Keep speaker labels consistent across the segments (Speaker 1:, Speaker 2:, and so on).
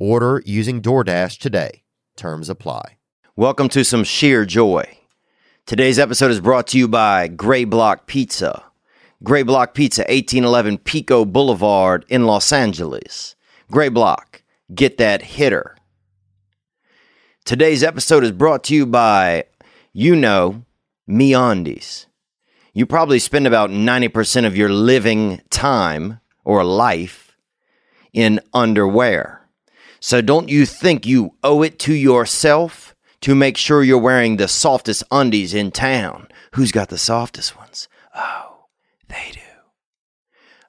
Speaker 1: Order using DoorDash today. Terms apply. Welcome to some sheer joy. Today's episode is brought to you by Gray Block Pizza. Gray Block Pizza, 1811 Pico Boulevard in Los Angeles. Gray Block, get that hitter. Today's episode is brought to you by, you know, MeUndies. You probably spend about 90% of your living time or life in underwear. So don't you think you owe it to yourself to make sure you're wearing the softest undies in town? Who's got the softest ones? Oh, they do.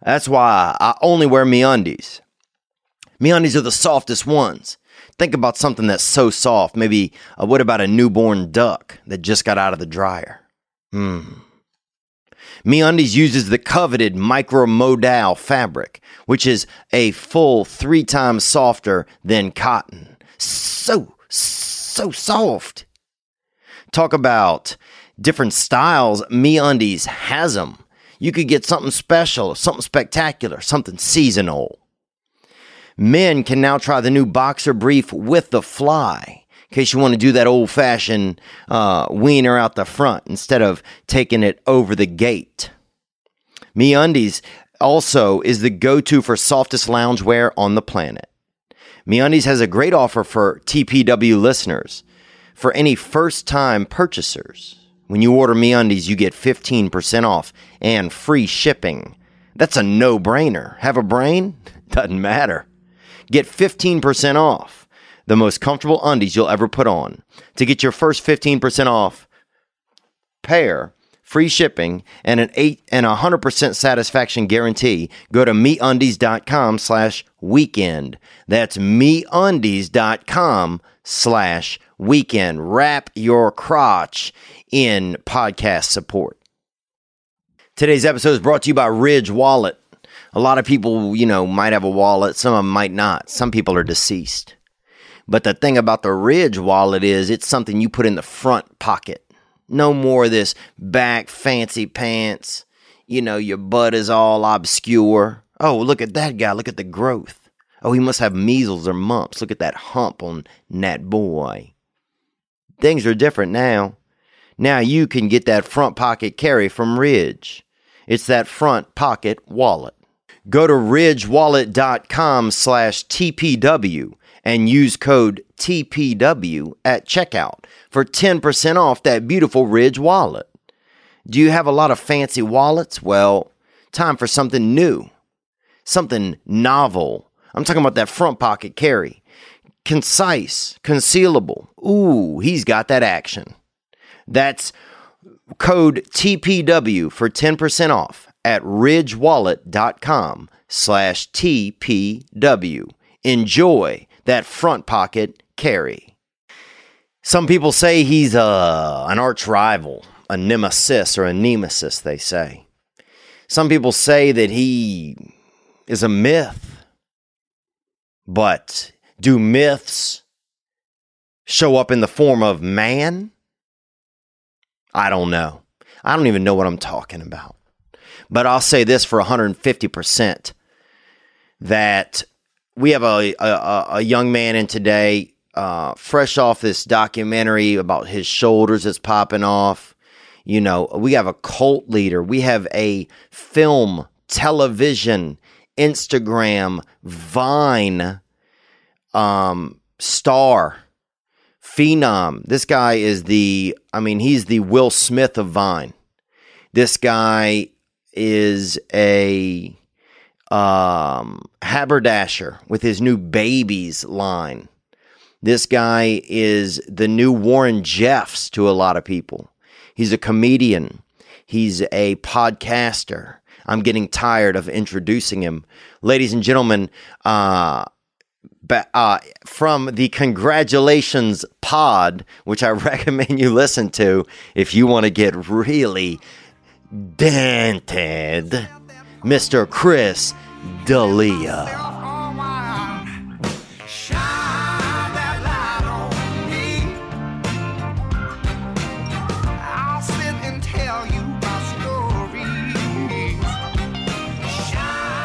Speaker 1: That's why I only wear me undies. Me undies are the softest ones. Think about something that's so soft. Maybe uh, what about a newborn duck that just got out of the dryer? Hmm. MeUndies uses the coveted micromodal fabric, which is a full three times softer than cotton. So, so soft. Talk about different styles. MeUndies has them. You could get something special, something spectacular, something seasonal. Men can now try the new boxer brief with the fly. In case you want to do that old fashioned uh, wiener out the front instead of taking it over the gate. MeUndies also is the go-to for softest loungewear on the planet. MeUndies has a great offer for TPW listeners. For any first-time purchasers, when you order MeUndies, you get 15% off and free shipping. That's a no-brainer. Have a brain? Doesn't matter. Get 15% off the most comfortable undies you'll ever put on. To get your first 15% off, pair, free shipping, and an eight and a hundred percent satisfaction guarantee. Go to meundies.com slash weekend. That's meundies.com slash weekend. Wrap your crotch in podcast support. Today's episode is brought to you by Ridge Wallet. A lot of people, you know, might have a wallet, some of them might not. Some people are deceased. But the thing about the Ridge wallet is it's something you put in the front pocket. No more of this back fancy pants. You know, your butt is all obscure. Oh, look at that guy. Look at the growth. Oh, he must have measles or mumps. Look at that hump on that boy. Things are different now. Now you can get that front pocket carry from Ridge. It's that front pocket wallet go to ridgewallet.com slash tpw and use code tpw at checkout for 10% off that beautiful ridge wallet do you have a lot of fancy wallets well time for something new something novel i'm talking about that front pocket carry concise concealable ooh he's got that action that's code TPW for 10% off at ridgewallet.com slash TPW. Enjoy that front pocket carry. Some people say he's uh, an arch rival, a nemesis or a nemesis, they say. Some people say that he is a myth. But do myths show up in the form of man? I don't know. I don't even know what I'm talking about. But I'll say this for 150% that we have a, a- a, a young man in today, uh, fresh off this documentary about his shoulders that's popping off. You know, we have a cult leader, we have a film, television, Instagram, Vine um, star, phenom. This guy is the, I mean, he's the Will Smith of Vine. This guy is a um, haberdasher with his new babies line. This guy is the new Warren Jeffs to a lot of people. He's a comedian. He's a podcaster. I'm getting tired of introducing him. Ladies and gentlemen, uh, ba- uh, from the Congratulations Pod, which I recommend you listen to if you want to get really dented, Mr. Chris D'Elia.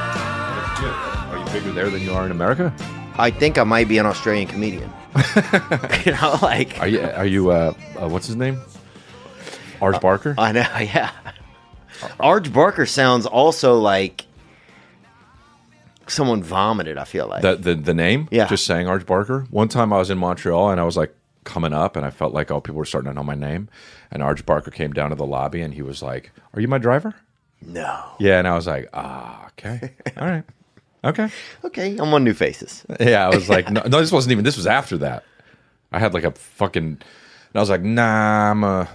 Speaker 2: Are you bigger there than you are in America?
Speaker 1: I think I might be an Australian comedian. you know, like
Speaker 2: Are you? Are you? Uh, uh, what's his name? Ars Barker.
Speaker 1: Uh, I know, yeah. Arch Barker sounds also like someone vomited. I feel like
Speaker 2: the, the the name.
Speaker 1: Yeah.
Speaker 2: Just saying, Arch Barker. One time I was in Montreal and I was like coming up and I felt like oh people were starting to know my name, and Arch Barker came down to the lobby and he was like, "Are you my driver?"
Speaker 1: no.
Speaker 2: Yeah, and I was like, "Ah, okay, all right, okay."
Speaker 1: Okay, I'm on New Faces.
Speaker 2: Yeah, I was like, no, no, this wasn't even. This was after that. I had like a fucking. And I was like, nah, I'm a,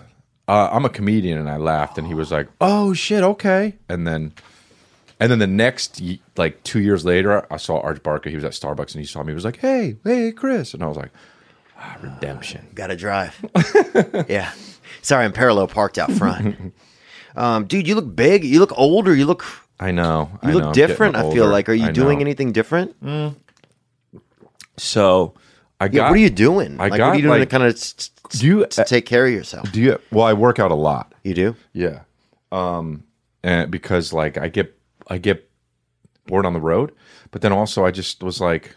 Speaker 2: uh, I'm a comedian, and I laughed, and he was like, oh shit, okay, and then, and then the next y- like two years later, I saw Arch Barker. He was at Starbucks, and he saw me. He was like, hey, hey, Chris, and I was like, ah, redemption.
Speaker 1: Got to drive. yeah. Sorry, I'm parallel parked out front. um, dude, you look big. You look older. You look
Speaker 2: I know.
Speaker 1: you
Speaker 2: I know,
Speaker 1: look
Speaker 2: I'm getting
Speaker 1: different. I feel
Speaker 2: older.
Speaker 1: like. Are
Speaker 2: I
Speaker 1: you
Speaker 2: know. Mm-hmm.
Speaker 1: doing anything different?
Speaker 2: So I got.
Speaker 1: yeah. What are you doing?
Speaker 2: I
Speaker 1: like,
Speaker 2: got,
Speaker 1: what are you doing
Speaker 2: like-
Speaker 1: to kind of s- s-
Speaker 2: Do you- uh,
Speaker 1: to take care of yourself?
Speaker 2: Do you? Well, I work out a lot.
Speaker 1: You do?
Speaker 2: Yeah. Um, and because like I get I get bored on the road, but then also I just was like,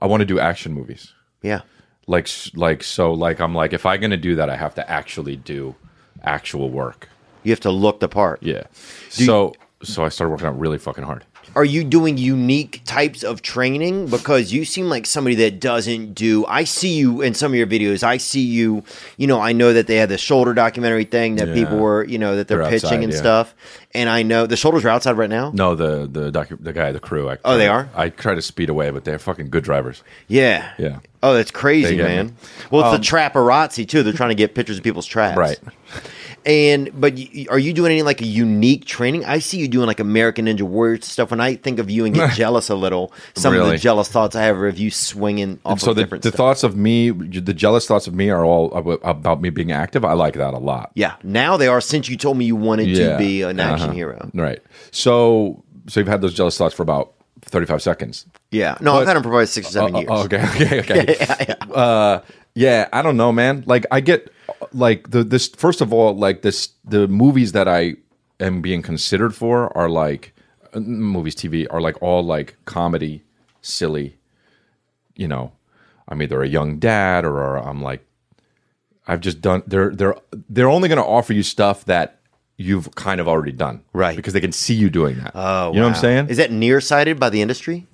Speaker 2: I want to do action movies.
Speaker 1: Yeah.
Speaker 2: Like s- like so like I'm like if I'm gonna do that, I have to actually do actual work.
Speaker 1: You have to look the part.
Speaker 2: Yeah. so so I started working out really fucking hard.
Speaker 1: are you doing unique types of training because you seem like somebody that doesn't do i see you in some of your videos i see you you know i know that they had the shoulder documentary thing that people
Speaker 2: Yeah.
Speaker 1: were you know that they're,
Speaker 2: They're
Speaker 1: pitching
Speaker 2: outside,
Speaker 1: and
Speaker 2: yeah.
Speaker 1: stuff and i know the shoulders are outside right now
Speaker 2: No, the the docu- the guy, the crew. I
Speaker 1: Oh, they are?
Speaker 2: I try to speed away, but they're fucking good drivers.
Speaker 1: yeah
Speaker 2: Yeah.
Speaker 1: oh that's
Speaker 2: They
Speaker 1: crazy
Speaker 2: get me. Um,
Speaker 1: man well it's the trapparazzi too they're trying to get pictures of people's traps
Speaker 2: Right.
Speaker 1: and but y are you doing any like a unique training i see you doing like american ninja warrior stuff when i think of you and get jealous a little some of the
Speaker 2: Really?
Speaker 1: jealous thoughts i have are of you swinging off
Speaker 2: And so
Speaker 1: of
Speaker 2: the,
Speaker 1: different
Speaker 2: the
Speaker 1: stuff.
Speaker 2: thoughts of me, the jealous thoughts of me, are all ab- about me being active. I like that a lot.
Speaker 1: Yeah, now they are. Since you told me you wanted to
Speaker 2: Yeah.
Speaker 1: be an action
Speaker 2: Uh-huh.
Speaker 1: hero,
Speaker 2: Right. So so you've had those jealous thoughts for about 35 seconds.
Speaker 1: yeah. No, I've had him for probably six or seven
Speaker 2: Oh,
Speaker 1: years.
Speaker 2: oh, okay, okay, okay. yeah, yeah. Uh yeah, I don't know, man. Like I get like the this first of all, like this the movies that I am being considered for are like uh, movies TV are like all like comedy, silly, you know. I'm either a young dad or I'm like I've just done. They're they're they're only going to offer you stuff that you've kind of already done,
Speaker 1: Right.
Speaker 2: Because they can see you doing that.
Speaker 1: Oh,
Speaker 2: you know what
Speaker 1: wow.
Speaker 2: I'm saying?
Speaker 1: Is that nearsighted by the industry?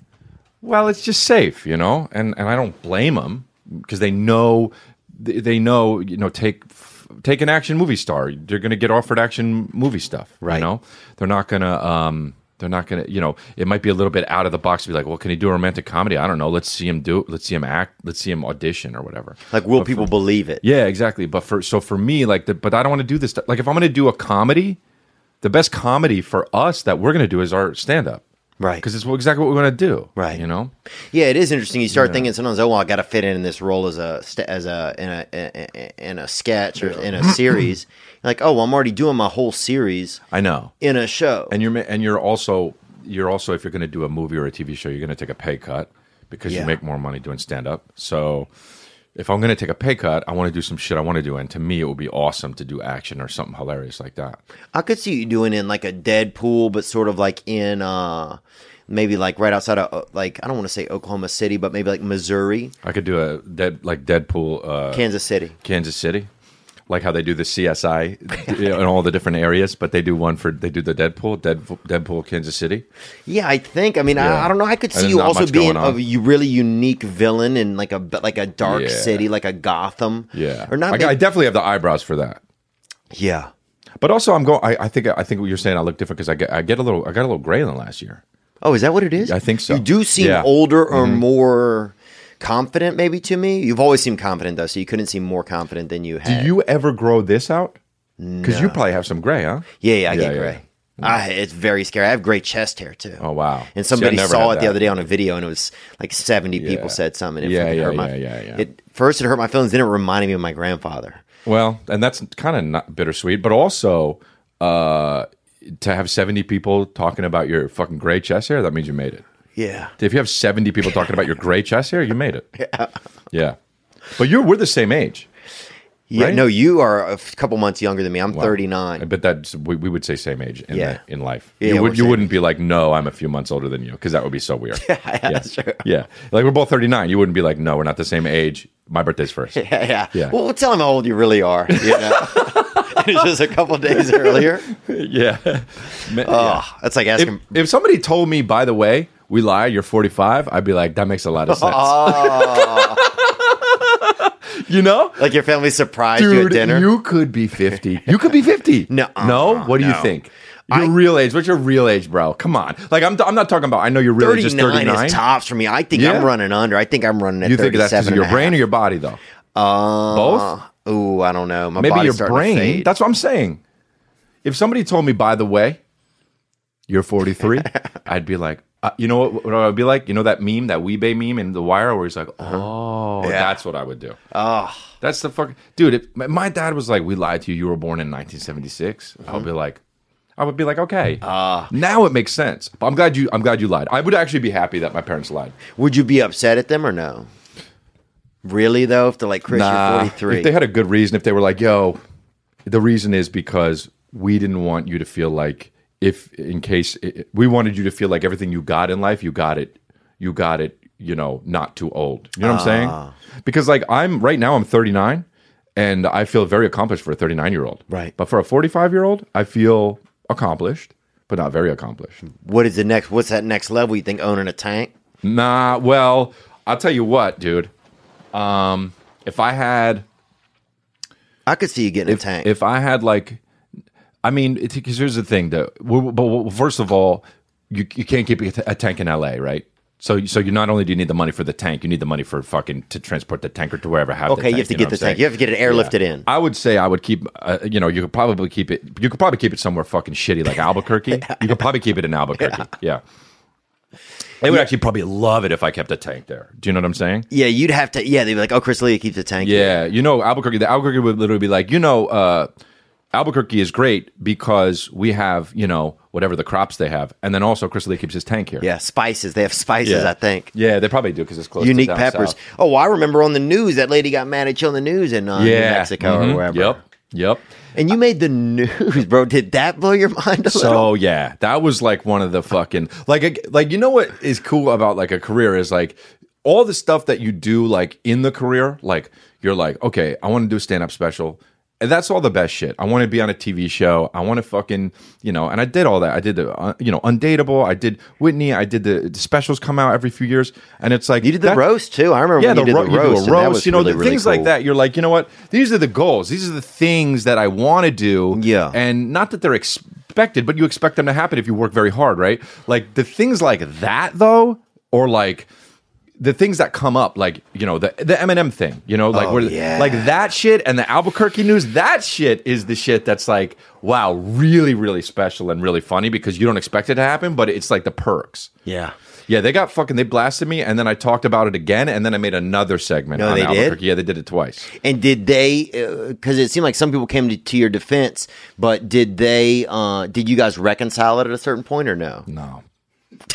Speaker 2: well, it's just safe, you know, and and I don't blame them because they know they they know you know take f- take an action movie star. They're going to get offered action movie stuff,
Speaker 1: Right.
Speaker 2: You know, they're not going to. um they're not gonna, you know. It might be a little bit out of the box to be like, "Well, can he do a romantic comedy?" I don't know. Let's see him do. Let's see him act. Let's see him audition or whatever.
Speaker 1: Like, will
Speaker 2: But for-
Speaker 1: people believe it?
Speaker 2: yeah, exactly. But for so for me, like, the, but I don't want to do this. stuff. Like, if I'm going to do a comedy, the best comedy for us that we're going to do is our stand up,
Speaker 1: Right.
Speaker 2: Because it's exactly what we want to do,
Speaker 1: Right.
Speaker 2: You know,
Speaker 1: Yeah, it is interesting. You start thinking sometimes, oh, well, I got to fit in in this role as a st- as a in a in a, in a sketch or in a series. You're like, oh, well, I'm already doing my whole series
Speaker 2: I know.
Speaker 1: in a show.
Speaker 2: And you're ma- and you're also you're also if you're going to do a movie or a TV show, you're going to take a pay cut because
Speaker 1: Yeah.
Speaker 2: you make more money doing stand up. So if I'm going to take a pay cut, I want to do some shit I want to do, and to me, it would be awesome to do action or something hilarious like that.
Speaker 1: I could see you doing in like a Deadpool, but sort of like in uh maybe like right outside of uh, like I don't want to say Oklahoma City, but maybe like Missouri,
Speaker 2: I could do a dead like Deadpool, uh,
Speaker 1: Kansas City.
Speaker 2: Kansas City. like how they do the CSI you know, in all the different areas, but they do one for they do the Deadpool, Deadpool, Deadpool Kansas City.
Speaker 1: Yeah, I think. I mean, I,
Speaker 2: Yeah.
Speaker 1: I don't know. I could see
Speaker 2: There's
Speaker 1: you
Speaker 2: not
Speaker 1: also
Speaker 2: much
Speaker 1: being
Speaker 2: going on.
Speaker 1: a u- really unique villain in like a like a dark
Speaker 2: Yeah.
Speaker 1: city, like a Gotham.
Speaker 2: Yeah,
Speaker 1: or not.
Speaker 2: I,
Speaker 1: maybe-
Speaker 2: I definitely have the eyebrows for that.
Speaker 1: yeah,
Speaker 2: But also, I'm going. I, I think I think what you're saying. I look different because I get I get a little I got a little gray in the last year.
Speaker 1: Oh, is that what it is?
Speaker 2: I think so.
Speaker 1: You do seem
Speaker 2: Yeah. Mm-hmm.
Speaker 1: older or more confident, maybe to me. You've always seemed confident though, so you couldn't seem more confident than you
Speaker 2: Do
Speaker 1: had.
Speaker 2: you ever grow this out? Because you probably have some gray, huh?
Speaker 1: yeah, yeah, I get
Speaker 2: yeah.
Speaker 1: gray. I, it's very scary. I have gray chest hair too.
Speaker 2: Oh wow!
Speaker 1: And somebody
Speaker 2: See, I never
Speaker 1: saw
Speaker 2: had
Speaker 1: it the
Speaker 2: that.
Speaker 1: other day on a video, and it was like seventy people
Speaker 2: Yeah.
Speaker 1: said something. And it
Speaker 2: Yeah,
Speaker 1: fucking
Speaker 2: yeah,
Speaker 1: hurt my,
Speaker 2: yeah, yeah, yeah.
Speaker 1: It first it hurt my feelings. Then it reminded me of my grandfather.
Speaker 2: Well, and that's kind of not bittersweet, but also uh, to have seventy people talking about your fucking gray chest hair, that means you made it.
Speaker 1: Yeah.
Speaker 2: If you have seventy people talking about your gray chest hair, you made it. Yeah. Yeah. But you're we're the same age.
Speaker 1: Yeah,
Speaker 2: Right?
Speaker 1: no, you are a f- couple months younger than me. I'm 39.
Speaker 2: I bet that's we, we would say same age in
Speaker 1: Yeah.
Speaker 2: the, in life.
Speaker 1: Yeah,
Speaker 2: you
Speaker 1: we're
Speaker 2: would you
Speaker 1: same
Speaker 2: wouldn't be like, no, I'm a few months older than you, because that would be so weird. yeah,
Speaker 1: that's true.
Speaker 2: Yeah, like we're both 39. You wouldn't be like, no, we're not the same age. My birthday's first.
Speaker 1: Yeah, yeah.
Speaker 2: Yeah.
Speaker 1: Well, tell him how old you really are. You know? it's just a couple days earlier.
Speaker 2: yeah. Ma- yeah.
Speaker 1: Oh, that's like
Speaker 2: If,
Speaker 1: asking.
Speaker 2: if somebody told me, by the way, we lie, you're 45, I'd be like, that makes a lot of sense.
Speaker 1: Oh.
Speaker 2: you know,
Speaker 1: like your family surprised you at
Speaker 2: dude,
Speaker 1: dinner.
Speaker 2: you could be 50. You could be 50.
Speaker 1: No,
Speaker 2: no. What do you
Speaker 1: no.
Speaker 2: think? Your real age? What's your real age, bro? Come on. Like I'm, I'm not talking about. I know you're really just
Speaker 1: 39,
Speaker 2: 39.
Speaker 1: is tops for me. I think
Speaker 2: Yeah.
Speaker 1: I'm running under. I think I'm running at
Speaker 2: You think
Speaker 1: 37
Speaker 2: that's 'cause of your brain or your body, though?
Speaker 1: Uh,
Speaker 2: Both?
Speaker 1: Ooh, I don't know. My
Speaker 2: Maybe
Speaker 1: body's
Speaker 2: your
Speaker 1: starting to
Speaker 2: brain.
Speaker 1: fade.
Speaker 2: That's what I'm saying. If somebody told me, by the way, you're 43, I'd be like, uh, you know what, what I'd be like? You know that meme, that Weebay meme in The Wire, where he's like,
Speaker 1: Uh-huh.
Speaker 2: oh, that's what I would do. Oh.
Speaker 1: Ah.
Speaker 2: That's the fuck. Dude, if my- my dad was like, we lied to you. You were born in 1976. I
Speaker 1: Mm-hmm.
Speaker 2: would be like, I would be like, okay,
Speaker 1: Ah.
Speaker 2: now it makes sense. But I'm glad you. I'm glad you lied. I would actually be happy that my parents lied.
Speaker 1: Would you be upset at them or no? Really though, if they're like Chris,
Speaker 2: Nah,
Speaker 1: you're 43.
Speaker 2: If they had a good reason, if they were like, "Yo, the reason is because we didn't want you to feel like if in case it, we wanted you to feel like everything you got in life, you got it, you got it, you know, not too old." You know what
Speaker 1: Ah.
Speaker 2: I'm saying? Because like I'm right now, I'm 39, and I feel very accomplished for a 39 year old.
Speaker 1: Right.
Speaker 2: But for a 45 year old, I feel accomplished, but not very accomplished.
Speaker 1: what is the next? What's that next level? You think owning a tank?
Speaker 2: Nah, well, I'll tell you what, dude. Um, if I had
Speaker 1: I could see you getting a tank.
Speaker 2: if I had like, I mean, because here's the thing though. Well, But well, first of all, you you can't keep a t- a tank in L.A. right? So so you not only do you need the money for the tank, you need the money for fucking to transport the tank or to wherever. Have the
Speaker 1: okay, you
Speaker 2: tank,
Speaker 1: have to
Speaker 2: know
Speaker 1: get
Speaker 2: what
Speaker 1: the tank.
Speaker 2: I'm saying?
Speaker 1: You have to get it airlifted in.
Speaker 2: I would say I would keep, uh, you know, you could probably keep it. You could probably keep it somewhere fucking shitty like Albuquerque. you could probably keep it in Albuquerque. Yeah. They would actually probably love it if I kept a tank there. Do you know what I'm saying?
Speaker 1: Yeah, you'd have to. Yeah, they'd be like, "Oh, Chris Lee keeps a tank."
Speaker 2: Yeah, you know Albuquerque. The Albuquerque would literally be like, you know, uh, Albuquerque is great because we have you know whatever the crops they have, and then also Chris Lee keeps his tank here.
Speaker 1: yeah, spices. They have spices, I think.
Speaker 2: Yeah, they probably do because it's close. to
Speaker 1: Unique
Speaker 2: down
Speaker 1: peppers.
Speaker 2: south.
Speaker 1: Oh, well, I remember on the news that lady got mad at you on the news in uh, New
Speaker 2: Yeah,
Speaker 1: Mexico
Speaker 2: mhm,
Speaker 1: or wherever.
Speaker 2: Yep, yep.
Speaker 1: And you made the news, bro. Did that blow your mind a little?
Speaker 2: So yeah, that was like one of the fucking like like you know what is cool about like a career is like all the stuff that you do like in the career, like you're like, okay, I want to do a stand up special. And that's all the best shit. I want to be on a TV show. I want to fucking, you know, and I did all that. I did the, uh, you know, Undateable. I did Whitney. I did the, the specials come out every few years. And it's like,
Speaker 1: You did the
Speaker 2: that-
Speaker 1: roast too. I remember
Speaker 2: yeah,
Speaker 1: when you
Speaker 2: the,
Speaker 1: did
Speaker 2: ro-
Speaker 1: the
Speaker 2: you do
Speaker 1: roast.
Speaker 2: a
Speaker 1: and that
Speaker 2: roast,
Speaker 1: was
Speaker 2: you know,
Speaker 1: really,
Speaker 2: the
Speaker 1: really
Speaker 2: things
Speaker 1: cool.
Speaker 2: like that. You're like, you know what? These are the goals. These are the things that I want to do.
Speaker 1: Yeah.
Speaker 2: and not that they're expected, but you expect them to happen if you work very hard, right? Like the things like that, though, or like the things that come up, like you know, the the Eminem thing, you know, like
Speaker 1: Oh,
Speaker 2: where
Speaker 1: yeah.
Speaker 2: like that shit and the Albuquerque news. That shit is the shit that's like, wow, really, really special and really funny because you don't expect it to happen, but it's like the perks.
Speaker 1: Yeah.
Speaker 2: Yeah, they got fucking. They blasted me, and then I talked about it again, and then I made another segment.
Speaker 1: No,
Speaker 2: on
Speaker 1: they did?
Speaker 2: Albuquerque. Yeah, they did it twice.
Speaker 1: And did they? Because it seemed like some people came to, to your defense, but did they? Uh, did you guys reconcile it at a certain point or no?
Speaker 2: No,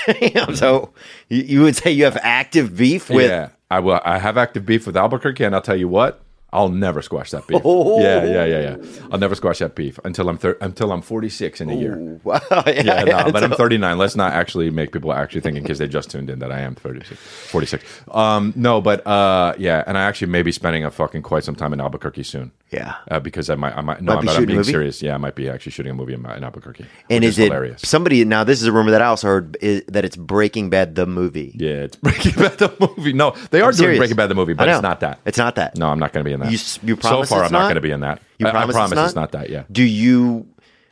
Speaker 1: Damn. So you, you would say you have active beef with
Speaker 2: yeah, I will. I have active beef with Albuquerque, and I'll tell you what, I'll never squash that beef.
Speaker 1: Oh.
Speaker 2: Yeah, yeah, yeah, yeah. I'll never squash that beef until I'm thir- until I'm 46 in a year.
Speaker 1: Wow. Yeah, yeah,
Speaker 2: Yeah, no, but I'm
Speaker 1: Oh. so-
Speaker 2: 39. Let's not actually make people actually think in case they just tuned in that I am 36, 46. Um, no, but uh, yeah, and I actually may be spending a fucking quite some time in Albuquerque soon.
Speaker 1: Yeah.
Speaker 2: uh, because I might, I might, no,
Speaker 1: Might be
Speaker 2: I'm, not,
Speaker 1: shooting
Speaker 2: I'm
Speaker 1: a
Speaker 2: being
Speaker 1: movie?
Speaker 2: serious. Yeah, I might be actually shooting a movie in, in Albuquerque.
Speaker 1: and
Speaker 2: which
Speaker 1: is, it
Speaker 2: hilarious?
Speaker 1: somebody? Now this is a rumor that I also heard is, that it's Breaking Bad the movie.
Speaker 2: Yeah, it's Breaking Bad the movie. No, they are doing
Speaker 1: Serious.
Speaker 2: Breaking Bad the movie,
Speaker 1: I
Speaker 2: but
Speaker 1: know.
Speaker 2: it's not that.
Speaker 1: It's not that.
Speaker 2: no, I'm not going to be in that.
Speaker 1: You s- you promise
Speaker 2: so far
Speaker 1: it's
Speaker 2: I'm not,
Speaker 1: not?
Speaker 2: going to be in that.
Speaker 1: You
Speaker 2: I-
Speaker 1: promise,
Speaker 2: I promise
Speaker 1: it's, not?
Speaker 2: that. Yeah,
Speaker 1: Do you?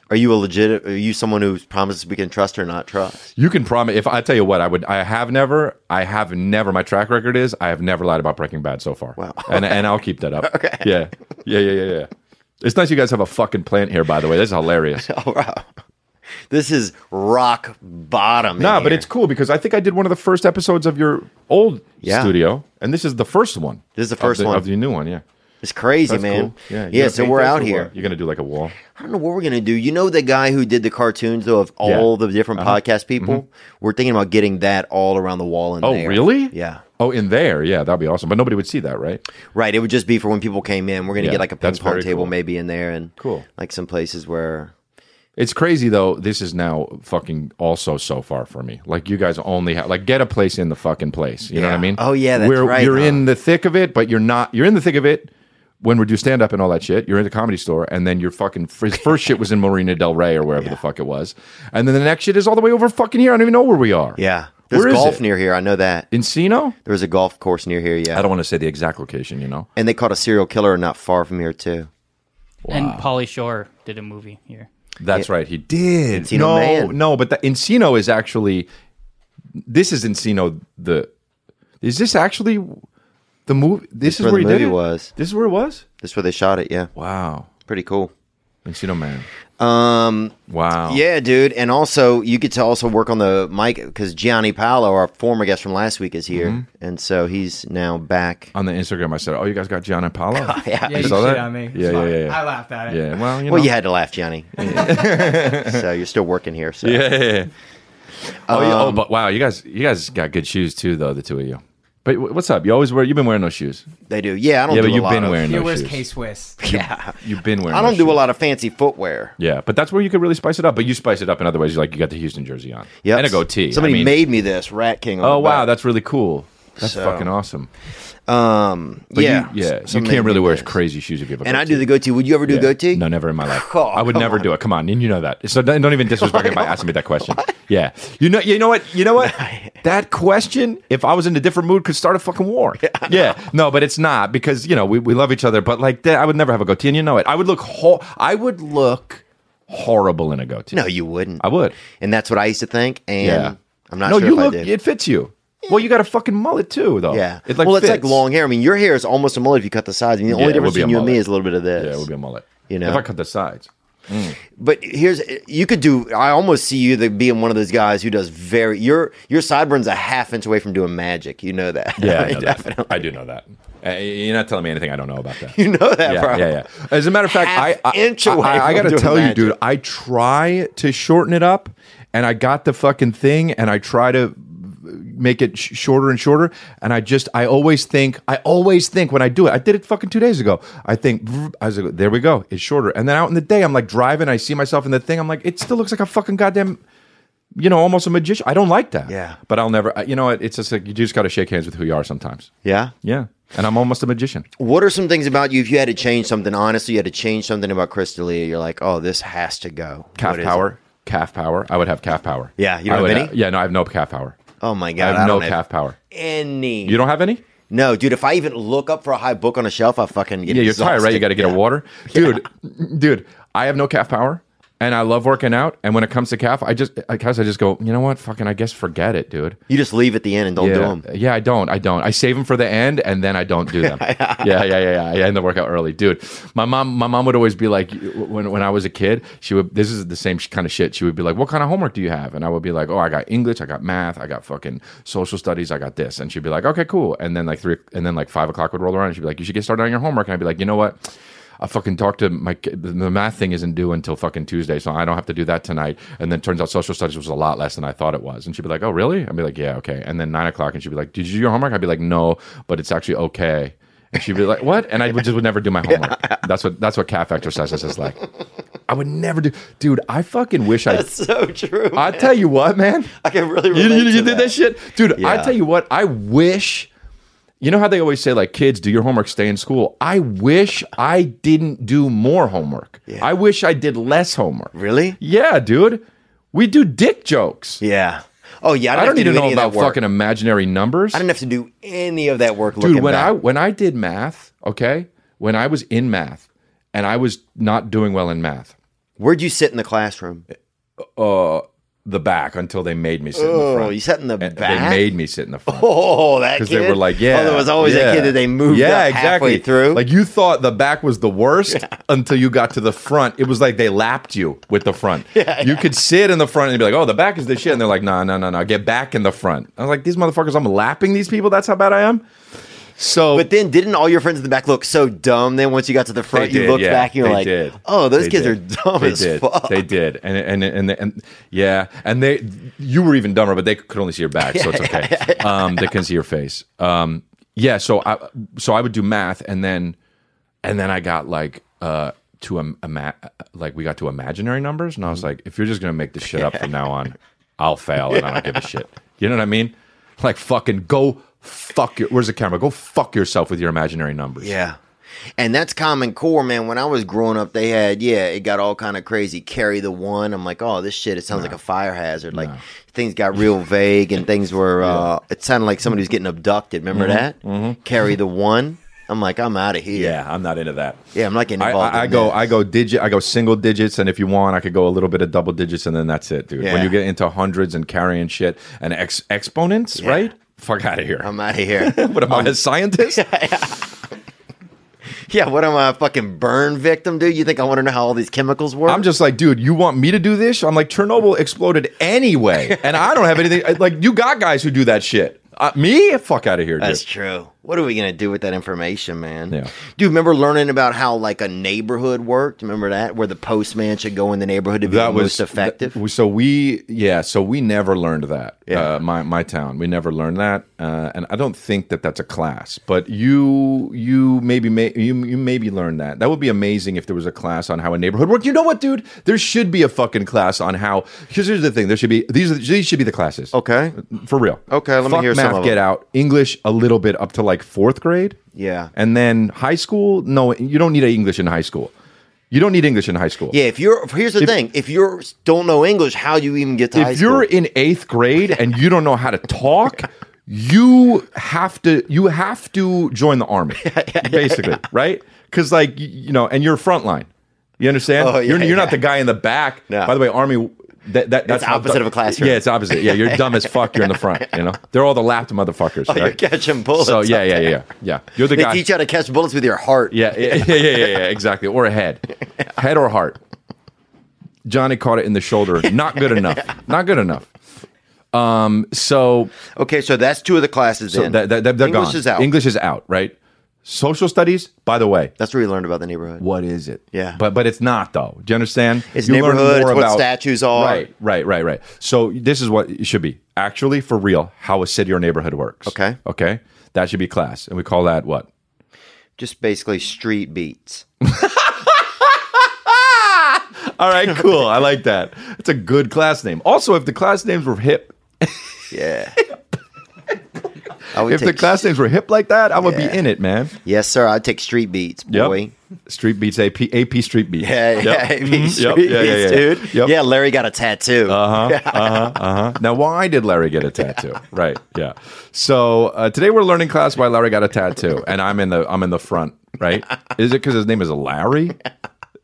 Speaker 1: Are you a legit? Are you someone who promises we can trust or not trust?
Speaker 2: you can promise. If I tell you what, I would. I have never. I have never. My track record is I have never lied about Breaking Bad so far.
Speaker 1: Wow.
Speaker 2: and and I'll keep that up. okay. Yeah. Yeah. Yeah. Yeah. Yeah. It's nice you guys have a fucking plant here, by the way. This is hilarious.
Speaker 1: Oh wow, this is rock bottom. in
Speaker 2: Nah, but
Speaker 1: here.
Speaker 2: it's cool because I think I did one of the first episodes of your old
Speaker 1: Yeah.
Speaker 2: studio, and this is the first one.
Speaker 1: This is the
Speaker 2: Of
Speaker 1: first one.
Speaker 2: of the new one. Yeah,
Speaker 1: it's crazy,
Speaker 2: That's
Speaker 1: man.
Speaker 2: cool. Yeah, you
Speaker 1: yeah.
Speaker 2: gonna
Speaker 1: So
Speaker 2: paint
Speaker 1: we're
Speaker 2: this or
Speaker 1: out
Speaker 2: what?
Speaker 1: here.
Speaker 2: You're gonna do like a wall.
Speaker 1: I don't know what we're gonna do. You know the guy who did the cartoons though of all the different
Speaker 2: Uh-huh.
Speaker 1: podcast people. We're thinking about getting that all around the wall in
Speaker 2: Mm-hmm. Oh,
Speaker 1: there.
Speaker 2: really?
Speaker 1: Yeah.
Speaker 2: Oh, in there, yeah, that'd be awesome. But nobody would see that, right?
Speaker 1: Right. It would just be for when people came in. We're gonna
Speaker 2: Yeah,
Speaker 1: get like a ping
Speaker 2: that's
Speaker 1: pong
Speaker 2: very
Speaker 1: table
Speaker 2: cool.
Speaker 1: maybe in there and
Speaker 2: Cool.
Speaker 1: like some places where
Speaker 2: It's crazy though. This is now fucking also so far for me. Like you guys only have like get a place in the fucking place. You know what I
Speaker 1: Yeah.
Speaker 2: mean?
Speaker 1: Oh, yeah, that's
Speaker 2: Where
Speaker 1: right,
Speaker 2: You're
Speaker 1: huh?
Speaker 2: in the thick of it, but you're not. You're in the thick of it when we do stand up and all that shit. You're in the comedy store, and then your fucking fir- first shit was in Marina Del Rey or wherever the fuck it was, and then the next shit is all the way over fucking here. I don't even know where we are.
Speaker 1: Yeah. There's
Speaker 2: Where is
Speaker 1: golf
Speaker 2: it?
Speaker 1: near here. I know that.
Speaker 2: Encino.
Speaker 1: There was a golf course near here, yeah.
Speaker 2: I don't want to say the exact location. You know.
Speaker 1: And they caught a serial killer not far from here too.
Speaker 3: And Polly Shore did a movie here.
Speaker 2: That's right. He did.
Speaker 1: Encino
Speaker 2: no,
Speaker 1: Man.
Speaker 2: no, but the Encino is actually this is Encino the is this actually the movie this is
Speaker 1: where
Speaker 2: where,
Speaker 1: the
Speaker 2: he
Speaker 1: movie
Speaker 2: did it?
Speaker 1: was.
Speaker 2: This is where it was?
Speaker 1: That's where they shot it, yeah.
Speaker 2: Wow.
Speaker 1: Pretty cool.
Speaker 2: Encino Man.
Speaker 1: Um
Speaker 2: Wow.
Speaker 1: Yeah, dude. And also you get to also work on the mic because Gianni Paolo, our former guest from last week, is here. And so he's now back.
Speaker 2: On the Instagram Mm-hmm. I said, "Oh, you guys got Gianna Paolo?"
Speaker 1: Yeah.
Speaker 4: Yeah,
Speaker 2: You
Speaker 4: you,
Speaker 2: saw
Speaker 4: shit
Speaker 2: that?
Speaker 4: on me. It's
Speaker 2: Yeah, yeah,
Speaker 4: fine.
Speaker 2: yeah, yeah.
Speaker 4: I laughed at it.
Speaker 2: Yeah. Well, you know.
Speaker 1: Well, you had to laugh, Johnny. so you're still working here. So
Speaker 2: Yeah, yeah, yeah. Oh, yeah.
Speaker 1: Um,
Speaker 2: oh, but wow, you guys you guys got good shoes too though, the two of you. But w- what's up? You always wear you've been wearing no shoes.
Speaker 1: they do. Yeah, I don't.
Speaker 2: Yeah,
Speaker 1: do
Speaker 2: but
Speaker 1: a
Speaker 2: you've
Speaker 1: lot
Speaker 2: been
Speaker 1: of,
Speaker 2: wearing
Speaker 4: Here,
Speaker 2: no
Speaker 4: where's
Speaker 2: shoes.
Speaker 4: K Swiss?
Speaker 1: Yeah,
Speaker 2: You've been wearing
Speaker 1: I
Speaker 2: no
Speaker 1: don't do a
Speaker 2: shoes.
Speaker 1: lot of fancy footwear.
Speaker 2: Yeah, but that's where you could really spice it up. But you spice it up in other ways. You like you got the Houston jersey on,
Speaker 1: Yep.
Speaker 2: and a goatee. I
Speaker 1: Somebody
Speaker 2: mean,
Speaker 1: made me this Rat King. on
Speaker 2: Oh
Speaker 1: the
Speaker 2: wow,
Speaker 1: back.
Speaker 2: that's really cool. That's
Speaker 1: So-
Speaker 2: fucking awesome.
Speaker 1: Um,
Speaker 2: But
Speaker 1: yeah,
Speaker 2: you, yeah. You
Speaker 1: Somebody
Speaker 2: can't
Speaker 1: made
Speaker 2: really
Speaker 1: me
Speaker 2: wear
Speaker 1: this.
Speaker 2: crazy shoes if you have a
Speaker 1: And I
Speaker 2: goatee.
Speaker 1: do the goatee. Would you ever do
Speaker 2: Yeah.
Speaker 1: goatee?
Speaker 2: No, never in my life.
Speaker 1: Oh,
Speaker 2: I would
Speaker 1: come
Speaker 2: never
Speaker 1: on.
Speaker 2: do it. Come on, and you know that. So don't, don't even disrespect me by asking me that question. Yeah, you know, you know what, you know what. that question, if I was in a different mood, could start a fucking war. yeah, no, but it's not because you know we, we love each other. But like, that, I would never have a goatee, and you know it. I would look, ho- I would look horrible in a goatee.
Speaker 1: No, you wouldn't.
Speaker 2: I would.
Speaker 1: And that's what I used to think. And
Speaker 2: Yeah.
Speaker 1: I'm not
Speaker 2: no,
Speaker 1: sure
Speaker 2: you
Speaker 1: if
Speaker 2: look.
Speaker 1: I did.
Speaker 2: It fits you. Well, you got a fucking mullet too, though.
Speaker 1: yeah.
Speaker 2: It like
Speaker 1: well, it's
Speaker 2: fits.
Speaker 1: like long hair. I mean, your hair is almost a mullet if you cut the sides. I mean, the
Speaker 2: Yeah,
Speaker 1: only
Speaker 2: it would
Speaker 1: difference
Speaker 2: be a
Speaker 1: between you and me
Speaker 2: mullet.
Speaker 1: is a little bit of this.
Speaker 2: Yeah, it would be a mullet.
Speaker 1: You know?
Speaker 2: if I cut the sides.
Speaker 1: But here's you could do. I almost see you the- being one of those guys who does very your your sideburns a half inch away from doing magic. You know that.
Speaker 2: Yeah, I
Speaker 1: Right?
Speaker 2: know that. I do know that. Uh, you're not telling me anything I don't know about that.
Speaker 1: You know that,
Speaker 2: yeah,
Speaker 1: bro.
Speaker 2: yeah, yeah. As a matter of fact,
Speaker 1: Half
Speaker 2: I I,
Speaker 1: inch
Speaker 2: I-
Speaker 1: away
Speaker 2: I,
Speaker 1: from
Speaker 2: got to
Speaker 1: doing
Speaker 2: tell
Speaker 1: magic.
Speaker 2: you, dude. I try to shorten it up, and I got the fucking thing, and I try to make it sh- shorter and shorter. And I just, I always think, I always think when I do it, I did it fucking two days ago. I think, "Vroom," I was like, there we go, it's shorter. And then out in the day, I'm like driving, I see myself in the thing, I'm like, it still looks like a fucking goddamn. You know, almost a magician. I don't like that.
Speaker 1: Yeah.
Speaker 2: But I'll never, I- you know, it, it's just like you just got to shake hands with who you are sometimes.
Speaker 1: Yeah?
Speaker 2: Yeah. And I'm almost a magician.
Speaker 1: What are some things about you if you had to change something? Honestly, you had to change something about Chris D'Elia. You're like, oh, this has to go.
Speaker 2: calf
Speaker 1: What is
Speaker 2: power. Calf power. I would have calf power.
Speaker 1: Yeah, you don't
Speaker 2: I
Speaker 1: have
Speaker 2: would
Speaker 1: any?
Speaker 2: yeah, no, I have no calf power.
Speaker 1: it? Oh my
Speaker 2: I
Speaker 1: god,
Speaker 2: have
Speaker 1: I,
Speaker 2: no
Speaker 1: don't have
Speaker 2: calf power.
Speaker 1: any.
Speaker 2: You don't have any?
Speaker 1: No, dude. If I even look up for a high book on a shelf, I fucking get
Speaker 2: Yeah, you're
Speaker 1: exhausted.
Speaker 2: tired, right? You got to get
Speaker 1: Yeah.
Speaker 2: a water, dude. Dude, I have no calf power, and I love working out. And when it comes to calf, I just, I guess, I just go. You know what? Fucking, I guess, forget it, dude.
Speaker 1: You just leave at the end and don't do
Speaker 2: Yeah,
Speaker 1: 'em. do them.
Speaker 2: yeah, I don't, I don't. I save them for the end, and then I don't do them. yeah, yeah, yeah, yeah. I end the workout early, dude. My mom, my mom would always be like, when when I was a kid, she would. This is the same sh- kind of shit. She would be like, "What kind of homework do you have?" And I would be like, "Oh, I got English, I got math, I got fucking social studies, I got this." And she'd be like, "Okay, cool." And then like three, and then like five o'clock would roll around, and she'd be like, "You should get started on your homework." And I'd be like, "You know what?" I fucking talked to my ki- the the math thing isn't due until fucking Tuesday, so I don't have to do that tonight. And then turns out social studies was a lot less than I thought it was. And she'd be like, "Oh, really?" I'd be like, "Yeah, okay." And then nine o'clock, and she'd be like, "Did you do your homework?" I'd be like, "No, but it's actually okay." And she'd be like, "What?" And I would just would never do my homework. That's what that's what calf exercises is like. I would never do, dude. I fucking wish I.
Speaker 1: That's so true.
Speaker 2: I tell you what, man.
Speaker 1: I can really
Speaker 2: You,
Speaker 1: relate
Speaker 2: you- you
Speaker 1: to
Speaker 2: did that.
Speaker 1: that.
Speaker 2: shit, dude. I
Speaker 1: Yeah.
Speaker 2: tell you what, I wish. You know how they always say, like, kids, do your homework, stay in school. I wish I didn't do more homework. I wish I did less homework.
Speaker 1: Really?
Speaker 2: Yeah, dude. We do dick jokes.
Speaker 1: Yeah. Oh yeah. I,
Speaker 2: I don't
Speaker 1: have
Speaker 2: need to
Speaker 1: do
Speaker 2: know
Speaker 1: any of that
Speaker 2: about
Speaker 1: work.
Speaker 2: fucking imaginary numbers.
Speaker 1: I didn't have to do any of that work.
Speaker 2: Dude,
Speaker 1: looking
Speaker 2: when
Speaker 1: back.
Speaker 2: I when I did math, okay, when I was in math and I was not doing well in math,
Speaker 1: where'd you sit in the classroom?
Speaker 2: the back until they made me sit in the
Speaker 1: Oh,
Speaker 2: front.
Speaker 1: you sat in the
Speaker 2: And
Speaker 1: back.
Speaker 2: They made me sit in the front.
Speaker 1: oh, that kid.
Speaker 2: because they were like, yeah.
Speaker 1: Oh, there was always
Speaker 2: yeah.
Speaker 1: a kid that they moved.
Speaker 2: yeah,
Speaker 1: up
Speaker 2: exactly.
Speaker 1: Halfway through.
Speaker 2: Like you thought the back was the worst until you got to the front. It was like they lapped you with the front. you could sit in the front and be like, oh, the back is the shit. And they're like, no, no, no, no, get back in the front. I was like, these motherfuckers, I'm lapping these people. That's how bad I am. So,
Speaker 1: But then, didn't all your friends in the back look so dumb? Then once you got to the front, you
Speaker 2: They did,
Speaker 1: looked
Speaker 2: yeah.
Speaker 1: back and you're
Speaker 2: They
Speaker 1: like,
Speaker 2: did.
Speaker 1: "Oh, those
Speaker 2: They
Speaker 1: kids
Speaker 2: did.
Speaker 1: are dumb
Speaker 2: they
Speaker 1: as
Speaker 2: did.
Speaker 1: fuck."
Speaker 2: They did, and and and and yeah, and they you were even dumber, but they could only see your back, so it's okay. Um, they couldn't see your face. Um, yeah, so I so I would do math, and then and then I got like uh to a, like we got to imaginary numbers, and I
Speaker 1: Mm-hmm.
Speaker 2: was like, if you're just gonna make this shit up from now on, I'll fail, and I don't give a shit. You know what I mean? Like fucking go fuck your. Where's the camera? Go fuck yourself with your imaginary numbers.
Speaker 1: Yeah. And that's Common Core, man. When I was growing up, they had yeah, it got all kind of crazy. Carry the one. I'm like, oh, this shit. It sounds like a fire hazard. Like things got real vague and things were. Uh, it sounded like somebody was getting abducted. Remember that? Mm-hmm. Carry the one. I'm like, I'm out of here.
Speaker 2: Yeah, I'm not into that.
Speaker 1: yeah. I'm not getting
Speaker 2: I,
Speaker 1: involved.
Speaker 2: I, I
Speaker 1: in
Speaker 2: go
Speaker 1: that.
Speaker 2: I go digit I go single digits and if you want I could go a little bit of double digits and then that's it dude. When
Speaker 1: Yeah.
Speaker 2: you get into hundreds and carrying shit and ex- exponents, right? Fuck out of here.
Speaker 1: I'm out of here.
Speaker 2: what am I a scientist?
Speaker 1: yeah. What am I, a fucking burn victim, dude? You think I want to know how all these chemicals work?
Speaker 2: I'm just like, dude, you want me to do this? I'm like Chernobyl exploded anyway and I don't have anything I- like you got guys who do that shit. Uh, me? Fuck out of here, dude.
Speaker 1: That's true. What are we gonna do with that information, man?
Speaker 2: Yeah.
Speaker 1: Dude, remember learning about how like a neighborhood worked? Remember that where the postman should go in the neighborhood to be
Speaker 2: that
Speaker 1: the
Speaker 2: was
Speaker 1: most effective?
Speaker 2: th- so we yeah, so we never learned that.
Speaker 1: Yeah.
Speaker 2: Uh, my my town, we never learned that, uh, and I don't think that that's a class. But you you maybe may, you you maybe learned that. That would be amazing if there was a class on how a neighborhood worked. You know what, dude? There should be a fucking class on how. Because here's the thing: there should be these. Are, these should be the classes.
Speaker 1: okay.
Speaker 2: For real.
Speaker 1: Okay, let me
Speaker 2: Fuck
Speaker 1: hear some
Speaker 2: math,
Speaker 1: of 'em.
Speaker 2: get out. English a little bit up to like fourth grade.
Speaker 1: Yeah.
Speaker 2: And then high school, no, you don't need a English in high school. You don't need English in high school.
Speaker 1: Yeah, if you're here's the thing. If you don't know English, how do you even get to high
Speaker 2: if you're
Speaker 1: school?
Speaker 2: in eighth grade and you don't know how to talk you have to you have to join the army basically right because like y- you know and you're frontline you understand
Speaker 1: Oh, yeah,
Speaker 2: you're, you're not
Speaker 1: yeah.
Speaker 2: the guy in the back
Speaker 1: No.
Speaker 2: by the way army that, that that's
Speaker 1: It's
Speaker 2: how
Speaker 1: opposite
Speaker 2: dumb-
Speaker 1: of a classroom.
Speaker 2: yeah it's opposite yeah you're dumb as fuck you're in the front you know they're all the lapped motherfuckers
Speaker 1: Oh, you're
Speaker 2: right?
Speaker 1: catching bullets.
Speaker 2: so yeah
Speaker 1: up
Speaker 2: yeah
Speaker 1: there.
Speaker 2: yeah yeah yeah you're the
Speaker 1: They
Speaker 2: guy
Speaker 1: teach you how to catch bullets with your heart.
Speaker 2: yeah, yeah, yeah, yeah, yeah, yeah, exactly. Or a head, head or heart. Johnny caught it in the shoulder. Not good enough. Not good enough. Um. So,
Speaker 1: Okay, so that's two of the classes.
Speaker 2: so
Speaker 1: then
Speaker 2: that, that, that- they're
Speaker 1: English
Speaker 2: gone.
Speaker 1: is out.
Speaker 2: English is out. Right. Social studies. By the way,
Speaker 1: That's where you learned about the neighborhood.
Speaker 2: what is it?
Speaker 1: Yeah.
Speaker 2: But but it's not though. Do you understand?
Speaker 1: It's
Speaker 2: You learn
Speaker 1: neighborhood,
Speaker 2: more
Speaker 1: it's what statues are.
Speaker 2: Right. Right. Right. Right. So this is what it should be actually for real. How a city or neighborhood works.
Speaker 1: Okay.
Speaker 2: Okay. That should be class, and we call that what?
Speaker 1: Just basically street beats.
Speaker 2: All right, cool. I like that. It's a good class name. Also, if the class names were hip,
Speaker 1: Yeah. I would
Speaker 2: if the
Speaker 1: take-
Speaker 2: class names were hip like that, I would
Speaker 1: Yeah.
Speaker 2: be in it, man.
Speaker 1: Yes, sir. I'd take street beats,
Speaker 2: Yep.
Speaker 1: boy.
Speaker 2: Street beats AP AP Street Beats.
Speaker 1: Yeah,
Speaker 2: Yep.
Speaker 1: yeah,
Speaker 2: Mhm.
Speaker 1: be
Speaker 2: Yep.
Speaker 1: street beats, dude.
Speaker 2: Yep. Uh-huh.
Speaker 1: Yeah, Larry got a tattoo.
Speaker 2: Now, why did Larry get a tattoo? Right. Yeah. So uh, today we're learning class why Larry got a tattoo, and I'm in the I'm in the front. Right? Is it because his name is Larry?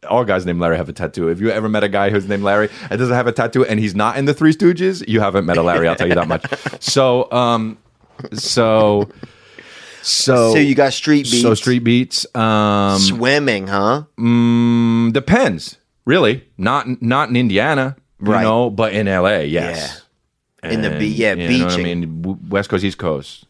Speaker 2: All guys named Larry have a tattoo. If you ever met a guy who's named Larry and doesn't have a tattoo, and he's not in the Three Stooges, you haven't met a Larry. I'll tell you that much. So, um, so, so,
Speaker 1: So you got street beats.
Speaker 2: so street beats. Um,
Speaker 1: swimming, huh?
Speaker 2: depends, really. Not not in Indiana, you
Speaker 1: Right.
Speaker 2: know, but in L.A. Yes.
Speaker 1: Yeah. In the be- yeah,
Speaker 2: you know what
Speaker 1: beaching.
Speaker 2: I mean, W- West Coast, East Coast.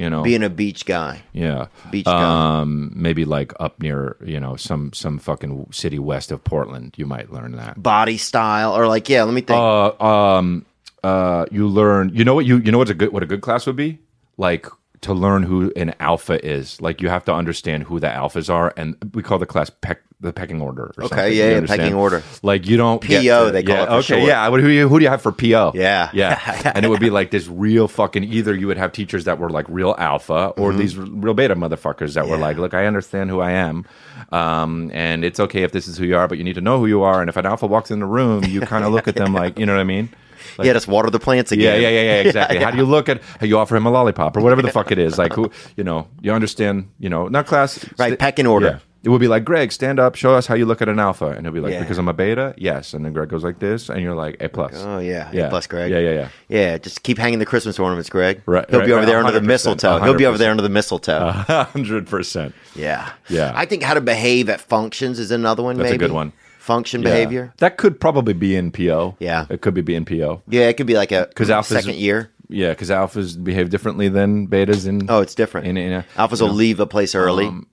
Speaker 2: You know,
Speaker 1: Being a beach guy,
Speaker 2: yeah,
Speaker 1: beach guy.
Speaker 2: um, maybe like up near you know some some fucking city west of Portland. You might learn that.
Speaker 1: Body style, or like, yeah. Let me think.
Speaker 2: Uh, um, uh, you learn. You know what you you know what's a good what a good class would be like to learn who an alpha is. Like you have to understand who the alphas are, and we call the class peck, the pecking order. Or
Speaker 1: Okay,
Speaker 2: something,
Speaker 1: yeah,
Speaker 2: you
Speaker 1: yeah,
Speaker 2: understand?
Speaker 1: pecking order.
Speaker 2: Like you don't get
Speaker 1: PO,
Speaker 2: to-
Speaker 1: they call
Speaker 2: yeah,
Speaker 1: it for
Speaker 2: okay,
Speaker 1: short.
Speaker 2: yeah. I would- Who do you who do you have for PO?
Speaker 1: Yeah.
Speaker 2: yeah. and it would be like this real fucking. Either you would have teachers that were like real alpha, or
Speaker 1: Mm-hmm.
Speaker 2: these r- real beta motherfuckers that were like, "Look, I understand who I am, um, and it's okay if this is who you are, but you need to know who you are. And if an alpha walks in the room, you kind of look at them like, you know what I mean? Like,
Speaker 1: yeah, just water the plants
Speaker 2: yeah,
Speaker 1: again.
Speaker 2: yeah, yeah, yeah, exactly. How do you look at how you offer him a lollipop or whatever the fuck it is? Like who you know, you understand, you know, not class
Speaker 1: Right,
Speaker 2: st-
Speaker 1: pecking order.
Speaker 2: Yeah. It would be like, Greg, stand up, show us how you look at an alpha. And he'll be like,
Speaker 1: Yeah.
Speaker 2: Because I'm a beta? Yes. And then Greg goes like this, and you're like, A plus.
Speaker 1: Oh yeah,
Speaker 2: Yeah.
Speaker 1: A plus Greg.
Speaker 2: Yeah, yeah, yeah.
Speaker 1: Yeah, just keep hanging the Christmas ornaments, Greg.
Speaker 2: Right,
Speaker 1: He'll
Speaker 2: right,
Speaker 1: be over
Speaker 2: right,
Speaker 1: there under the
Speaker 2: 100%,
Speaker 1: mistletoe. He'll be over there under the mistletoe.
Speaker 2: hundred percent.
Speaker 1: yeah.
Speaker 2: Uh, yeah.
Speaker 1: I think how to behave at functions is another one.
Speaker 2: That's a
Speaker 1: maybe.
Speaker 2: good one.
Speaker 1: Function behavior.
Speaker 2: That could probably be in PO.
Speaker 1: Yeah.
Speaker 2: It could be being PO.
Speaker 1: Yeah, it could be like a
Speaker 2: 'Cause alphas-
Speaker 1: second year.
Speaker 2: Yeah, because alphas behave differently than betas in
Speaker 1: Oh, it's different.
Speaker 2: in, in a, Mm-hmm.
Speaker 1: Alphas will leave a place early, kind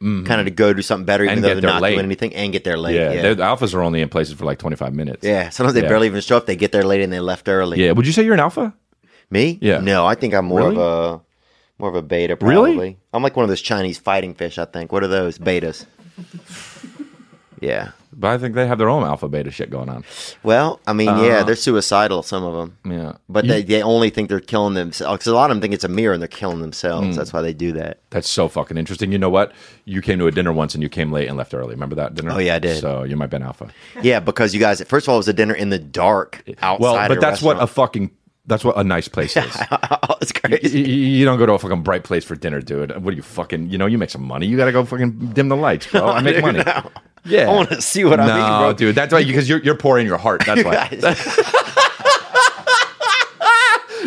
Speaker 1: of Um, to go do something better, even
Speaker 2: And
Speaker 1: though
Speaker 2: get
Speaker 1: they're
Speaker 2: there
Speaker 1: not
Speaker 2: late.
Speaker 1: doing anything, and get there late.
Speaker 2: yeah,
Speaker 1: Yeah,
Speaker 2: they're-
Speaker 1: yeah.
Speaker 2: the alphas are only in places for like twenty five minutes.
Speaker 1: Sometimes they
Speaker 2: Yeah.
Speaker 1: barely even show up. They get there late and they left early.
Speaker 2: Yeah. Would you say you're an alpha?
Speaker 1: Me?
Speaker 2: Yeah.
Speaker 1: No, I think I'm more
Speaker 2: Really?
Speaker 1: of a more of a beta. Probably.
Speaker 2: Really?
Speaker 1: I'm like one of those Chinese fighting fish. I think. What are those betas? yeah.
Speaker 2: But I think they have their own alpha beta shit going on.
Speaker 1: Well, I mean, yeah, they're suicidal. Some of them.
Speaker 2: Uh-huh. Yeah.
Speaker 1: But
Speaker 2: You-
Speaker 1: they, they only think they're killing themselves. Because a lot of them think it's a mirror and they're killing themselves.
Speaker 2: Hmm.
Speaker 1: That's why they do that.
Speaker 2: that's so fucking interesting. You know what? You came to a dinner once and you came late and left early. Remember that dinner?
Speaker 1: Oh, yeah, I did.
Speaker 2: So you might have been alpha.
Speaker 1: Yeah, because you guys, first of all, it was a dinner in the dark outside.
Speaker 2: well, but that's what a
Speaker 1: restaurant.
Speaker 2: fucking that's what a nice place is.
Speaker 1: oh, it's
Speaker 2: Y-
Speaker 1: crazy.
Speaker 2: y- you don't go to a fucking bright place for dinner, dude. What do you fucking? You know, you make some money. You gotta go fucking dim the lights, bro. I make money. Yeah,
Speaker 1: I wanna see what I
Speaker 2: no,
Speaker 1: mean, bro.
Speaker 2: dude. That's why because you're you're poor in your heart. That's why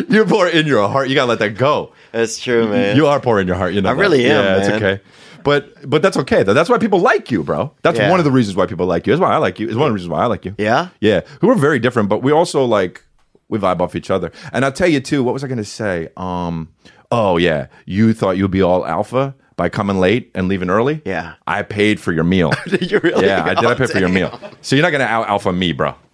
Speaker 2: you're poor in your heart. You gotta let that go.
Speaker 1: that's true, man.
Speaker 2: You are poor in your heart. You know.
Speaker 1: I
Speaker 2: that.
Speaker 1: really am,
Speaker 2: Yeah,
Speaker 1: man.
Speaker 2: it's okay. But but that's okay though. That's why people like you, bro. That's
Speaker 1: Yeah.
Speaker 2: one of the reasons why people like you. That's why I like you. It's one of the reasons why I like you.
Speaker 1: Yeah?
Speaker 2: Yeah. Who are very different, but we also like we vibe off each other. And I'll tell you too, what was I gonna say? Um oh yeah, you thought you'd be all alpha by coming late and leaving early?
Speaker 1: Yeah. Oh,
Speaker 2: I paid for your meal.
Speaker 1: Did you really?
Speaker 2: yeah, I did I paid for your meal. So you're not gonna out alpha me, bro.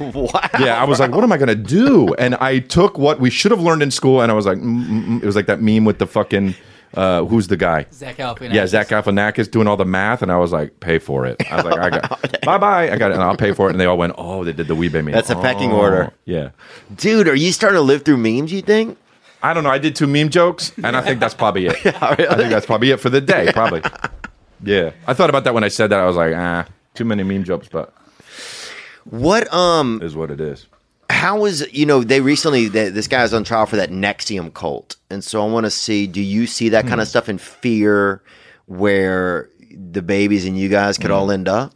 Speaker 1: Wow.
Speaker 2: Yeah, I was like, what am I gonna do? And I took what we should have learned in school, and I was like, mm, mm, mm. it was like that meme with the fucking uh, who's the guy?
Speaker 3: Zach Galifianakis.
Speaker 2: Yeah, Zach Galifianakis doing all the math, and I was like, pay for it. I was like, I got bye bye, I got it, and I'll pay for it. And they all went, oh, they did the Weebay meme. Oh,
Speaker 1: That's a pecking order.
Speaker 2: Yeah,
Speaker 1: Dude, are you starting to live through memes, you think?
Speaker 2: I don't know. I did two meme jokes, and I think that's probably it. I think that's probably it for the day. Probably. Yeah, I thought about that when I said that. I was like, ah, too many meme jokes, but
Speaker 1: What, um,
Speaker 2: it is what it is.
Speaker 1: how was, you know, they recently, th this guy's on trial for that Nexium cult. And so I want to see, do you see that
Speaker 2: Hmm.
Speaker 1: kind of stuff in fear where the babies and you guys
Speaker 2: Hmm.
Speaker 1: could all end up?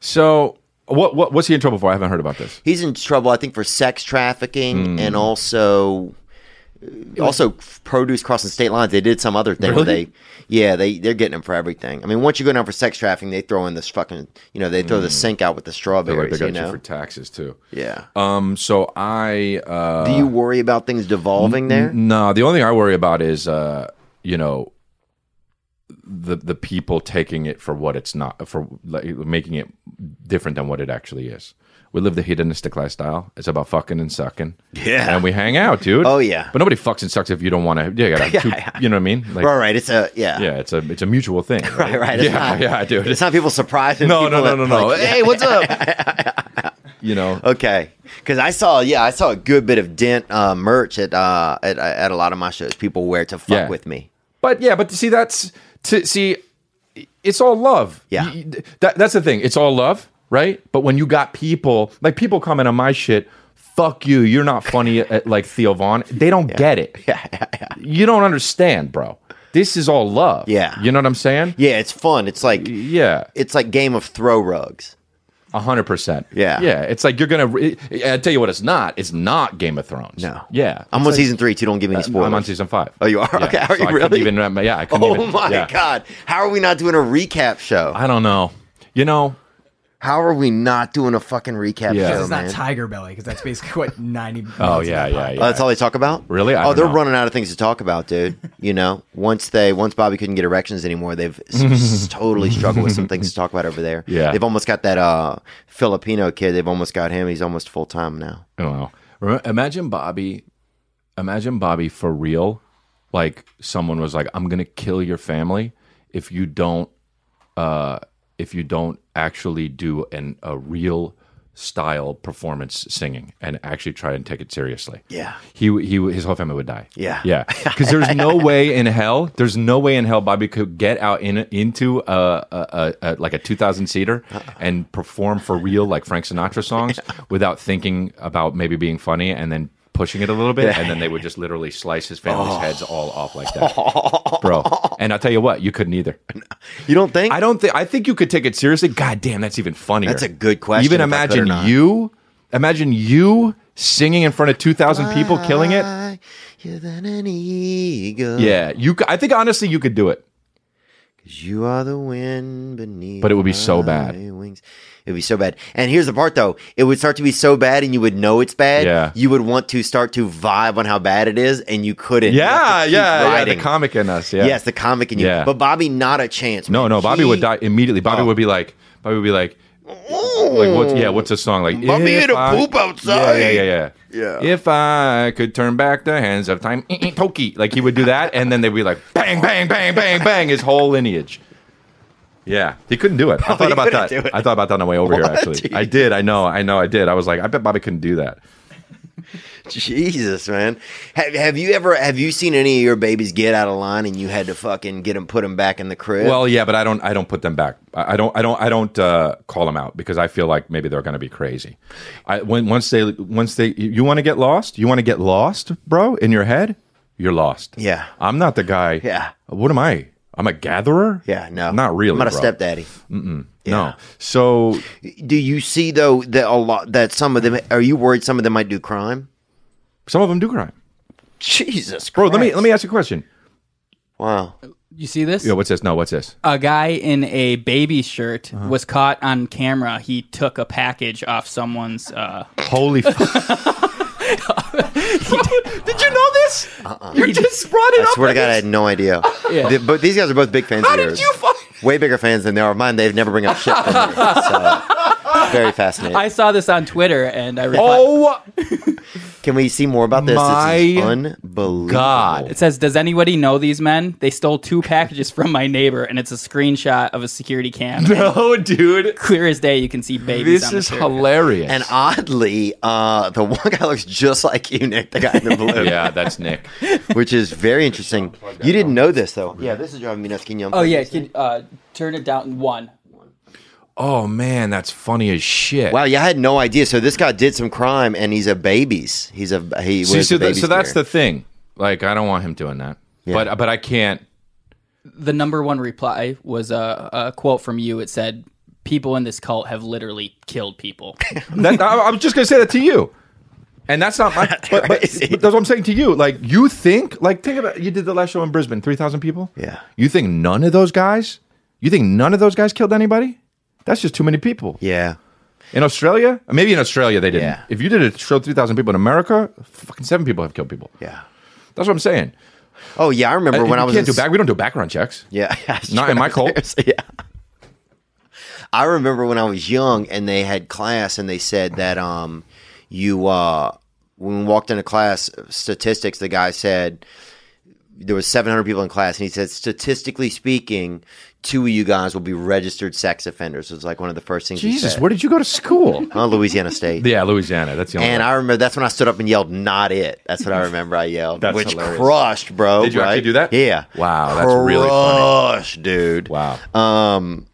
Speaker 2: So, what, what what's he in trouble for? I haven't heard about this.
Speaker 1: He's in trouble, I think, for sex trafficking
Speaker 2: Hmm.
Speaker 1: and also also produce crossing state lines. They did some other thing where
Speaker 2: Really?
Speaker 1: they, yeah, they they're getting him for everything. I mean, once you go down for sex trafficking, they throw in this fucking, you know, they throw
Speaker 2: Hmm.
Speaker 1: the sink out with the
Speaker 2: Like
Speaker 1: strawberries.
Speaker 2: they got
Speaker 1: you know,
Speaker 2: you for taxes too.
Speaker 1: yeah.
Speaker 2: Um. So I. Uh,
Speaker 1: Do you worry about things devolving there?
Speaker 2: No, the only thing I worry about is, uh, you know, the the people taking it for what it's not, for like, making it different than what it actually is. We live the hedonistic lifestyle. It's about fucking and sucking.
Speaker 1: Yeah.
Speaker 2: and we hang out, dude.
Speaker 1: Oh, yeah.
Speaker 2: but nobody fucks and sucks if you don't want to. Yeah, you, gotta have two- you know what I mean? Like,
Speaker 1: All right, it's a yeah,
Speaker 2: yeah, it's a it's a mutual thing. Right,
Speaker 1: All right, it's
Speaker 2: yeah,
Speaker 1: not,
Speaker 2: yeah, dude.
Speaker 1: It's not people surprising.
Speaker 2: no,
Speaker 1: people
Speaker 2: no, no, no,
Speaker 1: that,
Speaker 2: no.
Speaker 1: like,
Speaker 2: hey, what's up? you know,
Speaker 1: Okay, because I saw, yeah, I saw a good bit of Dent uh, merch at, uh, at at a lot of my shows. People wear to fuck
Speaker 2: Yeah.
Speaker 1: with me.
Speaker 2: But yeah, but to see that's to see, it's all love.
Speaker 1: Yeah.
Speaker 2: Y- y- that, that's the thing. It's all love, right? But when you got people like people comment on my shit, fuck you. You're not funny at, like Theo Vaughn. They don't get it. Yeah, yeah, yeah. You don't understand, bro. This is all love.
Speaker 1: Yeah.
Speaker 2: you know what I'm saying?
Speaker 1: Yeah, it's fun. It's like
Speaker 2: Yeah,
Speaker 1: it's like game of throw rugs.
Speaker 2: a hundred percent.
Speaker 1: Yeah.
Speaker 2: yeah. It's like you're gonna. Re- I tell you what, it's not. It's not Game of Thrones.
Speaker 1: No.
Speaker 2: Yeah, Uh,
Speaker 1: I'm on season three. Too. Don't give me any spoilers.
Speaker 2: I'm on season five.
Speaker 1: Oh, you are? Okay, are you
Speaker 2: I couldn't
Speaker 1: really?
Speaker 2: Even, yeah, I couldn't
Speaker 1: Oh
Speaker 2: even-
Speaker 1: my
Speaker 2: yeah.
Speaker 1: god! How are we not doing a recap show?
Speaker 2: I don't know. You know,
Speaker 1: How are we not doing a fucking recap
Speaker 2: Yeah.
Speaker 1: show,
Speaker 2: This
Speaker 4: It's not
Speaker 1: man?
Speaker 4: tiger belly because that's basically what ninety.
Speaker 2: Oh
Speaker 4: minutes
Speaker 2: yeah,
Speaker 4: of that
Speaker 2: yeah,
Speaker 4: podcast-
Speaker 2: yeah.
Speaker 1: Oh, that's all they talk about.
Speaker 2: Really? I
Speaker 1: oh,
Speaker 2: don't
Speaker 1: they're
Speaker 2: know.
Speaker 1: running out of things to talk about, dude. You know, once they once Bobby couldn't get erections anymore, they've s- s- totally struggled with some things to talk about over there.
Speaker 2: Yeah.
Speaker 1: they've almost got that uh, Filipino kid. They've almost got him. He's almost full
Speaker 2: Oh,
Speaker 1: time now.
Speaker 2: Wow. Remem- Imagine Bobby. Imagine Bobby for real like someone was like, "I'm gonna kill your family if you don't uh, if you don't actually do an a real style performance singing and actually try and take it seriously."
Speaker 1: Yeah.
Speaker 2: he he his whole family would die.
Speaker 1: Yeah.
Speaker 2: yeah, because there's no way in hell, there's no way in hell Bobby could get out in into a, a, a, a like a 2,000 seater
Speaker 1: Uh-uh.
Speaker 2: and perform for real like Frank Sinatra songs without thinking about maybe being funny and then pushing it a little bit and then they would just literally slice his family's
Speaker 1: Oh.
Speaker 2: heads all off like that bro and i'll tell you what you couldn't either
Speaker 1: You don't think?
Speaker 2: I don't think. I think you could take it seriously. God damn, that's even funnier.
Speaker 1: That's a good question,
Speaker 2: Even
Speaker 1: if I could or
Speaker 2: imagine
Speaker 1: not.
Speaker 2: you, imagine you singing in front of two thousand people, killing it.
Speaker 1: You're than an eagle.
Speaker 2: Yeah, you. c- I think honestly, you could do it.
Speaker 1: 'Cause You are the wind beneath.
Speaker 2: But it would be so
Speaker 1: my
Speaker 2: bad.
Speaker 1: Wings. It would be so bad. And here's the part though. It would start to be so bad and you would know it's bad.
Speaker 2: Yeah.
Speaker 1: You would want to start to vibe on how bad it is and you couldn't. You have
Speaker 2: Yeah,
Speaker 1: to keep
Speaker 2: yeah, yeah. The
Speaker 1: riding.
Speaker 2: comic in us. Yeah.
Speaker 1: Yes, the comic in you.
Speaker 2: Yeah.
Speaker 1: But Bobby, not a chance.
Speaker 2: No,
Speaker 1: man.
Speaker 2: no. Bobby would
Speaker 1: He- Oh.
Speaker 2: die immediately. Bobby would be like. Bobby would be like. Like what's yeah? What's a song like?
Speaker 1: Bobby
Speaker 2: "If
Speaker 1: had a
Speaker 2: I-"
Speaker 1: poop outside.
Speaker 2: Yeah, yeah, yeah, yeah.
Speaker 1: Yeah.
Speaker 2: If I could turn back the hands of time, eh, eh, Toki, like he would do that, and then they'd be like, bang, bang, bang, bang, bang, his whole lineage. Yeah, he couldn't do it. I thought
Speaker 1: he
Speaker 2: about
Speaker 1: couldn't
Speaker 2: that.
Speaker 1: do it.
Speaker 2: I thought about that on the way over here.
Speaker 1: What?
Speaker 2: Actually, I did. I know. I know. I did. I was like, I bet Bobby couldn't do that.
Speaker 1: Jesus, man. Have, have you ever have you seen any of your babies get out of line and you had to fucking get them put them back in the crib?
Speaker 2: Well, yeah, but I don't. I don't put them back. I I don't. I don't. I don't uh, call them out because I feel like maybe they're going to be crazy. I when once they once they you, you want to get lost. You want to get lost, bro, in your head. You're lost.
Speaker 1: Yeah.
Speaker 2: I'm not the guy.
Speaker 1: Yeah.
Speaker 2: What am I? I'm a gatherer.
Speaker 1: yeah, no,
Speaker 2: Not really.
Speaker 1: I'm not
Speaker 2: bro.
Speaker 1: a stepdaddy.
Speaker 2: No. So
Speaker 1: Do you see though that a lot that some of them are you worried some of them might do crime?
Speaker 2: some of them do crime,
Speaker 1: Jesus,
Speaker 2: bro.
Speaker 1: Christ.
Speaker 2: Let me let me ask you a question.
Speaker 1: Wow,
Speaker 3: You see this?
Speaker 2: Yeah. What's this? No. What's this?
Speaker 3: a guy in a baby shirt
Speaker 2: Uh-huh.
Speaker 3: was caught on camera. He took a package off someone's. Uh,
Speaker 2: Holy. F- Did you know this? You just brought it
Speaker 1: Uh-uh. I swear to God, I had no idea.
Speaker 3: Yeah.
Speaker 1: Th- but these guys are both big fans.
Speaker 2: How
Speaker 1: of
Speaker 2: did
Speaker 1: yours.
Speaker 2: you find-
Speaker 1: Way bigger fans than they are of mine. They never bring up shit. From me, so. Very fascinating.
Speaker 3: I saw this on Twitter and I replied.
Speaker 2: Oh
Speaker 1: Can we see more about this? this
Speaker 2: My
Speaker 1: is unbelievable.
Speaker 2: God.
Speaker 3: It says, "Does anybody know these men? They stole two packages from my neighbor, and it's a screenshot of a security cam.
Speaker 2: no, dude.
Speaker 3: Clear as day, you can see babies.
Speaker 2: This
Speaker 3: on the
Speaker 2: is
Speaker 3: shirt.
Speaker 2: hilarious.
Speaker 1: And oddly, uh, the one guy looks just like you, Nick, the guy in the blue,
Speaker 2: yeah, that's Nick.
Speaker 1: which is very interesting. You didn't know this, though. Yeah, this is driving me nuts. Can you
Speaker 3: Oh
Speaker 1: unplug
Speaker 3: yeah,
Speaker 1: this thing?
Speaker 3: can, uh, turn it down one.
Speaker 2: Oh man, that's funny as shit.
Speaker 1: Wow, yeah, I had no idea. So this guy did some crime, and he's a babies. He's a he was
Speaker 2: See, so,
Speaker 1: a
Speaker 2: th-
Speaker 1: baby
Speaker 2: so that's the
Speaker 1: stealer.
Speaker 2: thing. Like, I don't want him doing that. But but I can't.
Speaker 3: The number one reply was a, a quote from you. It said, "People in this cult have literally killed people."
Speaker 2: That, I, I was just gonna say that to you. And that's not my. But, but,
Speaker 1: Crazy.
Speaker 2: but that's what I'm saying to you. Like, you think, like, think about. You did the last show in Brisbane, three thousand people.
Speaker 1: Yeah.
Speaker 2: You think none of those guys? You think none of those guys killed anybody? That's just too many people.
Speaker 1: yeah.
Speaker 2: In Australia, maybe in Australia they didn't.
Speaker 1: Yeah.
Speaker 2: If you did a show three thousand people in America, fucking seven people have killed people.
Speaker 1: Yeah.
Speaker 2: That's what I'm saying.
Speaker 1: Oh yeah, I remember when
Speaker 2: we
Speaker 1: I was
Speaker 2: can't
Speaker 1: in
Speaker 2: do back. We don't do background checks.
Speaker 1: Yeah, yeah,
Speaker 2: Not in my cult.
Speaker 1: yeah. I remember when I was young and they had class and they said that um you uh when we walked into class statistics the guy said there was 700 people in class and he said statistically speaking two of you guys will be registered sex offenders. It was like one of the first things he
Speaker 2: Jesus,
Speaker 1: said.
Speaker 2: where did you go to school?
Speaker 1: Uh, Louisiana State.
Speaker 2: yeah, Louisiana. That's the only.
Speaker 1: and
Speaker 2: one.
Speaker 1: I remember that's when I stood up and yelled, "Not it." That's what I remember. I yelled,
Speaker 2: That's
Speaker 1: which
Speaker 2: hilarious.
Speaker 1: crushed, bro.
Speaker 2: Did you
Speaker 1: right?
Speaker 2: actually do that?
Speaker 1: Yeah.
Speaker 2: Wow, that's really funny.
Speaker 1: Crushed, dude.
Speaker 2: wow.
Speaker 1: Um,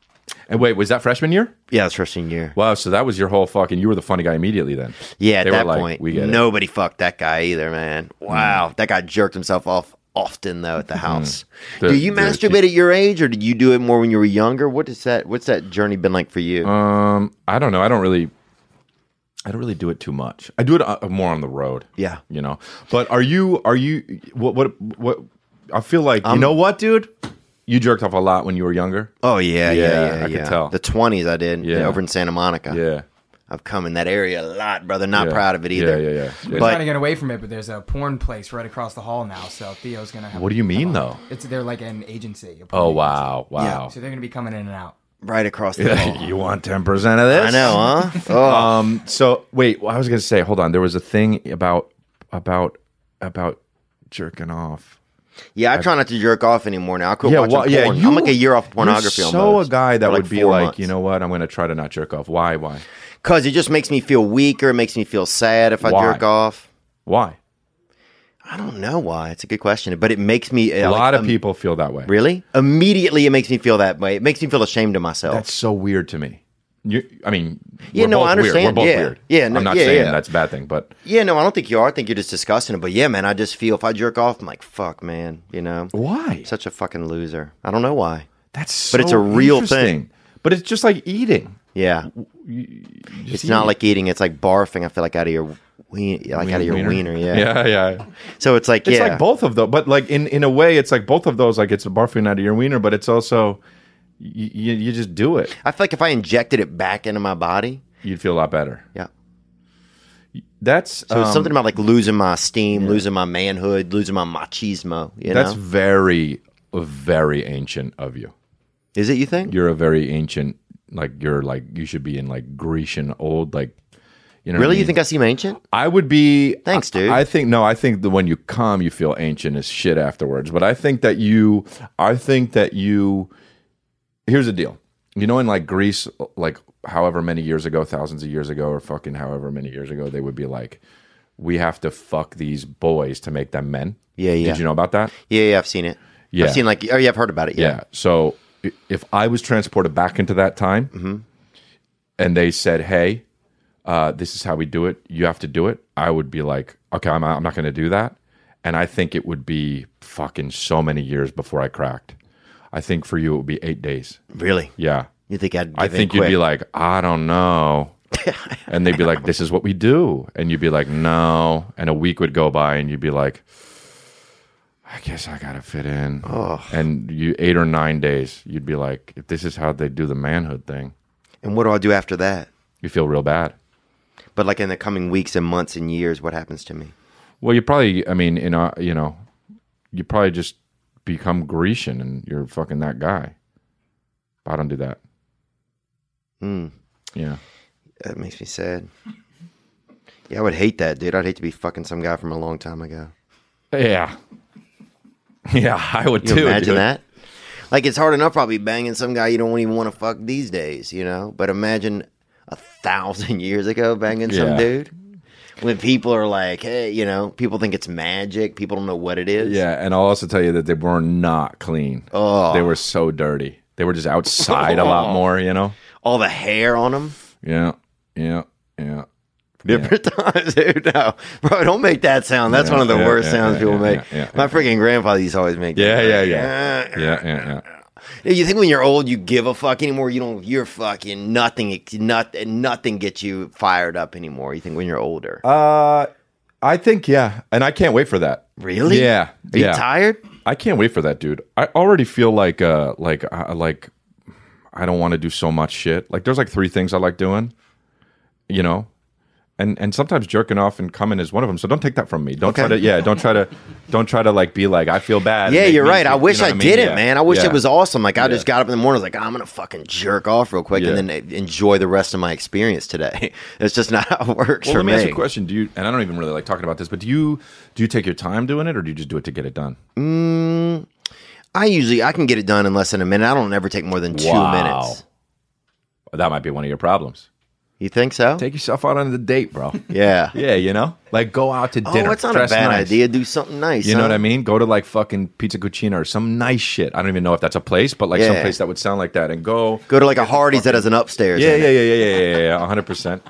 Speaker 2: and wait, was that freshman year?
Speaker 1: yeah, it's freshman year.
Speaker 2: Wow. So that was your whole fucking. You were the funny guy immediately then.
Speaker 1: yeah, at
Speaker 2: They were
Speaker 1: that
Speaker 2: like,
Speaker 1: point,
Speaker 2: we get it. Mm.
Speaker 1: nobody fucked that guy either, man. Wow, that guy jerked himself off often though at the house.
Speaker 2: Mm-hmm. The-
Speaker 1: do you
Speaker 2: the-
Speaker 1: masturbate at your age, or did you do it more when you were younger? What is that? What's that journey been like for you?
Speaker 2: Um, I don't know. I don't really. I don't really do it too much. I do it uh, more on the road.
Speaker 1: Yeah.
Speaker 2: You know. But are you? Are you? What? What? What? I feel like you know what, dude. You jerked off a lot when you were younger.
Speaker 1: oh yeah, yeah,
Speaker 2: yeah,
Speaker 1: yeah.
Speaker 2: I could
Speaker 1: yeah.
Speaker 2: tell.
Speaker 1: the twenties I did
Speaker 2: Yeah.
Speaker 1: over in Santa Monica.
Speaker 2: Yeah.
Speaker 1: I've come in that area a lot, brother. Not
Speaker 2: yeah.
Speaker 1: proud of it either.
Speaker 2: Yeah, yeah, yeah. yeah.
Speaker 1: But-
Speaker 4: trying to get away from it, but there's a porn place right across the hall now, so Theo's gonna. Have
Speaker 2: what do you mean though?
Speaker 4: It's they're like an agency. a porn
Speaker 2: Oh
Speaker 4: agency.
Speaker 2: wow, wow.
Speaker 4: So they're gonna be coming in and out.
Speaker 1: Right across the hall.
Speaker 2: you want ten percent of this?
Speaker 1: I know, huh? Oh,
Speaker 2: Um. So wait, well, I was gonna say, hold on. There was a thing about about about jerking off.
Speaker 1: Yeah, I try not to jerk off anymore now. I quit watching
Speaker 2: well,
Speaker 1: porn. I'm like a year off of pornography.
Speaker 2: You're
Speaker 1: on
Speaker 2: so
Speaker 1: those
Speaker 2: a guy that
Speaker 1: for,
Speaker 2: would be
Speaker 1: four
Speaker 2: like,
Speaker 1: months.
Speaker 2: you know what? I'm going to try to not jerk off. Why? Why?
Speaker 1: Because it just makes me feel weaker. It makes me feel sad if I
Speaker 2: Why?
Speaker 1: jerk off.
Speaker 2: Why?
Speaker 1: I don't know why. It's a good question, but it makes me uh,
Speaker 2: A lot of
Speaker 1: um,
Speaker 2: people feel that way.
Speaker 1: really immediately. It makes me feel that way. It makes me feel ashamed of myself.
Speaker 2: That's so weird to me. You, I mean,
Speaker 1: Yeah,
Speaker 2: we're
Speaker 1: no, I
Speaker 2: both Weird. We're
Speaker 1: understand.
Speaker 2: both
Speaker 1: Yeah.
Speaker 2: weird.
Speaker 1: Yeah, no,
Speaker 2: I'm not
Speaker 1: yeah,
Speaker 2: saying
Speaker 1: yeah.
Speaker 2: that's a bad thing, but
Speaker 1: yeah, no, I don't think you are. I think you're just disgusting it. But yeah, man, I just feel if I jerk off, I'm like, fuck, man. You know,
Speaker 2: why?
Speaker 1: such a fucking loser. I don't know why.
Speaker 2: That's so
Speaker 1: But it's a real thing.
Speaker 2: interesting. But it's just like eating.
Speaker 1: Yeah,
Speaker 2: You
Speaker 1: it's
Speaker 2: see-
Speaker 1: not like eating. It's like barfing. I feel like out of your ween, like out of your wiener. Yeah.
Speaker 2: yeah, yeah.
Speaker 1: So it's like
Speaker 2: It's
Speaker 1: yeah,
Speaker 2: like both of those, but like in in a way, it's like both of those. Like it's barfing out of your wiener, but it's also you, you, you just do it.
Speaker 1: I feel like if I injected it back into my body,
Speaker 2: You'd feel a lot better.
Speaker 1: yeah.
Speaker 2: That's
Speaker 1: So it's
Speaker 2: um,
Speaker 1: something about like losing my esteem, losing my manhood, losing my machismo. You
Speaker 2: that's
Speaker 1: know,
Speaker 2: very very ancient of you.
Speaker 1: is it? You think?
Speaker 2: You're a very ancient. Like you're like you should be in like Grecian old like. You know what I
Speaker 1: really, you
Speaker 2: mean?
Speaker 1: think I seem ancient?
Speaker 2: I would be.
Speaker 1: Thanks,
Speaker 2: I-
Speaker 1: dude.
Speaker 2: I, think no. I think that when you come, you feel ancient as shit afterwards. But I think that you. I think that you. Here's the deal. You know, in like Greece, like however many years ago, thousands of years ago, or fucking however many years ago, they would be like, "We have to fuck these boys to make them men."
Speaker 1: Yeah, yeah.
Speaker 2: Did you know about that?
Speaker 1: Yeah, yeah, I've seen it.
Speaker 2: Yeah.
Speaker 1: I've seen like oh yeah, I've heard about it.
Speaker 2: Yeah.
Speaker 1: Yeah,
Speaker 2: So i- if I was transported back into that time and they said, hey, uh, this is how we do it, you have to do it, I would be like, okay, I'm, I'm not going to do that. And I think it would be fucking so many years before I cracked. I think for you, it would be eight days.
Speaker 1: really.
Speaker 2: Yeah.
Speaker 1: You think I'd? Give
Speaker 2: I think you'd be like, I don't know. and they'd be like, this is what we do. And you'd be like, no. And a week would go by and you'd be like, I guess I got to fit in.
Speaker 1: Oh.
Speaker 2: And you eight or nine days, you'd be like, if this is how they do the manhood thing,
Speaker 1: and what do I do after that?
Speaker 2: you feel real bad.
Speaker 1: But like in the coming weeks and months and years, what happens to me?
Speaker 2: Well, you probably, I mean, in a, you know, you probably just become Grecian and you're fucking that guy. But I don't do that.
Speaker 1: Hmm.
Speaker 2: Yeah.
Speaker 1: That makes me sad. Yeah, I would hate that, dude. I'd hate to be fucking some guy from a long time ago.
Speaker 2: Yeah. Yeah, I would
Speaker 1: You
Speaker 2: too.
Speaker 1: imagine
Speaker 2: dude.
Speaker 1: that? Like it's hard enough probably banging some guy you don't even want to fuck these days, you know? But imagine a thousand years ago banging some
Speaker 2: Yeah.
Speaker 1: dude. When people are like, hey, you know, people think it's magic. People don't know what it is.
Speaker 2: Yeah, and I'll also tell you that they were not clean. Oh, they were so dirty. They were just outside a lot more. You know.
Speaker 1: All the hair on them.
Speaker 2: Yeah, yeah, yeah.
Speaker 1: Different times, dude. No, bro, don't make that sound. That's
Speaker 2: Yeah,
Speaker 1: one of the
Speaker 2: yeah,
Speaker 1: worst
Speaker 2: yeah,
Speaker 1: sounds
Speaker 2: yeah,
Speaker 1: people
Speaker 2: yeah,
Speaker 1: make.
Speaker 2: yeah, yeah,
Speaker 1: My freaking grandfather used to always make. that.
Speaker 2: Yeah, yeah, yeah.
Speaker 1: Uh,
Speaker 2: Yeah, yeah, yeah.
Speaker 1: Yeah, You think when you're old, you give a fuck anymore? You don't. You're fucking nothing. Not, nothing gets you fired up anymore. You think when you're older?
Speaker 2: Uh, I think yeah, and I can't wait for that.
Speaker 1: really?
Speaker 2: Yeah,
Speaker 1: Are you
Speaker 2: yeah.
Speaker 1: tired?
Speaker 2: I can't wait for that, dude. I already feel like uh, like uh, like I don't want to do so much shit. Like there's like three things I like doing. You know. And, and sometimes jerking off and coming is one of them. So don't take that from me. Don't try
Speaker 1: Okay.
Speaker 2: to yeah. Don't try to don't try to like be like I feel bad. and
Speaker 1: Yeah,
Speaker 2: make
Speaker 1: you're
Speaker 2: me
Speaker 1: right.
Speaker 2: feel-
Speaker 1: I
Speaker 2: you
Speaker 1: wish
Speaker 2: know
Speaker 1: I
Speaker 2: what mean?
Speaker 1: did it,
Speaker 2: Yeah.
Speaker 1: man. I wish
Speaker 2: Yeah.
Speaker 1: it was awesome. Like I just got up in the morning, I was like, I'm gonna fucking jerk off real quick,
Speaker 2: Yeah.
Speaker 1: and then enjoy the rest of my experience today. It's just not how it works
Speaker 2: Well,
Speaker 1: for
Speaker 2: let me,
Speaker 1: me.
Speaker 2: ask you a question. Do you? And I don't even really like talking about this, but do you do you take your time doing it, or do you just do it to get it done?
Speaker 1: I usually I can get it done in less than a minute. I don't ever take more than two
Speaker 2: Wow.
Speaker 1: minutes.
Speaker 2: That might be one of your problems.
Speaker 1: You think so?
Speaker 2: Take yourself out on the date, bro.
Speaker 1: yeah.
Speaker 2: yeah, you know, like go out to dinner.
Speaker 1: Oh, it's not a
Speaker 2: dress
Speaker 1: bad
Speaker 2: nice.
Speaker 1: idea. Do something nice.
Speaker 2: You know
Speaker 1: huh?
Speaker 2: what I mean? Go to like fucking Pizza Cucina or some nice shit. I don't even know if that's a place, but like
Speaker 1: Yeah.
Speaker 2: some place that would sound like that, and go.
Speaker 1: Go to like a Hardee's that has an upstairs.
Speaker 2: Yeah,
Speaker 1: in
Speaker 2: yeah,
Speaker 1: it.
Speaker 2: yeah, yeah, yeah, yeah, yeah, hundred percent.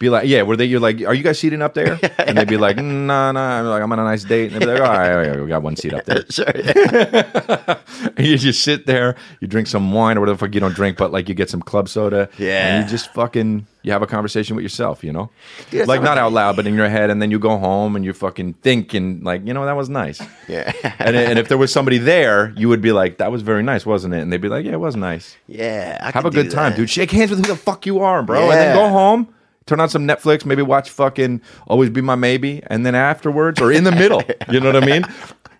Speaker 2: Be like, yeah, where they? You're like, are you guys seating up there? And they'd be like, nah, nah. I'm like, I'm on a nice date. And they'd be like, all right, all right, all right, we got one seat up there.
Speaker 1: Sure, yeah.
Speaker 2: you just sit there, you drink some wine or whatever the fuck you don't drink, but like you get some club soda.
Speaker 1: Yeah.
Speaker 2: And you just fucking you have a conversation with yourself, you know?
Speaker 1: Dude, that's
Speaker 2: like
Speaker 1: not
Speaker 2: not out loud, but in your head, and then you go home and you fucking think and like, you know, that was nice.
Speaker 1: yeah.
Speaker 2: And, and if there was somebody there, you would be like, that was very nice, wasn't it? And they'd be like, yeah, it was nice.
Speaker 1: Yeah, I
Speaker 2: Have a
Speaker 1: could do
Speaker 2: good time,
Speaker 1: that.
Speaker 2: dude. Shake hands with who the fuck you are, bro. And then
Speaker 1: Yeah.
Speaker 2: go home, turn on some Netflix, maybe watch fucking Always Be My Maybe, and then afterwards or in the middle, you know what I mean?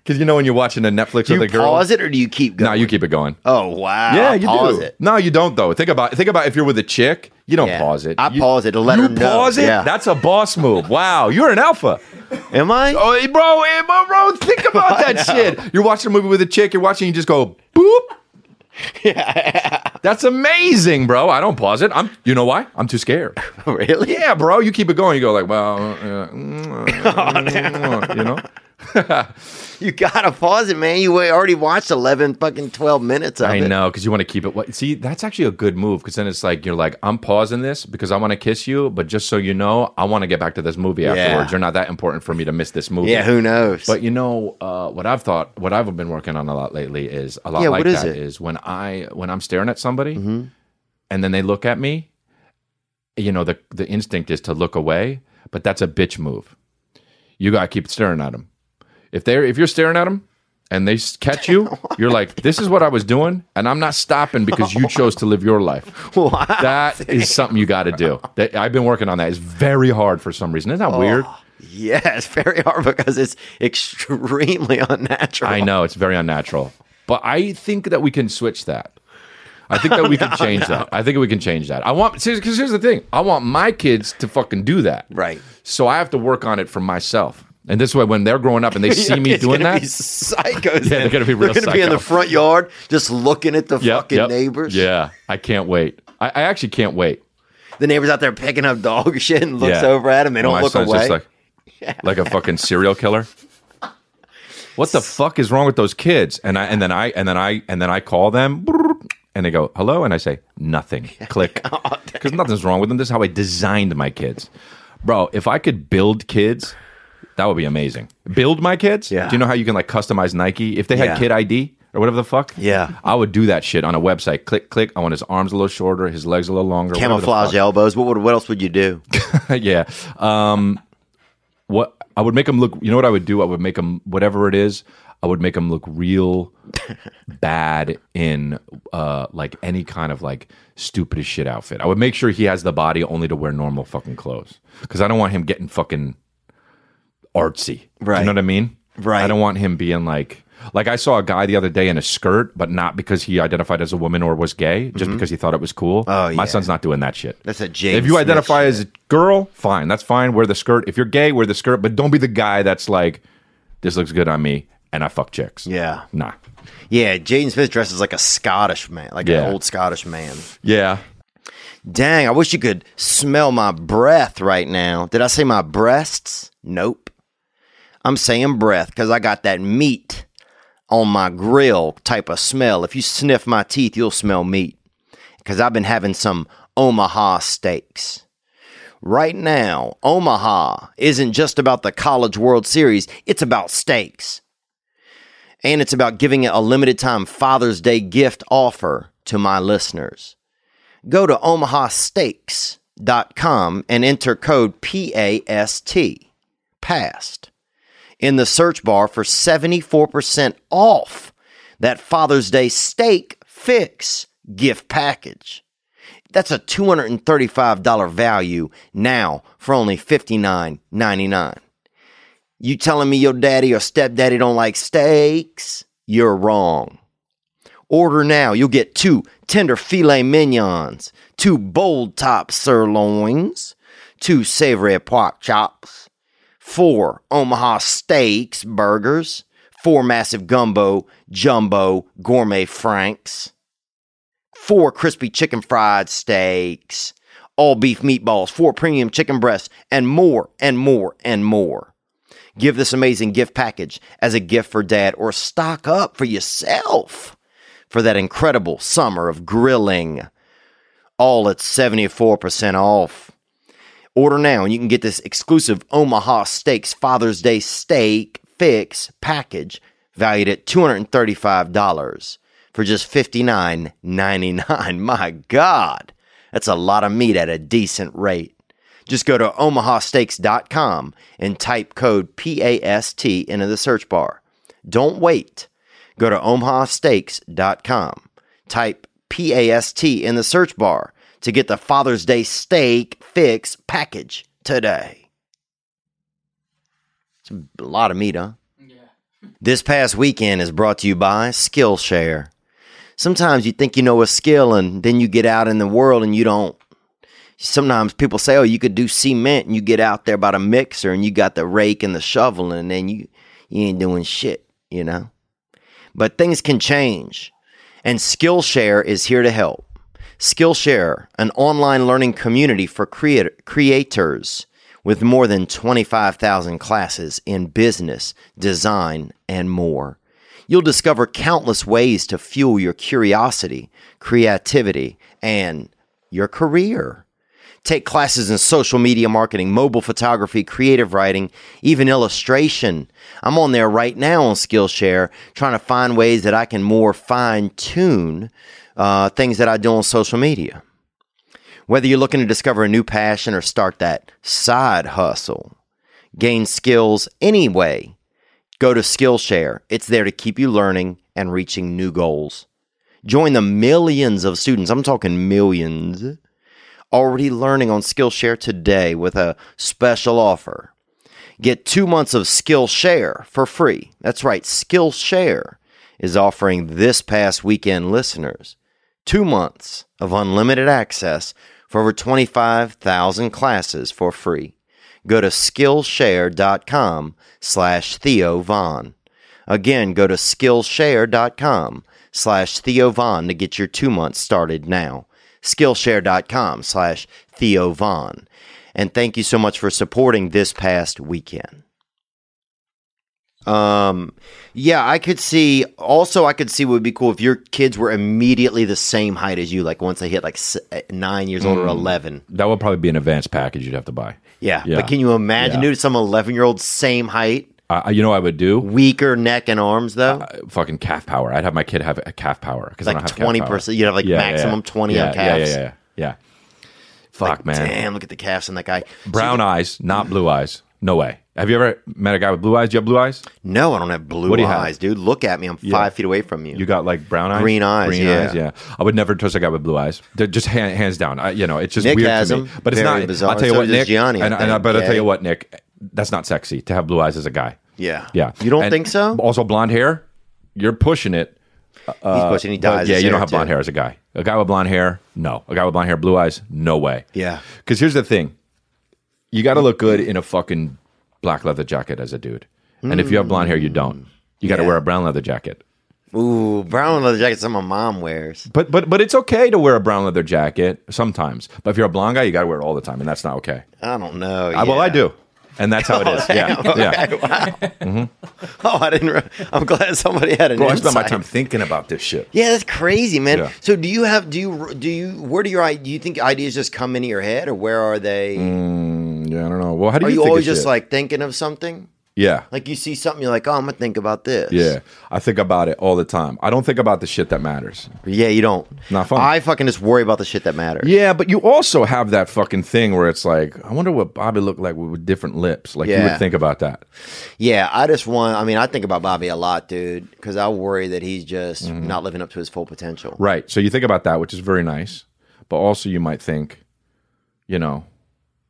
Speaker 2: Because you know when you're watching a Netflix
Speaker 1: Do
Speaker 2: with
Speaker 1: you
Speaker 2: a girl.
Speaker 1: pause it or do you keep going?
Speaker 2: No, you keep it going.
Speaker 1: Oh wow!
Speaker 2: yeah,
Speaker 1: I
Speaker 2: you
Speaker 1: pause
Speaker 2: do.
Speaker 1: it.
Speaker 2: No, you don't though. Think about think about if you're with a chick, you don't
Speaker 1: Yeah.
Speaker 2: pause it.
Speaker 1: I
Speaker 2: You-
Speaker 1: pause it to let
Speaker 2: you
Speaker 1: her know.
Speaker 2: pause it.
Speaker 1: Yeah.
Speaker 2: That's a boss move. Wow, you're an alpha.
Speaker 1: Am I?
Speaker 2: Oh, hey, bro,
Speaker 1: eh,
Speaker 2: hey, bro, bro, think about that shit. You're watching a movie with a chick. You're watching. You just go boop. That's amazing, bro. I don't pause it. I'm. You know why? I'm too scared.
Speaker 1: really?
Speaker 2: Yeah, bro. You keep it going. You go like, well, uh, mm,
Speaker 1: Oh,
Speaker 2: uh, you know.
Speaker 1: You gotta pause it, man. You already watched eleven fucking twelve minutes of
Speaker 2: I
Speaker 1: it.
Speaker 2: know because you want to keep it. What, see, that's actually a good move because then it's like you're like, I'm pausing this because I want to kiss you, but just so you know, I want to get back to this movie afterwards. You're not that important for me to miss this movie.
Speaker 1: Yeah, who knows?
Speaker 2: But you know uh, what I've thought, what I've been working on a lot lately is a lot
Speaker 1: Yeah,
Speaker 2: like
Speaker 1: what is
Speaker 2: that
Speaker 1: it? Mm-hmm.
Speaker 2: is when I when I'm staring at somebody and then they look at me, you know, the the instinct is to look away, but that's a bitch move. You gotta keep staring at them. If they're if you're staring at them and they s- catch you, you're like, this is what I was doing, and I'm not stopping because you chose to live your life. That is something you got to do. That, I've been working on that. It's very hard for some reason. Isn't that weird?
Speaker 1: Oh. yeah, it's very hard because it's extremely unnatural.
Speaker 2: I know it's very unnatural, but I think that we can switch that. I think that we can change that. I think we can change that. I want because here's the thing: I want my kids to fucking do that,
Speaker 1: Right.
Speaker 2: So I have to work on it for myself. And this way, when they're growing up and they see me
Speaker 1: It's
Speaker 2: doing
Speaker 1: gonna
Speaker 2: that,
Speaker 1: Be psychos.
Speaker 2: they're gonna be real
Speaker 1: They're gonna be in the
Speaker 2: psycho.
Speaker 1: front yard just looking at the
Speaker 2: Yep,
Speaker 1: fucking
Speaker 2: yep.
Speaker 1: neighbors.
Speaker 2: Yeah, I can't wait. I, I actually can't wait.
Speaker 1: The neighbors out there picking up dog shit and looks
Speaker 2: Yeah.
Speaker 1: over at them. They
Speaker 2: And
Speaker 1: don't
Speaker 2: my
Speaker 1: look
Speaker 2: son's
Speaker 1: away.
Speaker 2: Just like, like a fucking serial killer. What the fuck is wrong with those kids? And I and then I and then I and then I call them and they go hello and I say nothing. Click
Speaker 1: Oh,
Speaker 2: because nothing's wrong with them. This is how I designed my kids, bro. If I could build kids, that would be amazing. Build my kids.
Speaker 1: Yeah.
Speaker 2: Do you know how you can like customize Nike if they had
Speaker 1: Yeah.
Speaker 2: kid ID? Or whatever the fuck.
Speaker 1: Yeah.
Speaker 2: I would do that shit on a website. Click, click. I want his arms a little shorter, his legs a little longer. whatever the fuck.
Speaker 1: Camouflage elbows. What would? What else would you do?
Speaker 2: yeah. Um, what I would make them look. You know what I would do? I would make them whatever it is. I would make them look real bad in uh, like any kind of like stupidest shit outfit. I would make sure he has the body only to wear normal fucking clothes because I don't want him getting fucking artsy. Do
Speaker 1: Right.
Speaker 2: you know what I mean?
Speaker 1: Right.
Speaker 2: I don't want him being like. Like I saw a guy the other day in a skirt, but not because he identified as a woman or was gay, just because he thought it was cool.
Speaker 1: Mm-hmm. Oh,
Speaker 2: My
Speaker 1: yeah.
Speaker 2: son's not doing that shit.
Speaker 1: That's a James
Speaker 2: If you
Speaker 1: Smith
Speaker 2: identify as a girl, fine, that's fine. Wear the skirt. If you're gay, wear the skirt, but don't be the guy that's like, this looks good on me, and I fuck chicks.
Speaker 1: Yeah.
Speaker 2: Nah.
Speaker 1: Yeah, Jaden Smith dresses like a Scottish man, like
Speaker 2: Yeah.
Speaker 1: an old Scottish man.
Speaker 2: Yeah.
Speaker 1: Dang, I wish you could smell my breath right now. Did I say my breasts? Nope. I'm saying breath because I got that meat on my grill type of smell. If you sniff my teeth, you'll smell meat because I've been having some Omaha steaks. Right now, Omaha isn't just about the College World Series, it's about steaks. And it's about giving a limited time Father's Day gift offer to my listeners go to omahasteaks.com and enter code PAST, PAST, in the search bar for 74% off that Father's Day steak fix gift package. That's a $235 value now for only $59.99. You telling me your daddy or stepdaddy don't like steaks? You're wrong. Order now. You'll get two tender filet mignons, two bold top sirloins, two savory pork chops, four Omaha steaks burgers, four massive gumbo, jumbo, gourmet franks, four crispy chicken fried steaks, all beef meatballs, four premium chicken breasts, and more and more and more. Give this amazing gift package as a gift for dad or stock up for yourself for that incredible summer of grilling. All at 74% off. Order now and you can get this exclusive Omaha Steaks Father's Day Steak Fix package valued at $235 for just $59.99. My God, that's a lot of meat at a decent rate. Just go to omahasteaks.com and type code PAST into the search bar. Don't wait. Go to omahasteaks.com. Type PAST in the search bar to get the Father's Day Steak Fix package today. It's a lot of meat, huh?
Speaker 3: Yeah.
Speaker 1: This past weekend is brought to you by Skillshare. Sometimes you think you know a skill and then you get out in the world and you don't. Sometimes people say, oh, you could do cement and you get out there by the mixer and you got the rake and the shovel and then you, you ain't doing shit, you know? But things can change and Skillshare is here to help. Skillshare, an online learning community for creat- creators with more than 25,000 classes in business, design, and more. You'll discover countless ways to fuel your curiosity, creativity, and your career. Take classes in social media marketing, mobile photography, creative writing, even illustration. I'm on there right now on Skillshare trying to find ways that I can more fine tune uh, things that I do on social media. Whether you're looking to discover a new passion or start that side hustle, gain skills anyway, go to Skillshare. It's there to keep you learning and reaching new goals. Join the millions of students, I'm talking millions already learning on Skillshare today with a special offer. Get two months of Skillshare for free. That's right, Skillshare is offering this past weekend listeners two months of unlimited access for over 25,000 classes for free. Go to Skillshare.com slash Theo Vaughn. Again, go to Skillshare.com slash Theo Vaughn to get your two months started now. Skillshare.com slash Theo Vaughn. And thank you so much for supporting this past weekend. Um, yeah, I could see. Also, I could see what would be cool if your kids were immediately the same height as you. Like once they hit like s- eh, nine years
Speaker 2: Mm.
Speaker 1: old or eleven.
Speaker 2: That would probably be an advanced package you'd have to buy.
Speaker 1: Yeah.
Speaker 2: Yeah.
Speaker 1: But can you imagine,
Speaker 2: Yeah.
Speaker 1: dude? Some eleven-year-old, same height,
Speaker 2: I I- you know, what I would do
Speaker 1: weaker neck and arms though.
Speaker 2: fucking calf power. I'd have my kid have a calf power because I
Speaker 1: like
Speaker 2: don't have
Speaker 1: twenty
Speaker 2: calf power.
Speaker 1: percent. You'd have like
Speaker 2: Yeah, yeah,
Speaker 1: maximum
Speaker 2: yeah.
Speaker 1: twenty
Speaker 2: yeah,
Speaker 1: on calves.
Speaker 2: Yeah, yeah, yeah, yeah. Fuck,
Speaker 1: Like,
Speaker 2: man.
Speaker 1: Damn, look at the calves in that guy.
Speaker 2: Brown eyes, not blue eyes. No way. Have you ever met a guy with blue eyes? Do you have blue eyes?
Speaker 1: No, I don't have blue
Speaker 2: What do you have?
Speaker 1: eyes, dude. Look at me. I'm five feet away from you.
Speaker 2: You got like brown eyes,
Speaker 1: Green eyes, yeah.
Speaker 2: yeah. I would never trust a guy with blue eyes. They're just hand, hands down. I, you know, it's just
Speaker 1: Nick
Speaker 2: weird
Speaker 1: has
Speaker 2: to me.
Speaker 1: them.
Speaker 2: But it's
Speaker 1: Very
Speaker 2: not.
Speaker 1: bizarre.
Speaker 2: I'll tell you
Speaker 1: So
Speaker 2: what,
Speaker 1: does
Speaker 2: Nick.
Speaker 1: Gianni, I
Speaker 2: and, and, I-
Speaker 1: think,
Speaker 2: but I'll tell
Speaker 1: okay?
Speaker 2: you what, Nick. That's not sexy to have blue eyes as a guy.
Speaker 1: yeah.
Speaker 2: Yeah.
Speaker 1: You don't
Speaker 2: And uh,
Speaker 1: think so?
Speaker 2: Also, blonde hair. You're pushing it.
Speaker 1: He's pushing. He
Speaker 2: But
Speaker 1: dies.
Speaker 2: yeah,
Speaker 1: his
Speaker 2: you don't
Speaker 1: hair,
Speaker 2: have blonde
Speaker 1: too.
Speaker 2: hair as a guy. A guy with blonde hair, no. A guy with blonde hair, blue eyes, no way.
Speaker 1: Yeah.
Speaker 2: Because here's the thing you got to look good in a fucking black leather jacket as a dude. And if you have blonde hair, you don't. You got to wear a brown leather jacket.
Speaker 1: Ooh, brown leather jackets that my mom wears.
Speaker 2: But but but it's okay to wear a brown leather jacket sometimes. But if you're a blonde guy, you got to wear it all the time, and that's not okay.
Speaker 1: I don't know.
Speaker 2: I, well, I
Speaker 1: yeah.
Speaker 2: do, and that's how it is. Yeah, yeah. Mm-hmm.
Speaker 1: Oh, I didn't. Re- I'm glad somebody had an
Speaker 2: Bro, I
Speaker 1: insight.
Speaker 2: spend my time thinking about this shit.
Speaker 1: Yeah, that's crazy, man.
Speaker 2: Yeah.
Speaker 1: So, do you have? Do you? Do you? Where do your? i- Do you think ideas just come into your head, or where are they?
Speaker 2: Yeah, I don't know. Well, how do
Speaker 1: are
Speaker 2: Mm.
Speaker 1: you
Speaker 2: you? think of
Speaker 1: always just
Speaker 2: shit?
Speaker 1: like thinking of something?
Speaker 2: yeah,
Speaker 1: Like you see something, you're like, oh, I'm gonna think about this.
Speaker 2: yeah? I think about it all the time. I don't think about the shit that matters.
Speaker 1: yeah. You don't.
Speaker 2: Not fun.
Speaker 1: I fucking just worry about the shit that matters.
Speaker 2: Yeah, but you also have that fucking thing where it's like, I wonder what Bobby looked like with different lips. Like you
Speaker 1: Yeah.
Speaker 2: would think about that.
Speaker 1: Yeah, I just want. I mean, I think about Bobby a lot, dude, because I worry that he's just not living up to his full potential.
Speaker 2: Mm-hmm. Right. So you think about that, which is very nice. But also you might think, you know,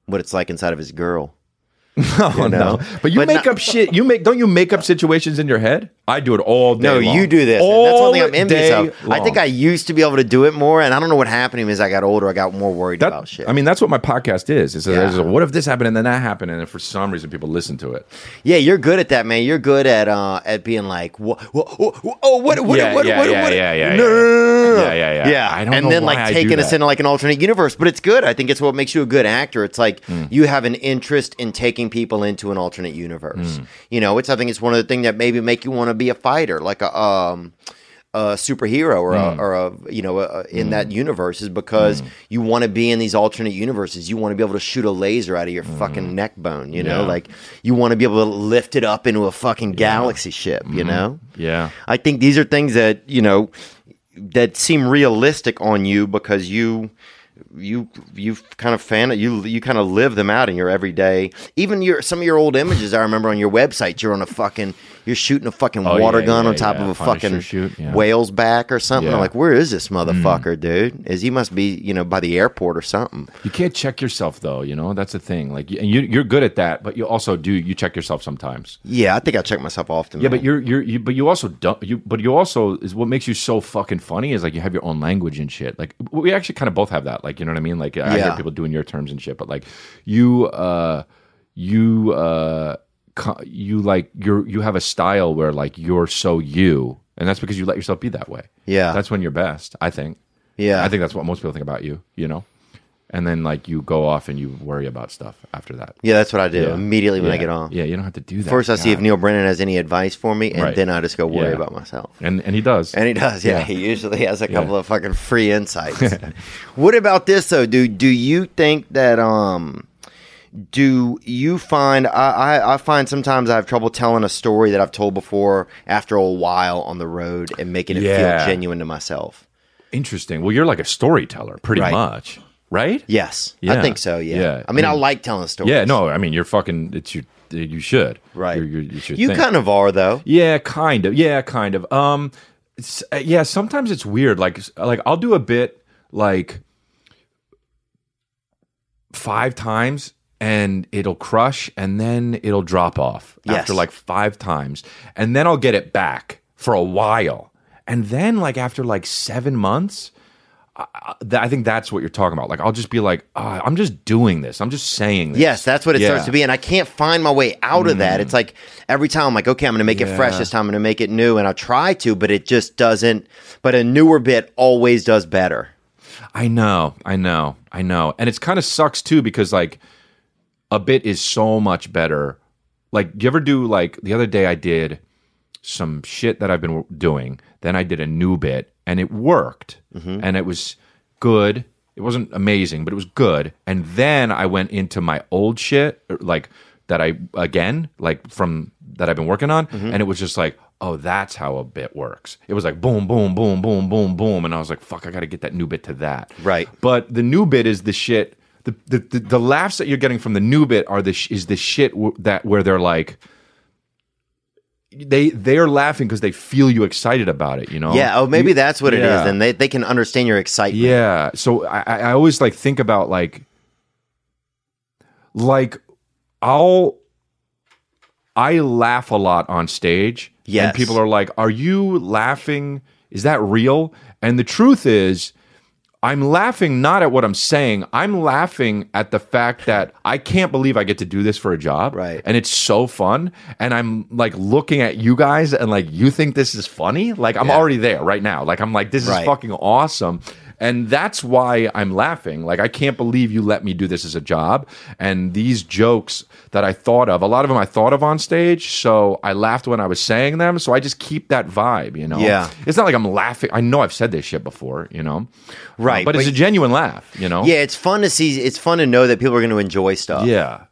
Speaker 1: What it's like inside of his girl.
Speaker 2: Oh no!
Speaker 1: know?
Speaker 2: But you
Speaker 1: But
Speaker 2: make
Speaker 1: not-
Speaker 2: up shit. You make don't you make up situations in your head? I do it all day.
Speaker 1: No,
Speaker 2: long.
Speaker 1: you do this.
Speaker 2: All
Speaker 1: and that's one thing I'm envious
Speaker 2: day
Speaker 1: of. I
Speaker 2: long.
Speaker 1: think I used to be able to do it more, and I don't know what happened to me as I got older. I got more worried
Speaker 2: That-
Speaker 1: about shit.
Speaker 2: I mean, that's what my podcast is. It's, a-
Speaker 1: Yeah.
Speaker 2: it's a, what if this happened and then that happened, and then for some reason people listen to it.
Speaker 1: Yeah, you're good at that, man. You're good at uh at being like, wha- wha- wha- wha- oh, what, what,
Speaker 2: Yeah,
Speaker 1: what,
Speaker 2: yeah,
Speaker 1: what,
Speaker 2: yeah,
Speaker 1: what-
Speaker 2: yeah, yeah,
Speaker 1: no,
Speaker 2: yeah.
Speaker 1: no, no, no, no, no.
Speaker 2: Yeah, yeah, yeah. I don't
Speaker 1: and
Speaker 2: know
Speaker 1: then
Speaker 2: why
Speaker 1: like
Speaker 2: I do
Speaker 1: taking us
Speaker 2: that.
Speaker 1: into like an alternate universe, but it's good. I think it's what makes you a good actor. It's like
Speaker 2: Hmm.
Speaker 1: you have an interest in taking people into an alternate universe.
Speaker 2: Hmm.
Speaker 1: You know, it's I think it's one of the things that maybe make you want to be a fighter, like a um a superhero or
Speaker 2: Hmm.
Speaker 1: a, or a you know a, in that universe is because you want to be in these alternate universes. You want to be able to shoot a laser out of your fucking neck bone. You know,
Speaker 2: Hmm. Yeah.
Speaker 1: like you want to be able to lift it up into a fucking galaxy ship. You
Speaker 2: Hmm.
Speaker 1: know,
Speaker 2: Yeah.
Speaker 1: I think these are things that you know that seem realistic on you because you you you kind of fan you you kind of live them out in your everyday. Even your some of your old images I remember on your website. You're on a fucking you're shooting a fucking
Speaker 2: Oh,
Speaker 1: water
Speaker 2: yeah,
Speaker 1: gun
Speaker 2: yeah,
Speaker 1: on top
Speaker 2: yeah.
Speaker 1: of a
Speaker 2: Punisher
Speaker 1: fucking
Speaker 2: shoot, yeah.
Speaker 1: whale's back or something.
Speaker 2: Yeah. Mm.
Speaker 1: I'm like, where is this motherfucker, dude? Is he must be you know by the airport or something?
Speaker 2: You can't check yourself though, you know. That's the thing. Like, and you, you're good at that, but you also do you check yourself sometimes.
Speaker 1: Yeah, I think I check myself often.
Speaker 2: Yeah, but
Speaker 1: man.
Speaker 2: you're you're you, but you also don't you but you also is what makes you so fucking funny is like you have your own language and shit. Like we actually kind of both have that. Like you know what I mean? Like I hear
Speaker 1: Yeah.
Speaker 2: people doing your terms and shit, but like you uh you uh co- you like you're you have a style where like you're so you, and that's because you let yourself be that way.
Speaker 1: Yeah.
Speaker 2: that's when you're best. I think.
Speaker 1: Yeah.
Speaker 2: I think that's what most people think about you. You know, and then like you go off and you worry about stuff after that.
Speaker 1: yeah, that's what I do
Speaker 2: Yeah.
Speaker 1: immediately when I
Speaker 2: Yeah.
Speaker 1: get on.
Speaker 2: Yeah, you don't have to do that.
Speaker 1: First, I see
Speaker 2: God.
Speaker 1: if Neil Brennan has any advice for me, and
Speaker 2: Right.
Speaker 1: then I just go worry
Speaker 2: Yeah.
Speaker 1: about myself.
Speaker 2: and and he does.
Speaker 1: And he does, yeah.
Speaker 2: Yeah.
Speaker 1: He usually has a couple of fucking free insights. what about this though, dude? Do you think that um do you find I, I, I find sometimes I have trouble telling a story that I've told before after a while on the road and making it
Speaker 2: Yeah.
Speaker 1: feel genuine to myself?
Speaker 2: Interesting. Well, you're like a storyteller, pretty
Speaker 1: Right.
Speaker 2: much, right?
Speaker 1: Yes. I
Speaker 2: Yeah.
Speaker 1: think so, yeah.
Speaker 2: Yeah.
Speaker 1: I mean I,
Speaker 2: I mean-
Speaker 1: like telling stories.
Speaker 2: Yeah. No, I mean you're fucking. It's your. You should.
Speaker 1: Right.
Speaker 2: You're, you're- it's your
Speaker 1: You
Speaker 2: thing.
Speaker 1: kind of are though.
Speaker 2: Yeah, kind of. Yeah, kind of. Um, s- uh, yeah. Sometimes it's weird. Like, like I'll do a bit like five times, and it'll crush, and then it'll drop off
Speaker 1: Yes.
Speaker 2: after like five times, and then I'll get it back for a while, and then like after like seven months. I- I, th- I think that's what you're talking about. Like, I'll just be like, ah, I'm just doing this. I'm just saying this.
Speaker 1: Yes, that's what it
Speaker 2: Yeah. Mm.
Speaker 1: starts to be. And I can't find my way out of that. It's like every time I'm like, okay, I'm going to make it fresh
Speaker 2: Yeah.
Speaker 1: this time. I'm going to make it new. And I try to, but it just doesn't. But a newer bit always does better.
Speaker 2: I know, I know, I know. And it's kind of sucks too because like a bit is so much better. Like, do you ever do like the other day I did some shit that I've been w- doing, then I did a new bit and it worked and it was good. It wasn't amazing, but it was good. And then I went into my old shit, or, like that I again, like from that I've been working on, and it was just like, oh, that's how a bit works. It was like boom, boom, boom, boom, boom, boom, and I was like, fuck, I got to get that new bit to that.
Speaker 1: Right.
Speaker 2: But the new bit is the shit. The, the, the, the laughs that you're getting from the new bit are the sh- is the shit w- that where they're like they they're laughing because they feel you excited about it. You know.
Speaker 1: Yeah. Oh, maybe
Speaker 2: You-
Speaker 1: that's what it
Speaker 2: yeah.
Speaker 1: is. And they, they can understand your excitement.
Speaker 2: yeah. So I, I I always like think about like like I'll I laugh a lot on stage.
Speaker 1: Yes.
Speaker 2: And people are like, Are you laughing? Is that real? And the truth is I'm laughing not at what I'm saying. I'm laughing at the fact that I can't believe I get to do this for a job.
Speaker 1: Right.
Speaker 2: And it's so fun. And I'm like looking at you guys and like, you think this is funny? Like, I'm already there right now. Like, I'm like, this
Speaker 1: Right.
Speaker 2: is fucking awesome. And that's why I'm laughing. Like, I can't believe you let me do this as a job. And these jokes that I thought of, a lot of them I thought of on stage. So I laughed when I was saying them. So I just keep that vibe, you know?
Speaker 1: Yeah.
Speaker 2: It's not like I'm laughing. I know I've said this shit before, you know?
Speaker 1: Right,
Speaker 2: But, it's
Speaker 1: but-
Speaker 2: a genuine laugh, you know?
Speaker 1: Yeah. It's fun to see. It's fun to know that people are going to enjoy stuff.
Speaker 2: Yeah.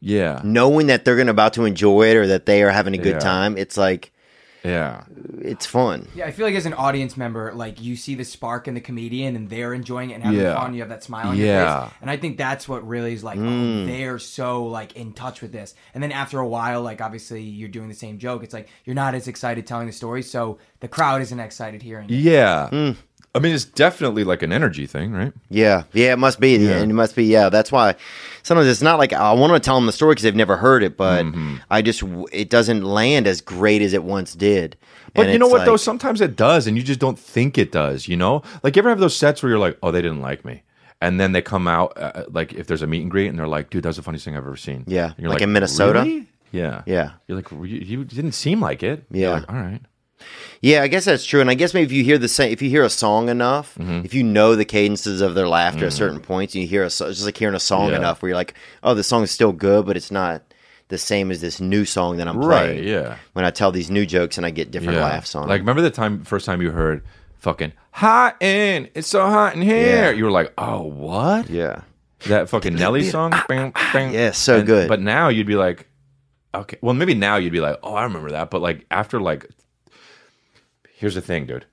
Speaker 2: Yeah.
Speaker 1: Knowing that they're going to about to enjoy it or that they are having a good
Speaker 2: Yeah.
Speaker 1: time. It's like,
Speaker 2: Yeah.
Speaker 1: it's fun.
Speaker 4: Yeah, I feel like as an audience member, like you see the spark in the comedian and they're enjoying it and having
Speaker 2: Yeah.
Speaker 4: fun. You have that smile on your
Speaker 2: Yeah. Hmm.
Speaker 4: face, and I think that's what really is like. Oh, they're so like in touch with this. And then after a while, like obviously you're doing the same joke. It's like you're not as excited telling the story, so the crowd isn't excited hearing. It.
Speaker 2: Yeah.
Speaker 1: Mm.
Speaker 2: I mean, it's definitely like an energy thing, right?
Speaker 1: Yeah, yeah, it must be, and it must be. Yeah, that's why sometimes it's not like I want to tell them the story because they've never heard it, but
Speaker 2: Mm-hmm.
Speaker 1: I just it doesn't land as great as it once did.
Speaker 2: But
Speaker 1: And
Speaker 2: you know
Speaker 1: it's
Speaker 2: what, though?
Speaker 1: like-
Speaker 2: Sometimes it does, and you just don't think it does, you know? Like, you ever have those sets where you're like, oh, they didn't like me? And then they come out, uh, like, if there's a meet and greet, and they're like, dude, that was the funniest thing I've ever seen.
Speaker 1: Yeah.
Speaker 2: And you're
Speaker 1: Like in Minnesota?
Speaker 2: "Really?" Yeah.
Speaker 1: Yeah.
Speaker 2: You're like, "You- you didn't seem like it. You're
Speaker 1: Yeah.
Speaker 2: like, All right.
Speaker 1: Yeah, I guess that's true, and I guess maybe if you hear the same, if you hear a song enough,
Speaker 2: Mm-hmm.
Speaker 1: if you know the cadences of their laughter at certain points, you hear a so- it's just like hearing a song
Speaker 2: Yeah.
Speaker 1: enough where you're like, oh, the song is still good, but it's not the same as this new song that I'm
Speaker 2: Right,
Speaker 1: playing.
Speaker 2: yeah.
Speaker 1: when I tell these new jokes and I get different laughs on.
Speaker 2: Like,
Speaker 1: it.
Speaker 2: remember the time, first time you heard fucking hot in, it's so hot in here?
Speaker 1: Yeah.
Speaker 2: You were like, oh, what?
Speaker 1: yeah,
Speaker 2: that fucking Nelly song. bang, bang.
Speaker 1: ah, Yeah, so
Speaker 2: And-
Speaker 1: good.
Speaker 2: But now you'd be like, okay, well, maybe now you'd be like, oh, I remember that. But like after like, here's the thing, dude.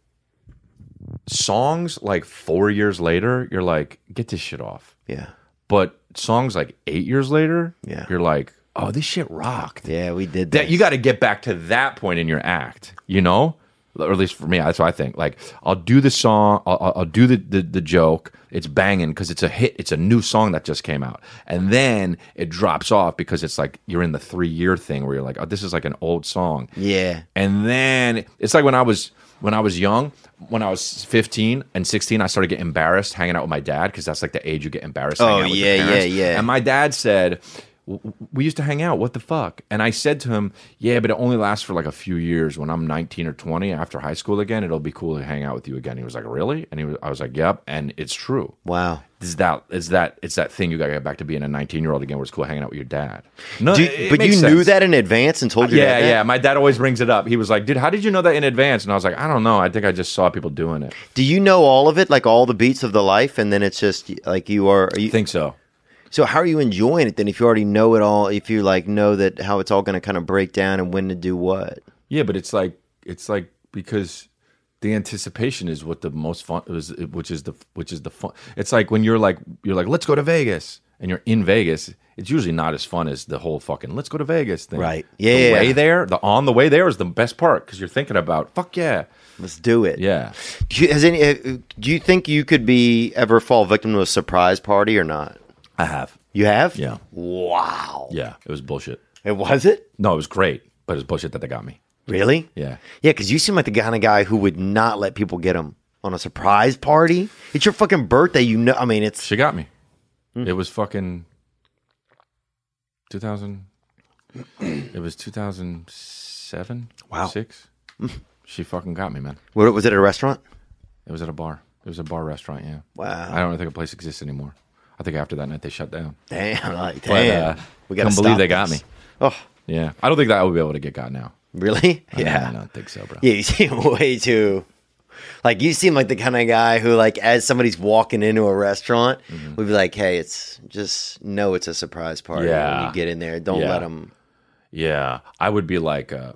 Speaker 2: songs like four years later, you're like, get this shit off.
Speaker 1: Yeah.
Speaker 2: But songs like eight years later,
Speaker 1: Yeah.
Speaker 2: you're like, oh, this shit rocked.
Speaker 1: Yeah, we did
Speaker 2: That
Speaker 1: that.
Speaker 2: you got to get back to that point in your act, you know, or at least for me, that's what I think. Like, I'll do the song, I'll- I'll, I'll do the, the the joke. It's banging because it's a hit. It's a new song that just came out, and then it drops off because it's like you're in the three year thing where you're like, oh, this is like an old song.
Speaker 1: yeah.
Speaker 2: And then it's like when I was when I was young, when I was 15 and 16, I started getting embarrassed hanging out with my dad because that's like the age you get embarrassed. hanging
Speaker 1: Oh,
Speaker 2: out with
Speaker 1: yeah,
Speaker 2: your parents.
Speaker 1: yeah, yeah.
Speaker 2: And my dad said, "W- w- "We used to hang out. What the fuck?" And I said to him, "Yeah, but it only lasts for like a few years. When I'm 19 or 20, after high school again, it'll be cool to hang out with you again." He was like, "Really?" And he was, I was like, "Yep." And it's true.
Speaker 1: Wow.
Speaker 2: It's that it's that it's that thing you gotta get back to being a 19 year old again where it's cool hanging out with your dad. No,
Speaker 1: Do
Speaker 2: it- Uh, it
Speaker 1: but you
Speaker 2: makes
Speaker 1: knew
Speaker 2: sense
Speaker 1: that in advance and told your
Speaker 2: yeah,
Speaker 1: dad that?
Speaker 2: yeah. My dad always brings it up. He was like, "Dude, how did you know that in advance?" And I was like, "I don't know. I think I just saw people doing it."
Speaker 1: Do you know all of it, like all the beats of the life, and then it's just like you are? are you,
Speaker 2: think so.
Speaker 1: so how are you enjoying it then? If you already know it all, if you like know that how it's all going to kind of break down and when to do what?
Speaker 2: Yeah, but it's like it's like because the anticipation is what the most fun is, which is the which is the fun. It's like when you're like you're like, "Let's go to Vegas," and you're in Vegas. It's usually not as fun as the whole fucking "Let's go to Vegas" thing.
Speaker 1: Right.
Speaker 2: The
Speaker 1: Yeah.
Speaker 2: way there, the on the way there is the best part because you're thinking about fuck yeah,
Speaker 1: Let's do it.
Speaker 2: yeah.
Speaker 1: Do you, has any? uh, Do you think you could be ever fall victim to a surprise party or not?
Speaker 2: I have.
Speaker 1: You have?
Speaker 2: Yeah.
Speaker 1: Wow.
Speaker 2: Yeah, it was bullshit.
Speaker 1: It was it
Speaker 2: No, it was great, but it was bullshit that they got me.
Speaker 1: really?
Speaker 2: Yeah.
Speaker 1: Yeah, because you seem like the kind of guy who would not let people get him on a surprise party. It's your fucking birthday. You know. I mean, it's
Speaker 2: She got me.
Speaker 1: Hmm.
Speaker 2: It was fucking 2000. It was 2007.
Speaker 1: Wow. Hmm.
Speaker 2: Six. she fucking got me, man.
Speaker 1: what was it at a restaurant?
Speaker 2: It was at a bar. It was a bar restaurant. Yeah.
Speaker 1: Wow.
Speaker 2: I don't think a place exists anymore. I think after that night they shut down.
Speaker 1: Damn, like,
Speaker 2: But,
Speaker 1: damn.
Speaker 2: uh,
Speaker 1: we gotta
Speaker 2: couldn't believe
Speaker 1: stop
Speaker 2: they got
Speaker 1: this.
Speaker 2: me.
Speaker 1: Oh,
Speaker 2: Yeah. I don't think that I would be able to get got now.
Speaker 1: really?
Speaker 2: I don't- I don't think so, bro.
Speaker 1: Yeah, you seem way too. Like you seem like the kind of guy who, like, as somebody's walking into a restaurant,
Speaker 2: Mm-hmm.
Speaker 1: would be like, "Hey, it's just know it's a surprise party when
Speaker 2: Yeah.
Speaker 1: you get in there. Don't
Speaker 2: Yeah.
Speaker 1: let them."
Speaker 2: Yeah, I would be like, uh,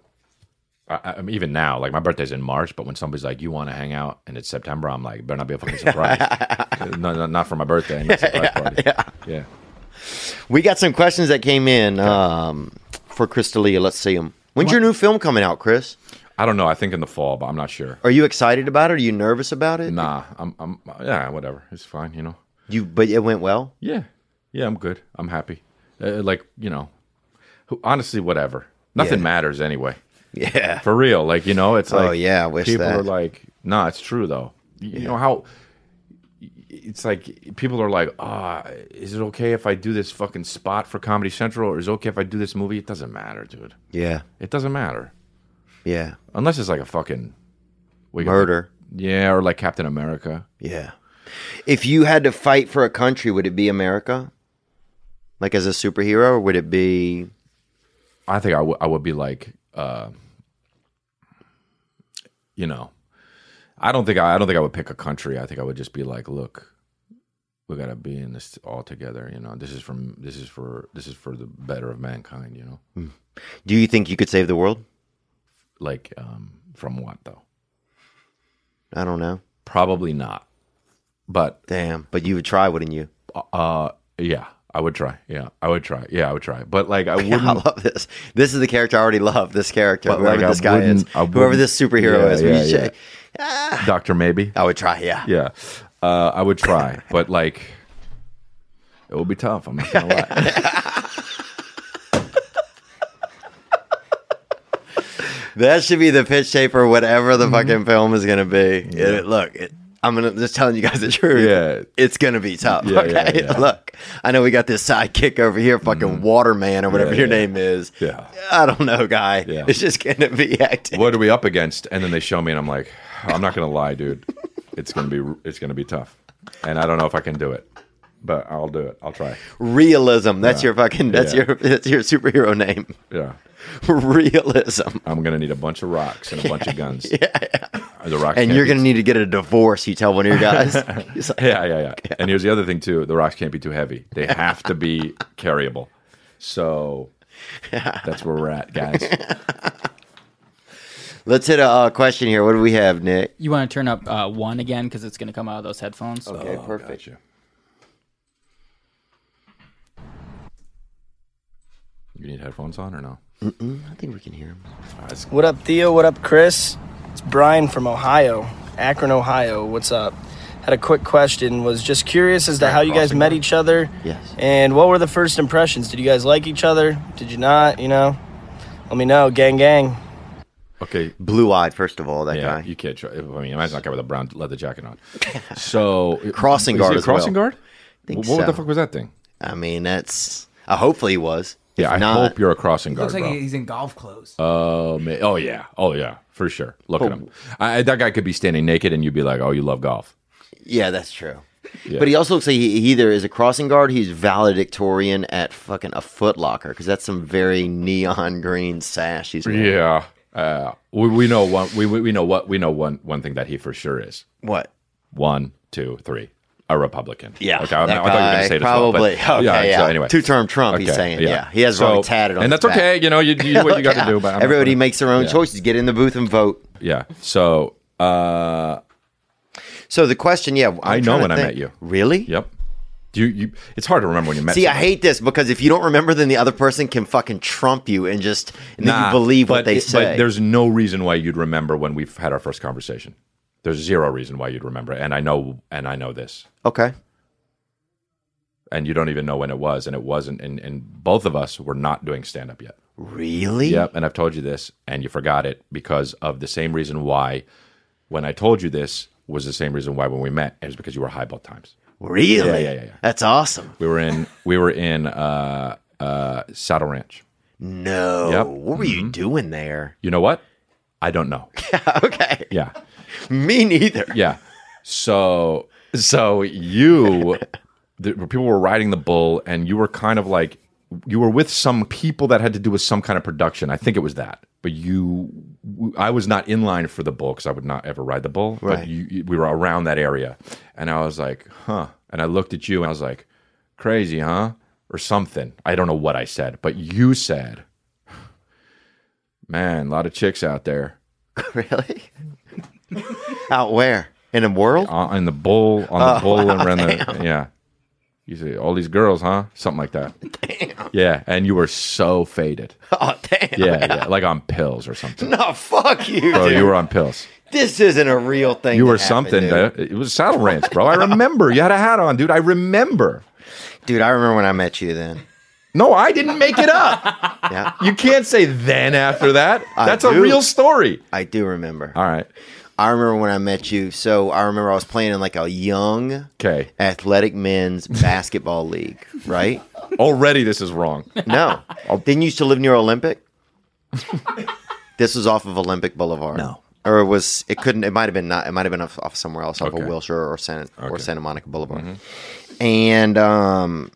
Speaker 2: I, I, I mean, even now, like my birthday's in March, but when somebody's like, "You want to hang out?" and it's September, I'm like, "Better not be a fucking surprise." no, no, not for my birthday. Not a surprise party. Yeah.
Speaker 1: We got some questions that came in um, for Crystalia. Let's see them. When's your new film coming out, Chris?
Speaker 2: I don't know. I think in the fall, but I'm not sure.
Speaker 1: Are you excited about it? Are you nervous about it?
Speaker 2: Nah, I'm, I'm, yeah, whatever. It's fine, you know.
Speaker 1: You, but it went well.
Speaker 2: Yeah, yeah, I'm good. I'm happy. Uh, like you know, who, honestly, whatever. Nothing
Speaker 1: Yeah.
Speaker 2: matters anyway.
Speaker 1: Yeah.
Speaker 2: for real. Like you know, it's
Speaker 1: Oh,
Speaker 2: like
Speaker 1: yeah, I wish
Speaker 2: people
Speaker 1: that.
Speaker 2: are like, nah, it's true though. You know how it's like people are like, ah, is it okay if I do this fucking spot for Comedy Central, or is it okay if I do this movie? It doesn't matter, dude.
Speaker 1: Yeah.
Speaker 2: It doesn't matter
Speaker 1: Yeah.
Speaker 2: unless it's like a fucking we got-
Speaker 1: Murder.
Speaker 2: yeah, or like Captain America.
Speaker 1: Yeah. If you had to fight for a country, would it be America? Like as a superhero, or would it be
Speaker 2: I think I would I would be like uh you know I don't think I, I don't think I would pick a country. I think I would just be like, look, we gotta be in this all together, you know. This is from this is for this is for the better of mankind, you know.
Speaker 1: do you think you could save the world?
Speaker 2: Like, um from what though?
Speaker 1: I don't know.
Speaker 2: Probably not. But
Speaker 1: Damn. But you would try, wouldn't you?
Speaker 2: uh yeah, I would try. Yeah, I would try. Yeah, I would try. But like I
Speaker 1: I
Speaker 2: wouldn't
Speaker 1: love this. This is the character I already love, this character.
Speaker 2: But,
Speaker 1: whoever
Speaker 2: like, I
Speaker 1: this guy is.
Speaker 2: wouldn't- I
Speaker 1: Whoever
Speaker 2: wouldn't-
Speaker 1: this superhero
Speaker 2: Yeah,
Speaker 1: is. when you
Speaker 2: yeah,
Speaker 1: say-
Speaker 2: Doctor Maybe.
Speaker 1: I would try, yeah.
Speaker 2: Yeah, uh, I would try, but like, it will be tough. I'm not gonna lie.
Speaker 1: That should be the pitch shape for whatever the fucking film is gonna be. It- look, it, I'm gonna just telling you guys the truth.
Speaker 2: Yeah.
Speaker 1: it's gonna be tough.
Speaker 2: Yeah, yeah,
Speaker 1: okay,
Speaker 2: yeah. Mm-hmm.
Speaker 1: look, I know we got this sidekick over here, fucking Waterman or whatever
Speaker 2: Yeah,
Speaker 1: your
Speaker 2: yeah.
Speaker 1: name is.
Speaker 2: Yeah.
Speaker 1: I don't know, guy.
Speaker 2: Yeah.
Speaker 1: It's just gonna be acting.
Speaker 2: what are we up against? And then they show me, and I'm like, I'm not gonna lie, dude. It's gonna be it's gonna be tough, and I don't know if I can do it, but I'll do it. I'll try.
Speaker 1: Realism. That's your fucking. That's
Speaker 2: Yeah.
Speaker 1: your. That's your superhero name.
Speaker 2: Yeah.
Speaker 1: Realism.
Speaker 2: I'm gonna need a bunch of rocks and a bunch of guns. Yeah, The rocks
Speaker 1: And
Speaker 2: can't
Speaker 1: you're
Speaker 2: be-
Speaker 1: gonna need to get a divorce. You tell one of your guys. He's like,
Speaker 2: Yeah, yeah, yeah, And here's the other thing too: the rocks can't be too heavy. They have to be carryable. So that's where we're at, guys.
Speaker 1: Let's hit a uh, question here. What do we have, Nick?
Speaker 3: You want to turn up uh, one again because it's going to come out of those headphones.
Speaker 1: Okay, perfect.
Speaker 2: Oh, Gotcha. You need headphones on or no?
Speaker 1: I think we can hear him.
Speaker 5: What up, Theo? What up, Chris? It's Brian from Ohio, Akron, Ohio. What's up? Had a quick question. Was just curious as to how you guys
Speaker 2: crossing
Speaker 5: met
Speaker 2: guard?
Speaker 5: each other.
Speaker 1: Yes.
Speaker 5: And what were the first impressions? Did you guys like each other? Did you not? You know, let me know. Gang, gang.
Speaker 2: Okay.
Speaker 1: Blue eyed, first of all, that
Speaker 2: Yeah,
Speaker 1: guy.
Speaker 2: you can't. Try, I mean, imagine that guy with a brown leather jacket on. So
Speaker 1: Crossing
Speaker 2: Is
Speaker 1: guard
Speaker 2: he a
Speaker 1: as well.
Speaker 2: crossing guard.
Speaker 1: Think
Speaker 2: what what
Speaker 1: so.
Speaker 2: the fuck was that thing?
Speaker 1: I mean, that's. Uh, hopefully he was.
Speaker 2: Yeah,
Speaker 1: If
Speaker 2: I
Speaker 1: not,
Speaker 2: hope you're a crossing guard,
Speaker 4: Looks like
Speaker 2: bro.
Speaker 4: he's in golf clothes.
Speaker 2: Oh, ma- oh yeah, oh yeah, for sure. Look
Speaker 1: Oh.
Speaker 2: at him. I, I- that guy could be standing naked, and you'd be like, "Oh, you love golf."
Speaker 1: Yeah, that's true. But he also looks like he, he either is a crossing guard, he's valedictorian at fucking a Foot Locker because that's some very neon green sash. He's got.
Speaker 2: Yeah, uh, we, we know one. We, we we know what we know one one thing that he for sure is
Speaker 1: what?
Speaker 2: one, two, three, a Republican.
Speaker 1: Yeah,
Speaker 2: okay, I, I
Speaker 1: that
Speaker 2: thought you were going
Speaker 1: guy
Speaker 2: to say this,
Speaker 1: probably.
Speaker 2: Well, but,
Speaker 1: okay, yeah,
Speaker 2: so anyway,
Speaker 1: two-term Trump. He's
Speaker 2: Okay,
Speaker 1: saying, yeah, he has
Speaker 2: So-
Speaker 1: already tatted on,
Speaker 2: and
Speaker 1: his
Speaker 2: that's okay. You know, you, you do
Speaker 1: back.
Speaker 2: what you got
Speaker 1: Yeah.
Speaker 2: to do. But I'm not
Speaker 1: everybody
Speaker 2: gonna-
Speaker 1: makes their own
Speaker 2: Yeah.
Speaker 1: choices. Get in the booth and vote.
Speaker 2: Yeah. So, uh,
Speaker 1: So the question, yeah, I'm
Speaker 2: I know
Speaker 1: trying to
Speaker 2: when I
Speaker 1: think.
Speaker 2: met you.
Speaker 1: Really?
Speaker 2: yep. Do you, you? It's hard to remember when you met.
Speaker 1: See, I
Speaker 2: somebody.
Speaker 1: hate this because if you don't remember, then the other person can fucking trump you and just and then
Speaker 2: Nah,
Speaker 1: you believe
Speaker 2: but
Speaker 1: what they
Speaker 2: it-
Speaker 1: say.
Speaker 2: But there's no reason why you'd remember when we've had our first conversation. There's zero reason why you'd remember, and I know, and I know this,
Speaker 1: okay.
Speaker 2: and you don't even know when it was, and it wasn't, and, and both of us were not doing stand up yet.
Speaker 1: Really?
Speaker 2: Yep, and I've told you this, and you forgot it because of the same reason why when I told you this was the same reason why when we met it was because you were high both times.
Speaker 1: Really?
Speaker 2: Yeah, yeah, yeah, yeah.
Speaker 1: That's awesome.
Speaker 2: We were in we were in uh, uh, Saddle Ranch.
Speaker 1: No.
Speaker 2: Yep. Mm-hmm.
Speaker 1: What were you doing there?
Speaker 2: You know what? I don't know.
Speaker 1: okay.
Speaker 2: Yeah,
Speaker 1: Me neither.
Speaker 2: yeah. So so you the, people were riding the bull, and you were kind of like you were with some people that had to do with some kind of production. I think it was that, but you. I was not in line for the bull because I would not ever ride the bull.
Speaker 1: Right.
Speaker 2: But you, you- we were around that area, and I was like, "Huh." And I looked at you, and I was like, "Crazy, huh?" Or something. I don't know what I said, but you said, "Man, a lot of chicks out there."
Speaker 1: really? Out where? In a world?
Speaker 2: on, on the bull on the bull and ran the yeah. You say all these girls, huh? Something like that. Yeah, and you were so faded.
Speaker 1: Oh, damn.
Speaker 2: Yeah, yeah, like on pills or something.
Speaker 1: No, fuck you,
Speaker 2: Bro,
Speaker 1: dude.
Speaker 2: you were on pills.
Speaker 1: this isn't a real thing.
Speaker 2: You
Speaker 1: that
Speaker 2: were
Speaker 1: happened,
Speaker 2: something.
Speaker 1: dude.
Speaker 2: dude. It was saddle ranch, bro. I remember. You had a hat on, dude. I remember.
Speaker 1: Dude, I remember when I met you then.
Speaker 2: No, I didn't make it up.
Speaker 1: Yeah,
Speaker 2: You can't say then after that.
Speaker 1: I
Speaker 2: That's
Speaker 1: do.
Speaker 2: a real story.
Speaker 1: I do remember.
Speaker 2: All right.
Speaker 1: I remember when I met you. So I remember I was playing in like a young
Speaker 2: Okay.
Speaker 1: athletic men's basketball league, right?
Speaker 2: Already this is wrong.
Speaker 1: No.
Speaker 2: Oh.
Speaker 1: Didn't you used to live near Olympic? this was off of Olympic Boulevard.
Speaker 2: No.
Speaker 1: Or it was it couldn't it might have been not it might have been off, off somewhere else off
Speaker 2: Okay.
Speaker 1: of Wilshire or Santa or
Speaker 2: Okay. Mm-hmm.
Speaker 1: Santa Monica Boulevard. And um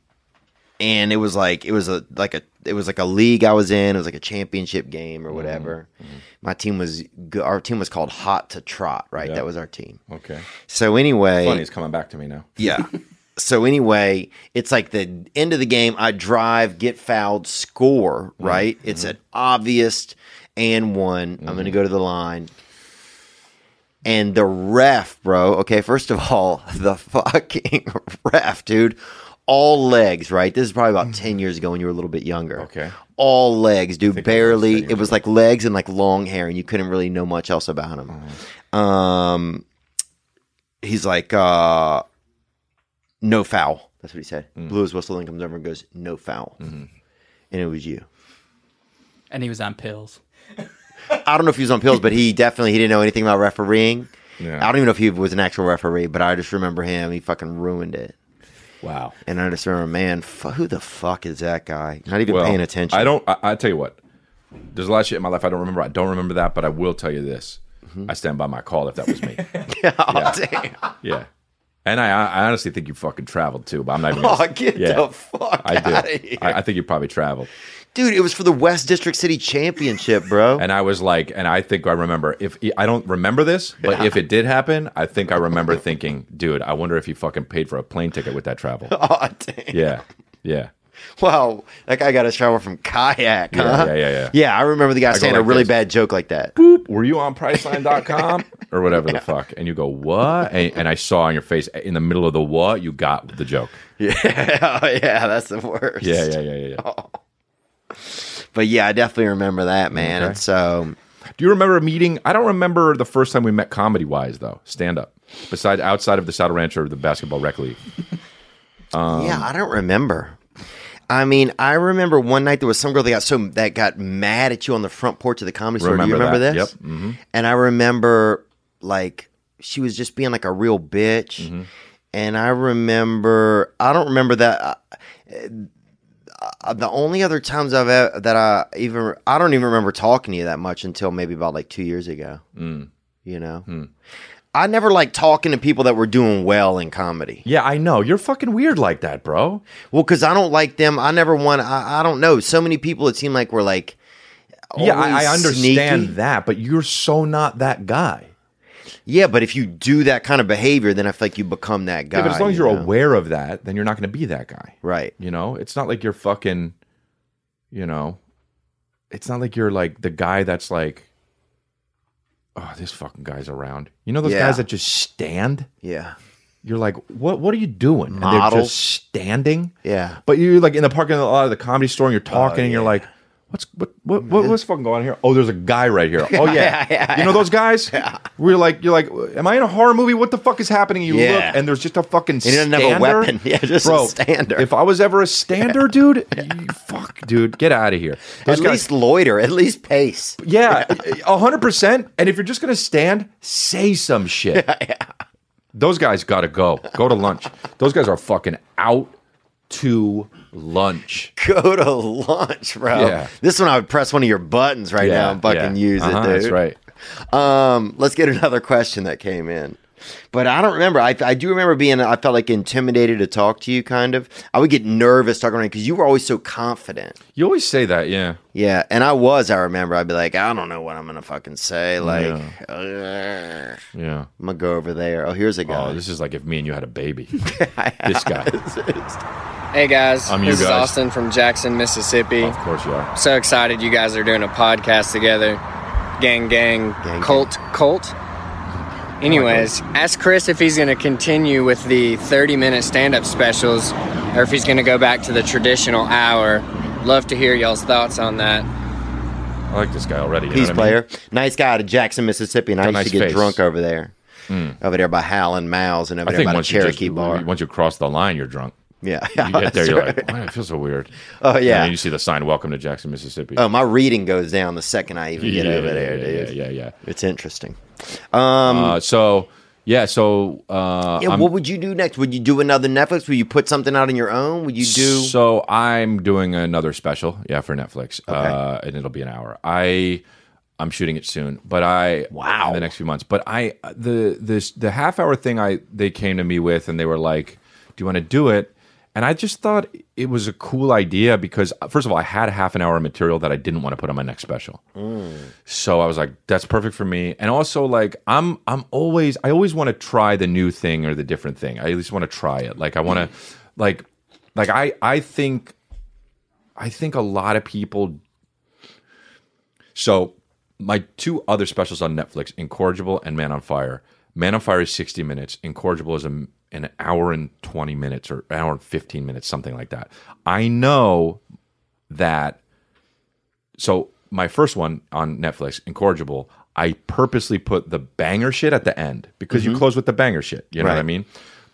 Speaker 1: and it was like it was a like a it was like a league I was in. It was like a championship game or whatever.
Speaker 2: Mm-hmm.
Speaker 1: My team was go- our team was called Hot to Trot, right?
Speaker 2: Yeah.
Speaker 1: That was our team.
Speaker 2: Okay.
Speaker 1: So anyway,
Speaker 2: Funny, it's coming back to me now.
Speaker 1: yeah. So anyway, it's like the end of the game. I drive, get fouled, score.
Speaker 2: Mm-hmm.
Speaker 1: Right? It's an obvious and one. I'm
Speaker 2: Mm-hmm.
Speaker 1: going to go to the line. And the ref, bro. Okay, first of all, the fucking ref, dude. All legs, right? This is probably about ten years ago when you were a little bit younger.
Speaker 2: Okay.
Speaker 1: All legs, dude.
Speaker 2: I was
Speaker 1: Barely.
Speaker 2: ten
Speaker 1: It was like legs and like long hair, and you couldn't really know much else about him.
Speaker 2: Uh-huh.
Speaker 1: Um, he's like, uh, no foul. That's what he said.
Speaker 2: Mm.
Speaker 1: Blew his whistle and comes over and goes, no foul.
Speaker 2: Mm-hmm.
Speaker 1: And it was you.
Speaker 3: And he was on pills.
Speaker 1: I don't know if he was on pills, but he definitely he didn't know anything about refereeing.
Speaker 2: Yeah.
Speaker 1: I don't even know if he was an actual referee, but I just remember him. He fucking ruined it.
Speaker 2: Wow.
Speaker 1: And I just remember, man, fu who the fuck is that guy? Not even paying attention.
Speaker 2: I don't. I, I tell you what. There's a lot of shit in my life I don't remember. I don't remember that, but I will tell you this.
Speaker 1: Mm-hmm.
Speaker 2: I stand by my call if that was me.
Speaker 1: Oh, damn.
Speaker 2: yeah. And I, I honestly think you fucking traveled too, but I'm not even.
Speaker 1: Oh,
Speaker 2: Gonna,
Speaker 1: get
Speaker 2: yeah.
Speaker 1: the fuck
Speaker 2: I do.
Speaker 1: out of here.
Speaker 2: I, I think you probably traveled.
Speaker 1: Dude, it was for the West District City Championship, bro.
Speaker 2: And I was like, and I think I remember. If I don't remember this, but if it did happen, I think I remember thinking, dude, I wonder if he fucking paid for a plane ticket with that travel.
Speaker 1: oh, damn.
Speaker 2: Yeah. Yeah.
Speaker 1: Wow, that guy got a shower from kayak.
Speaker 2: Yeah,
Speaker 1: huh?
Speaker 2: yeah, yeah, yeah.
Speaker 1: Yeah, I remember the guy saying a
Speaker 2: like
Speaker 1: really
Speaker 2: this.
Speaker 1: bad joke like that.
Speaker 2: boop, were you on priceline.com or whatever the fuck? And you go, what? And, and I saw on your face in the middle of the what, you got the joke.
Speaker 1: Yeah, oh, yeah, that's the worst.
Speaker 2: Yeah, yeah, yeah, yeah. yeah.
Speaker 1: But yeah, I definitely remember that, man.
Speaker 2: Okay.
Speaker 1: And so,
Speaker 2: Do you remember a meeting? I don't remember the first time we met comedy wise, though, stand up. Besides, outside of the Saddle Ranch or the Basketball Rec League. Um,
Speaker 1: yeah, I don't remember. I mean, I remember one night there was some girl that got so that got mad at you on the front porch of the comedy store. Do you
Speaker 2: Remember
Speaker 1: remember
Speaker 2: that.
Speaker 1: this?
Speaker 2: Yep. Mhm.
Speaker 1: And I remember like she was just being like a real bitch.
Speaker 2: Mm-hmm.
Speaker 1: And I remember I don't remember that. Uh, uh, the only other times I've e- that I even I don't even remember talking to you that much until maybe about like two years ago.
Speaker 2: Mm.
Speaker 1: You know,
Speaker 2: Hmm.
Speaker 1: I never liked talking to people that were doing well in comedy.
Speaker 2: Yeah, I know. You're fucking weird like that, bro.
Speaker 1: Well, because I don't like them. I never want. I, I don't know. So many people. It seemed like were like.
Speaker 2: yeah, I,
Speaker 1: always
Speaker 2: I understand
Speaker 1: sneaky.
Speaker 2: that, but you're so not that guy.
Speaker 1: Yeah, but if you do that kind of behavior, then I feel like you become that guy.
Speaker 2: Yeah, but as long as
Speaker 1: you
Speaker 2: you're
Speaker 1: know?
Speaker 2: aware of that, then you're not going to be that guy.
Speaker 1: right?
Speaker 2: You know, it's not like you're fucking, you know, it's not like you're like the guy that's like, oh, this fucking guy's around. You know those
Speaker 1: Yeah.
Speaker 2: guys that just stand?
Speaker 1: Yeah,
Speaker 2: You're like, what what are you doing? And they're
Speaker 1: Models.
Speaker 2: just standing.
Speaker 1: yeah.
Speaker 2: But you're like in the parking lot of the comedy store and you're talking and you're
Speaker 1: yeah.
Speaker 2: like, what's what what, what what's fucking going on here? Oh, there's a guy right here. Oh yeah. you know those guys? Yeah. We're like you're like, am I in a horror movie? What the fuck is happening? You
Speaker 1: Yeah.
Speaker 2: look and there's just a fucking
Speaker 1: And you don't have a
Speaker 2: stander.
Speaker 1: weapon. Yeah, just a stander.
Speaker 2: If I was ever a stander, dude, you- fuck, dude, get out of here. Those
Speaker 1: At
Speaker 2: guys-
Speaker 1: least loiter. At least pace.
Speaker 2: yeah, a hundred percent. And if you're just gonna stand, say some shit. Those guys gotta go. Go to lunch. Those guys are fucking out to lunch.
Speaker 1: Go to lunch, bro.
Speaker 2: Yeah.
Speaker 1: This one I would press one of your buttons right now and fucking
Speaker 2: yeah.
Speaker 1: use
Speaker 2: Uh-huh,
Speaker 1: it, dude.
Speaker 2: That's right.
Speaker 1: Um, let's get another question that came in. But I don't remember. I, I do remember being, I felt like intimidated to talk to you, kind of. I would get nervous talking around because you were always so confident.
Speaker 2: You always say that, yeah.
Speaker 1: Yeah. And I was, I remember. I'd be like, I don't know what I'm going to fucking say. Like, "Ugh,
Speaker 2: Yeah.
Speaker 1: I'm going to go over there. Oh, here's a guy.
Speaker 2: Oh, this is like if me and you had a baby. this guy.
Speaker 5: Hey guys,
Speaker 2: I'm you
Speaker 5: this is
Speaker 2: guys. Oh.
Speaker 5: Austin from Jackson, Mississippi.
Speaker 2: Of course you are.
Speaker 5: So excited you guys are doing a podcast together. Gang, gang,
Speaker 1: Gang,
Speaker 5: cult, cult. Anyways,
Speaker 2: Oh
Speaker 5: ask Chris if he's going to continue with the 30 minute stand up specials or if he's going to go back to the traditional hour. Love to hear y'all's thoughts on that.
Speaker 2: I like this guy already. You know
Speaker 1: Peace
Speaker 2: what I mean?
Speaker 1: player. Nice guy out of Jackson, Mississippi. And I used
Speaker 2: nice
Speaker 1: to get
Speaker 2: face. Hmm.
Speaker 1: drunk over there. Over there by Hal and Miles and over
Speaker 2: I
Speaker 1: there
Speaker 2: think
Speaker 1: by the
Speaker 2: once you,
Speaker 1: Cherokee
Speaker 2: just,
Speaker 1: bar.
Speaker 2: once you cross the line, you're drunk.
Speaker 1: yeah.
Speaker 2: You get there,
Speaker 1: That's
Speaker 2: you're
Speaker 1: right.
Speaker 2: like, "Why, I feel so weird.
Speaker 1: Oh, yeah.
Speaker 2: And then you see the sign, "Welcome to Jackson, Mississippi."
Speaker 1: Oh, my reading goes down the second I even get
Speaker 2: yeah,
Speaker 1: over
Speaker 2: yeah,
Speaker 1: there,
Speaker 2: yeah,
Speaker 1: dude.
Speaker 2: Yeah, yeah, yeah.
Speaker 1: It's interesting.
Speaker 2: Uh, so yeah, so uh,
Speaker 1: Yeah,
Speaker 2: I'm-
Speaker 1: what would you do next? Would you do another Netflix? Would you put something out on your own? Would you do?
Speaker 2: So I'm doing another special, yeah, for Netflix, uh, and it'll be an hour. I I'm shooting it soon, but I
Speaker 1: Wow.
Speaker 2: in the next few months. But I the this the half hour thing I they came to me with, and they were like, "Do you want to do it?" And I just thought it was a cool idea because uh, first of all, I had half an hour of material that I didn't want to put on my next special.
Speaker 1: Mm.
Speaker 2: So I was like, that's perfect for me. And also like I'm I'm always I always want to try the new thing or the different thing. I at least want to try it. Like I want to like like I I think I think a lot of people so my two other specials on Netflix, Incorrigible and Man on Fire. Man on Fire is 60 minutes. Incorrigible is a, an hour and 20 minutes or an hour and 15 minutes, something like that. I know that so my first one on Netflix, Incorrigible, I purposely put the banger shit at the end because you close with the banger shit. You know what I
Speaker 1: Mm-hmm. Right.
Speaker 2: mean?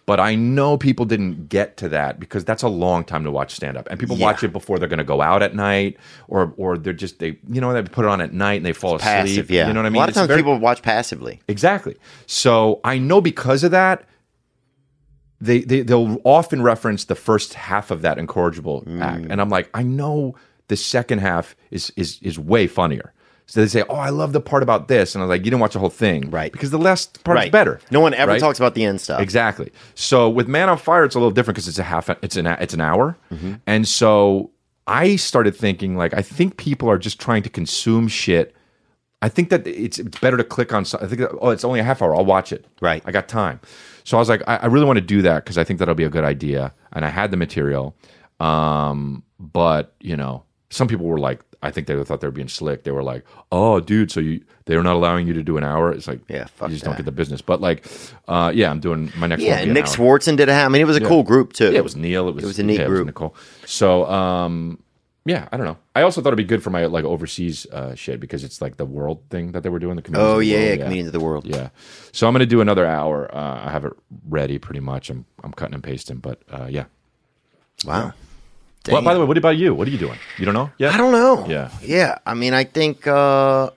Speaker 2: But I know people didn't get to that because that's a long time to watch stand up. And people watch it before they're going to go out at night or or they're just they you know they put it on at night and they fall asleep.
Speaker 1: passive, yeah.
Speaker 2: You know what I mean?
Speaker 1: A lot of
Speaker 2: It's
Speaker 1: times
Speaker 2: very-
Speaker 1: people watch passively.
Speaker 2: Exactly. So I know because of that, they, they they'll often reference the first half of that incorrigible act,
Speaker 1: Mm.
Speaker 2: and I'm like, I know the second half is is is way funnier. So they say, "Oh, I love the part about this," and I'm like, "You didn't watch the whole thing,
Speaker 1: Right.
Speaker 2: Because the last part's better.
Speaker 1: No one ever
Speaker 2: right?
Speaker 1: talks about the end stuff.
Speaker 2: Exactly. So with Man on Fire, it's a little different because it's a half, it's an, it's an hour,
Speaker 1: Mm-hmm.
Speaker 2: and so I started thinking like I think people are just trying to consume shit. I think that it's it's better to click on. some- I think that, oh, it's only a half hour. I'll watch it.
Speaker 1: Right.
Speaker 2: I got time. So I was like, I, I really want to do that because I think that'll be a good idea, and I had the material. Um, but you know, some people were like, I think they thought they were being slick. They were like, "Oh, dude, so you they're not allowing you to do an hour?" It's like,
Speaker 1: Yeah, fuck
Speaker 2: you just
Speaker 1: that.
Speaker 2: don't get the business. But like, uh, yeah, I'm doing my next. one
Speaker 1: Yeah,
Speaker 2: will be an
Speaker 1: Nick
Speaker 2: hour.
Speaker 1: Swartzen did a hat. I mean, it was a cool group too.
Speaker 2: Yeah, it was Neil. It was,
Speaker 1: was a neat
Speaker 2: yeah,
Speaker 1: group.
Speaker 2: Nicole. So, um, yeah, I don't know. I also thought it'd be good for my like overseas uh, shit because it's like the world thing that they were doing. The comedians of
Speaker 1: Oh
Speaker 2: the
Speaker 1: yeah,
Speaker 2: world,
Speaker 1: yeah, comedians of the world.
Speaker 2: yeah. So I'm gonna do another hour. Uh, I have it ready pretty much. I'm I'm cutting and pasting, but uh, yeah.
Speaker 1: Wow.
Speaker 2: Well, by the way, what about you? What are you doing? You don't know? Yeah,
Speaker 1: I don't know.
Speaker 2: Yeah.
Speaker 1: Yeah. I mean, I think. uh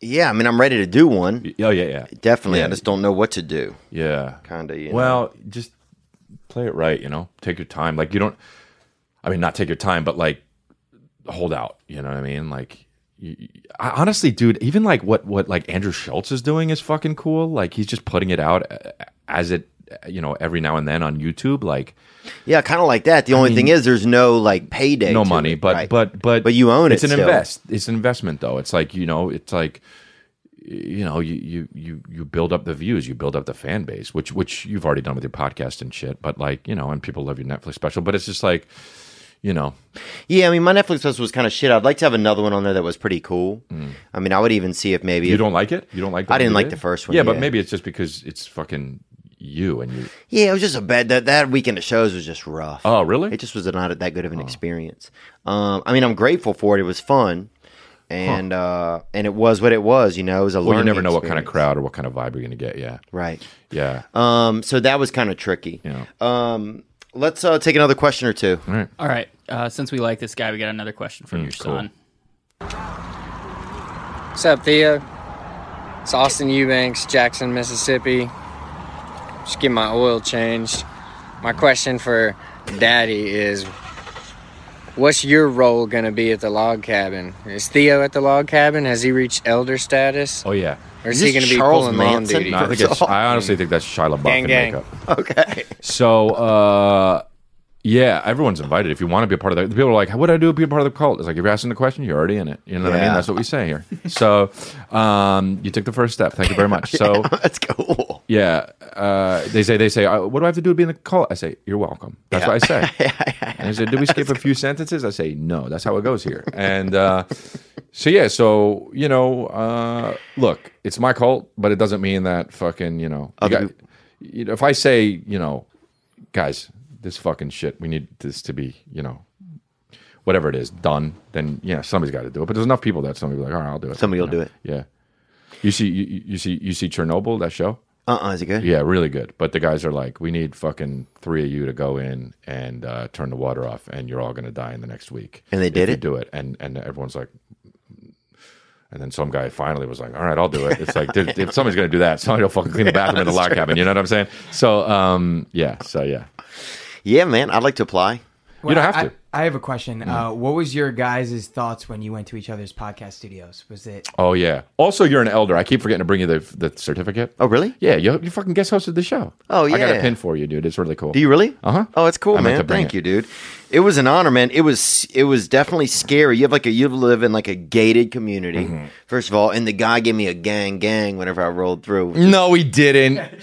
Speaker 1: Yeah. I mean, I'm ready to do one.
Speaker 2: Oh yeah, yeah,
Speaker 1: Definitely. I
Speaker 2: Yeah.
Speaker 1: just don't know what to do.
Speaker 2: yeah.
Speaker 1: Kinda. You know?
Speaker 2: Well, just play it right. You know, take your time. Like you don't. I mean, not take your time, but like hold out. You know what I mean? Like, you, you- I, honestly, dude, even like what what like Andrew Schultz is doing is fucking cool. Like he's just putting it out uh, as it, uh, you know, every now and then on YouTube. Like
Speaker 1: Yeah, kind of like that. The only thing is, there's no like payday.
Speaker 2: no
Speaker 1: to
Speaker 2: money,
Speaker 1: it,
Speaker 2: but
Speaker 1: right?
Speaker 2: but but
Speaker 1: But you own it
Speaker 2: It's an
Speaker 1: still.
Speaker 2: invest. It's an investment, though. It's like you know, it's like you know, you you you you build up the views, you build up the fan base, which which you've already done with your podcast and shit. But like you know, and people love your Netflix special. But it's just like you know,
Speaker 1: yeah, I mean, my Netflix special was kind of shit. I'd like to have another one on there that was pretty cool. I mean, I would even see if maybe
Speaker 2: Mm. you
Speaker 1: if-
Speaker 2: don't like it. You don't like. the
Speaker 1: I
Speaker 2: one
Speaker 1: didn't
Speaker 2: you
Speaker 1: like
Speaker 2: did?
Speaker 1: the first one,
Speaker 2: Yeah, but
Speaker 1: yeah.
Speaker 2: maybe it's just because it's fucking you and you.
Speaker 1: Yeah, it was just a bad that that weekend of shows was just rough.
Speaker 2: Oh, really? Oh.
Speaker 1: It just was not that good of an experience. Um, I mean, I'm grateful for it. It was fun, and uh, and it was what it was. You know, it was a
Speaker 2: Well, you
Speaker 1: learning
Speaker 2: never know what kind of
Speaker 1: experience.
Speaker 2: crowd or what kind of vibe you're gonna get. Yeah,
Speaker 1: right?
Speaker 2: yeah.
Speaker 1: Um, so that was kind of tricky.
Speaker 2: Yeah. Mm-hmm.
Speaker 1: Um, let's uh, take another question or two.
Speaker 3: All right. Uh, since we like this guy, we got another question from your
Speaker 2: Mm, cool.
Speaker 3: son.
Speaker 5: What's up, Theo? It's Austin Eubanks, Jackson, Mississippi. Just get my oil changed. My question for Daddy is What's your role going to be at the log cabin? Is Theo at the log cabin? Has he reached elder status?
Speaker 2: oh yeah.
Speaker 5: Or is,
Speaker 1: Is
Speaker 5: he
Speaker 1: this
Speaker 5: going to be
Speaker 1: Charles
Speaker 5: pulling
Speaker 1: Manson?
Speaker 5: mom duty?
Speaker 2: No, I think
Speaker 1: First
Speaker 2: it's,
Speaker 1: off.
Speaker 2: I honestly think that's Shia LaBeouf
Speaker 5: Gang,
Speaker 2: in
Speaker 5: gang.
Speaker 2: makeup.
Speaker 1: Okay.
Speaker 2: So uh yeah, everyone's invited. If you want to be a part of that, the people are like, "What do I do to be a part of the cult?" It's like if you're asking the question, you're already in it. You know what I
Speaker 1: Yeah.
Speaker 2: mean? That's what we say here. So um, you took the first step. Thank you very much. So
Speaker 1: That's cool.
Speaker 2: yeah, uh, they say they say, uh, "What do I have to do to be in the cult?" I say, "You're welcome." That's what I say. And they say, "Did we skip a few sentences?" I say, "No." That's how it goes here. And uh, so yeah, so you know, uh, look, it's my cult, but it doesn't mean that fucking you know, you, got, you know, if I say you know, guys, this fucking shit, we need this to be you know. Whatever it is done, then yeah, somebody's got to do it. But there's enough people that somebody's like, all right, I'll do it.
Speaker 1: Somebody will
Speaker 2: You
Speaker 1: do
Speaker 2: know?
Speaker 1: it.
Speaker 2: Yeah. You see, you, you you see, you see Chernobyl that show.
Speaker 1: Uh uh is it good?
Speaker 2: Yeah, really good. But the guys are like, we need fucking three of you to go in and uh, turn the water off, and you're all going to die in the next week.
Speaker 1: And they
Speaker 2: if
Speaker 1: did
Speaker 2: you
Speaker 1: it?
Speaker 2: Do it, and and everyone's like. And then some guy finally was like, "All right, I'll do it." It's like dude, if somebody's going to do that, somebody will fucking clean the bathroom in the lock cabin. You know what I'm saying? So, um, yeah, so yeah,
Speaker 1: Yeah, man. I'd like to apply.
Speaker 2: you don't have to. Mm-hmm.
Speaker 4: I, I have a question. Uh, what was your guys' thoughts when you went to each other's podcast studios? Was it
Speaker 2: oh yeah. Also, you're an elder. I keep forgetting to bring you the the certificate.
Speaker 1: Oh, really?
Speaker 2: Yeah, you, you fucking guest hosted the show.
Speaker 1: Oh,
Speaker 2: I got
Speaker 1: yeah.
Speaker 2: a pin for you, dude. It's really cool.
Speaker 1: Do you really?
Speaker 2: Uh-huh.
Speaker 1: Oh, that's cool,
Speaker 2: I meant to
Speaker 1: man.
Speaker 2: bring
Speaker 1: Thank
Speaker 2: it.
Speaker 1: you, dude. It was an honor, man. It was it was definitely scary. You have like a you live in like a gated community,
Speaker 2: Mm-hmm.
Speaker 1: first of all, and the guy gave me a gang gang whenever I rolled through.
Speaker 2: No, we didn't.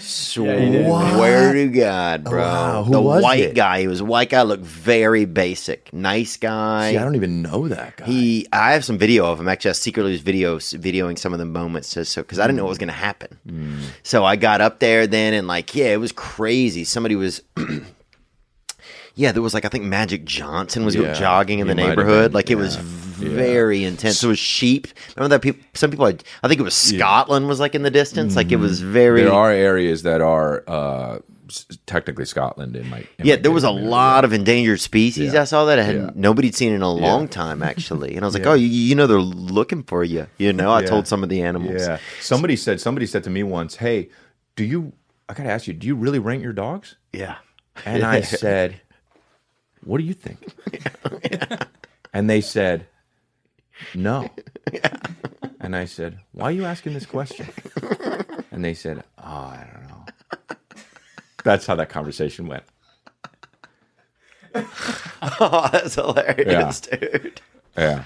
Speaker 1: Swear to God, bro.
Speaker 2: wow. Who
Speaker 1: the
Speaker 2: was
Speaker 1: white
Speaker 2: it?
Speaker 1: guy. He was a white guy. Looked very basic. Nice guy.
Speaker 2: See, I don't even know that guy.
Speaker 1: He, I have some video of him. Actually, I secretly was video, videoing some of the moments just so because I didn't know what
Speaker 2: Mm.
Speaker 1: was going to happen. So I got up there then, and like, yeah, it was crazy. Somebody was, yeah, there was like I think Magic Johnson was go-
Speaker 2: Yeah,
Speaker 1: jogging in
Speaker 2: he
Speaker 1: the
Speaker 2: might have
Speaker 1: neighborhood.
Speaker 2: been,
Speaker 1: like it was
Speaker 2: yeah,
Speaker 1: very intense. It was sheep. Remember that people? Some people, had, I think it was Scotland was like in the distance. Like it was very.
Speaker 2: Mm-hmm. there are areas that are uh, s- technically Scotland in my in
Speaker 1: yeah,
Speaker 2: my
Speaker 1: there was a
Speaker 2: data, man.
Speaker 1: lot of endangered species.
Speaker 2: Yeah.
Speaker 1: I saw that. I had
Speaker 2: Yeah.
Speaker 1: nobody'd seen it in a long time actually, and I was like, "Oh, you, you know they're looking for you." You know, I
Speaker 2: Yeah.
Speaker 1: told some of the animals.
Speaker 2: Yeah, somebody said somebody said to me once, "Hey, do you? I gotta ask you, do you really rank your dogs?"
Speaker 1: Yeah.
Speaker 2: And I said, "What do you think?" And they said, "No." And I said, "Why are you asking this question?" And they said, "Oh, I don't know." That's how that conversation went.
Speaker 1: Oh, that's hilarious, dude.
Speaker 2: Yeah.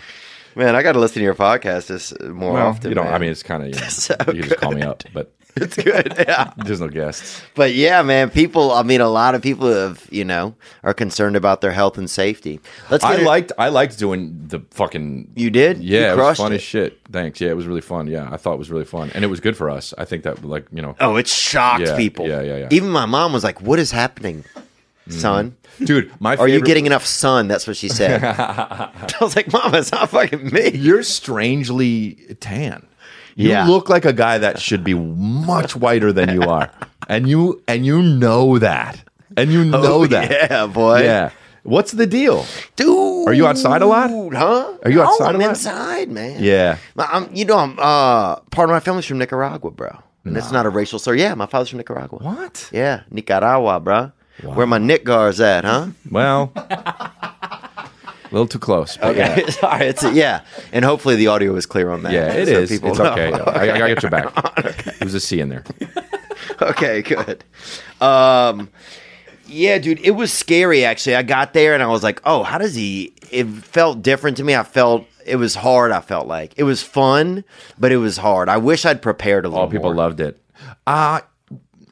Speaker 1: Man, I got to listen to your podcast this more
Speaker 2: Well,
Speaker 1: often.
Speaker 2: you know,
Speaker 1: man.
Speaker 2: I mean, it's kind of you, know,
Speaker 1: So
Speaker 2: you just call me up, but
Speaker 1: it's good. Yeah.
Speaker 2: there's no guests.
Speaker 1: But yeah, man, people. I mean, a lot of people have you know are concerned about their health and safety. Let's.
Speaker 2: I
Speaker 1: get it-
Speaker 2: liked I liked doing the fucking
Speaker 1: You did.
Speaker 2: Yeah,
Speaker 1: you
Speaker 2: it was
Speaker 1: crushed
Speaker 2: fun
Speaker 1: it.
Speaker 2: as shit. Thanks. Yeah, it was really fun. Yeah, I thought it was really fun, and it was good for us. I think that like you know,
Speaker 1: Oh, it shocked
Speaker 2: Yeah,
Speaker 1: people.
Speaker 2: yeah, yeah, Mm-hmm. yeah.
Speaker 1: Even my mom was like, "What is happening, son?
Speaker 2: dude, my
Speaker 1: Are you
Speaker 2: favorite-
Speaker 1: getting enough sun?" That's what she said. I was like, "Mom, it's not fucking me."
Speaker 2: You're strangely tan. You
Speaker 1: Yeah.
Speaker 2: look like a guy that should be much whiter than you are, and you and you know that, and you know
Speaker 1: Oh,
Speaker 2: that.
Speaker 1: yeah, boy.
Speaker 2: Yeah. What's the deal?
Speaker 1: Dude,
Speaker 2: Are you outside a lot?
Speaker 1: Huh?
Speaker 2: Are you outside
Speaker 1: No, I'm
Speaker 2: a lot?
Speaker 1: inside, man.
Speaker 2: Yeah.
Speaker 1: My- I'm, you know, I'm uh, part of my family's from Nicaragua, bro. And it's not a racial slur. Yeah, my father's from Nicaragua.
Speaker 2: What?
Speaker 1: Yeah, Nicaragua, bro. Where my Nick Gar's at, huh?
Speaker 2: Well, a little too close. But
Speaker 1: Yeah. Sorry, it's yeah. And hopefully the audio is clear on that.
Speaker 2: Yeah, yeah, it
Speaker 1: so
Speaker 2: is.
Speaker 1: people
Speaker 2: It's
Speaker 1: know.
Speaker 2: okay. I, I got your back. There's a C in there.
Speaker 1: okay, good. Um, yeah, dude, it was scary. Actually, I got there and I was like, "Oh, how does he?" It felt different to me. I felt it was hard. I felt like it was fun, but it was hard. I wish I'd prepared a little.
Speaker 2: All people
Speaker 1: more.
Speaker 2: loved it. Uh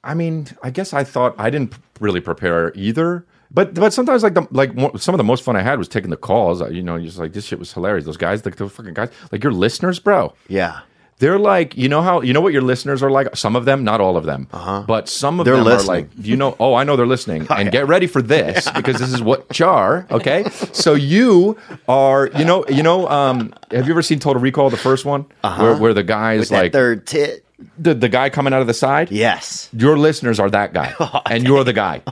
Speaker 2: I mean, I guess I thought I didn't really prepare either. But but sometimes like the like mo- some of the most fun I had was taking the calls. You know, just like this shit was hilarious. Those guys, like those fucking guys, like your listeners, bro.
Speaker 1: Yeah,
Speaker 2: They're like, you know how you know what your listeners are like. Some of them, not all of them, uh-huh. but some of
Speaker 1: They're
Speaker 2: them
Speaker 1: listening.
Speaker 2: are like, you know, oh, I know they're listening, and get ready for this because this is what char. Okay, so you are, you know, you know, um, have you ever seen Total Recall, the first one, uh-huh. where, where the guy is
Speaker 1: that
Speaker 2: like
Speaker 1: third tit.
Speaker 2: the, the guy coming out of the side?
Speaker 1: Yes.
Speaker 2: Your listeners are that guy,
Speaker 1: Oh,
Speaker 2: and you're the guy.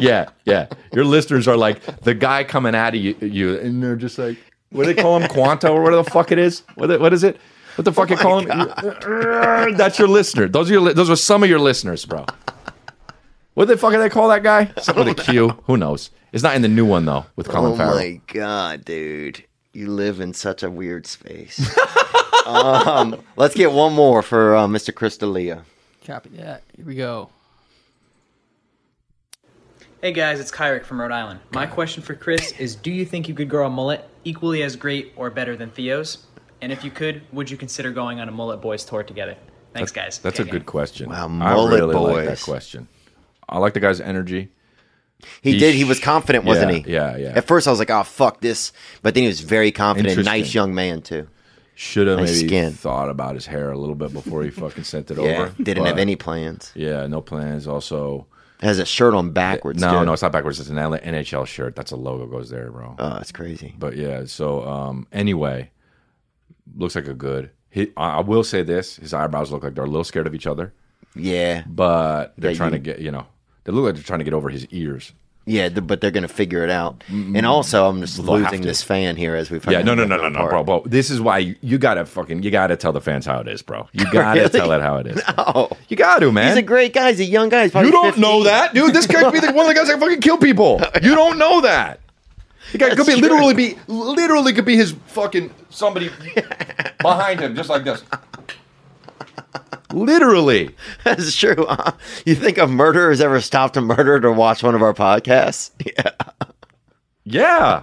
Speaker 2: yeah. yeah, Your listeners are like the guy coming out of you, you, and they're just like, what do they call him, Quanto, or whatever the fuck it is? What, the- what is it? What the
Speaker 1: Oh
Speaker 2: fuck you call him? That's your listener. Those are your, li- those are some of your listeners, bro. What the fuck do they call that guy? Something with a Q. Who knows? It's not in the new one though with Colin
Speaker 1: Oh
Speaker 2: Farrell.
Speaker 1: my god, dude. You live in such a weird space. um, let's get one more for uh, Mr. Crystalia.
Speaker 3: Copy that. Here we go.
Speaker 6: Hey guys, it's Kyrick from Rhode Island. My question for Chris is Do you think you could grow a mullet equally as great or better than Theo's? And if you could, would you consider going on a mullet boys tour together? Thanks, guys.
Speaker 2: That's a
Speaker 6: Okay,
Speaker 2: good question.
Speaker 1: Wow,
Speaker 2: I
Speaker 1: mullet
Speaker 2: really like that
Speaker 1: boys.
Speaker 2: question. I like the guy's energy.
Speaker 1: He,
Speaker 2: He
Speaker 1: did. He
Speaker 2: sh-
Speaker 1: was confident, wasn't
Speaker 2: yeah,
Speaker 1: he?
Speaker 2: yeah, yeah.
Speaker 1: At first, I was like, "Oh fuck this," but then he was very confident.
Speaker 2: Interesting.
Speaker 1: Nice young man too.
Speaker 2: Should have
Speaker 1: Nice
Speaker 2: maybe
Speaker 1: skin.
Speaker 2: thought about his hair a little bit before he fucking sent it
Speaker 1: Yeah,
Speaker 2: over.
Speaker 1: didn't have
Speaker 2: but-
Speaker 1: any plans.
Speaker 2: Yeah, no plans. Also,
Speaker 1: Has a shirt on backwards.
Speaker 2: no,
Speaker 1: dude.
Speaker 2: no, it's not backwards. It's an L- NHL shirt. That's a logo goes there, bro.
Speaker 1: Oh, it's crazy.
Speaker 2: but yeah, so um, anyway, looks like a good. He, I I will say this: his eyebrows look like they're a little scared of each other,
Speaker 1: Yeah,
Speaker 2: but they're
Speaker 1: Yeah,
Speaker 2: trying
Speaker 1: you-
Speaker 2: to get you know. They look like they're trying to get over his ears.
Speaker 1: yeah, th- but they're gonna figure it out. And also, I'm just
Speaker 2: They'll Mm, have
Speaker 1: losing
Speaker 2: to.
Speaker 1: this fan here as we.
Speaker 2: Yeah,
Speaker 1: fucking
Speaker 2: no, no,
Speaker 1: rip
Speaker 2: no,
Speaker 1: it
Speaker 2: no, no,
Speaker 1: apart.
Speaker 2: bro, bro. This is why you, you gotta fucking you gotta tell the fans how it is, bro. You gotta
Speaker 1: Really?
Speaker 2: tell it how it is.
Speaker 1: Oh,
Speaker 2: You gotta, man.
Speaker 1: he's a great guy. He's a young guy. He's probably
Speaker 2: You don't know
Speaker 1: 15.
Speaker 2: that, dude. This guy could be the, one of the guys that fucking kill people. You don't know that. The guy could
Speaker 1: That's
Speaker 2: be
Speaker 1: true.
Speaker 2: literally be literally could be his fucking somebody behind him, just like this. Literally,
Speaker 1: That's true. huh? You think a murderer has ever stopped a murderer to watch one of our podcasts? Yeah.
Speaker 2: yeah.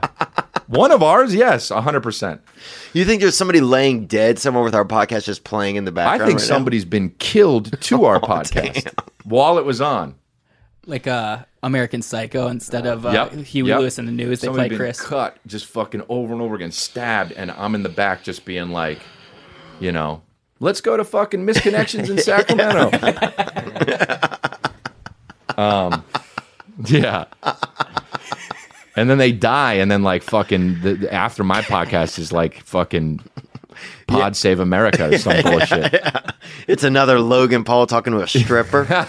Speaker 2: One of ours, yes, hundred percent.
Speaker 1: You think there's somebody laying dead somewhere with our podcast just playing in Oh, the
Speaker 2: I
Speaker 1: background?
Speaker 2: think
Speaker 1: right now?
Speaker 2: somebody's been killed to our podcast while it was on.
Speaker 3: Like uh, American Psycho instead of uh,
Speaker 2: Yep,
Speaker 3: Huey
Speaker 2: yep.
Speaker 3: Lewis in the news, they
Speaker 2: Somebody
Speaker 3: play
Speaker 2: been
Speaker 3: Chris.
Speaker 2: cut just fucking over and over again, stabbed, and I'm in the back just being like, you know, let's go to fucking misconnections in Sacramento. um, yeah. And then they die, and then like fucking the, the- after my podcast is like fucking Pod Save America or some bullshit.
Speaker 1: It's another Logan Paul talking to a stripper.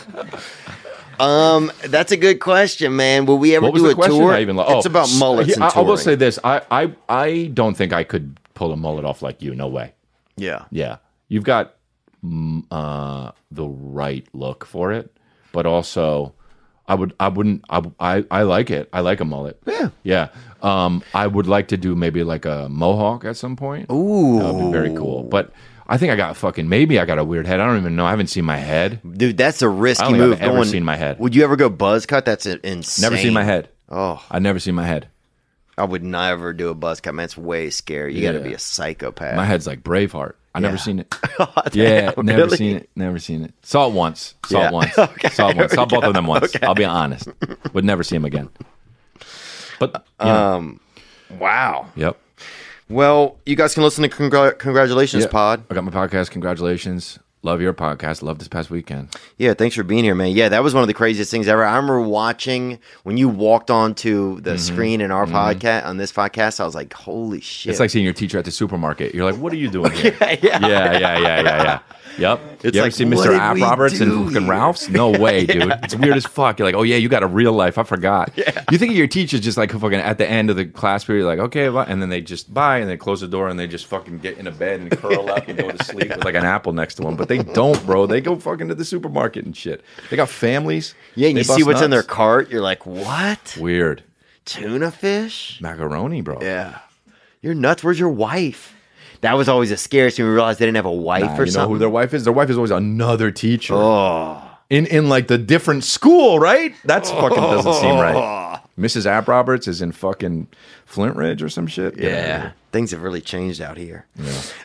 Speaker 1: um, that's a good question, man. Will we ever
Speaker 2: What was
Speaker 1: do
Speaker 2: the
Speaker 1: a
Speaker 2: question?
Speaker 1: tour?
Speaker 2: I even lo-
Speaker 1: it's
Speaker 2: oh,
Speaker 1: about
Speaker 2: s-
Speaker 1: mullets
Speaker 2: yeah,
Speaker 1: and
Speaker 2: I, I will
Speaker 1: touring.
Speaker 2: say this: I, I I don't think I could pull a mullet off like you. No way.
Speaker 1: yeah.
Speaker 2: Yeah, you've got mm, uh, the right look for it, but also, I would, I wouldn't, I, I, I like it. I like a mullet. Yeah, yeah. Um, I would like to do maybe like a mohawk at some point. Ooh, that would be very cool. But I think I got fucking maybe I got a weird head. I don't even know. I haven't seen my head.
Speaker 1: Dude, that's a risky
Speaker 2: I don't think
Speaker 1: move.
Speaker 2: I've ever
Speaker 1: going-
Speaker 2: seen my head.
Speaker 1: Would you ever go buzz cut? That's i- insane.
Speaker 2: Never seen my head.
Speaker 1: Oh,
Speaker 2: I never seen my head.
Speaker 1: I would never do a buzz cut, man. It's way scary. You got
Speaker 2: Yeah.
Speaker 1: to be a psychopath.
Speaker 2: My head's like Braveheart. I never
Speaker 1: Yeah.
Speaker 2: seen it.
Speaker 1: God,
Speaker 2: Yeah,
Speaker 1: damn,
Speaker 2: never
Speaker 1: really?
Speaker 2: seen it. Never seen it. Saw it once. Saw
Speaker 1: Yeah.
Speaker 2: it once.
Speaker 1: Okay,
Speaker 2: saw it once.
Speaker 1: there
Speaker 2: Saw
Speaker 1: we
Speaker 2: both of them
Speaker 1: go.
Speaker 2: once.
Speaker 1: Okay.
Speaker 2: I'll be honest. Would never see him again. But you
Speaker 1: Um,
Speaker 2: know,
Speaker 1: Wow.
Speaker 2: yep.
Speaker 1: Well, you guys can listen to Congra- Congratulations
Speaker 2: Yeah.
Speaker 1: Pod.
Speaker 2: I got my podcast. Congratulations. Love your podcast. Love this past weekend.
Speaker 1: Yeah, thanks for being here, man. Yeah, that was one of the craziest things ever. I remember watching when you walked onto
Speaker 2: Mm-hmm.
Speaker 1: the screen in our podcast on this podcast. I was like, "Holy shit!"
Speaker 2: It's like seeing your teacher at the supermarket. You're like, what are you doing here? yeah, yeah, yeah, yeah, yeah, yeah. Yep.
Speaker 1: It's
Speaker 2: you ever
Speaker 1: like,
Speaker 2: see
Speaker 1: what
Speaker 2: Mr.
Speaker 1: did
Speaker 2: Ab
Speaker 1: we
Speaker 2: Roberts
Speaker 1: do
Speaker 2: and fucking
Speaker 1: here?
Speaker 2: Ralph's? No way, dude. It's weird as fuck. You're like, oh yeah, you got a real life. I forgot. You think your teacher's just like fucking at the end of the class period, like, okay, bye, and then they just bye and they close the door and they just fucking get in a bed and curl up and go to sleep with like an apple next to them. But they don't, bro. They go fucking to the supermarket and shit. They got families.
Speaker 1: yeah, and
Speaker 2: They
Speaker 1: you see
Speaker 2: bust
Speaker 1: what's in their
Speaker 2: nuts.
Speaker 1: cart. You're like, "What?
Speaker 2: Weird.
Speaker 1: Tuna fish?"
Speaker 2: Macaroni, bro.
Speaker 1: Yeah, you're nuts. Where's your wife? That was always the scariest when we realized they didn't have a wife
Speaker 2: Nah,
Speaker 1: or
Speaker 2: Uh, you know
Speaker 1: something.
Speaker 2: who their wife is? Their wife is always another teacher.
Speaker 1: oh,
Speaker 2: in in like the different school, right? That's fucking
Speaker 1: Oh.
Speaker 2: doesn't seem right. Mrs. App Roberts is in fucking Flint Ridge or some shit. Get out of
Speaker 1: yeah.
Speaker 2: here.
Speaker 1: Things have really changed out here.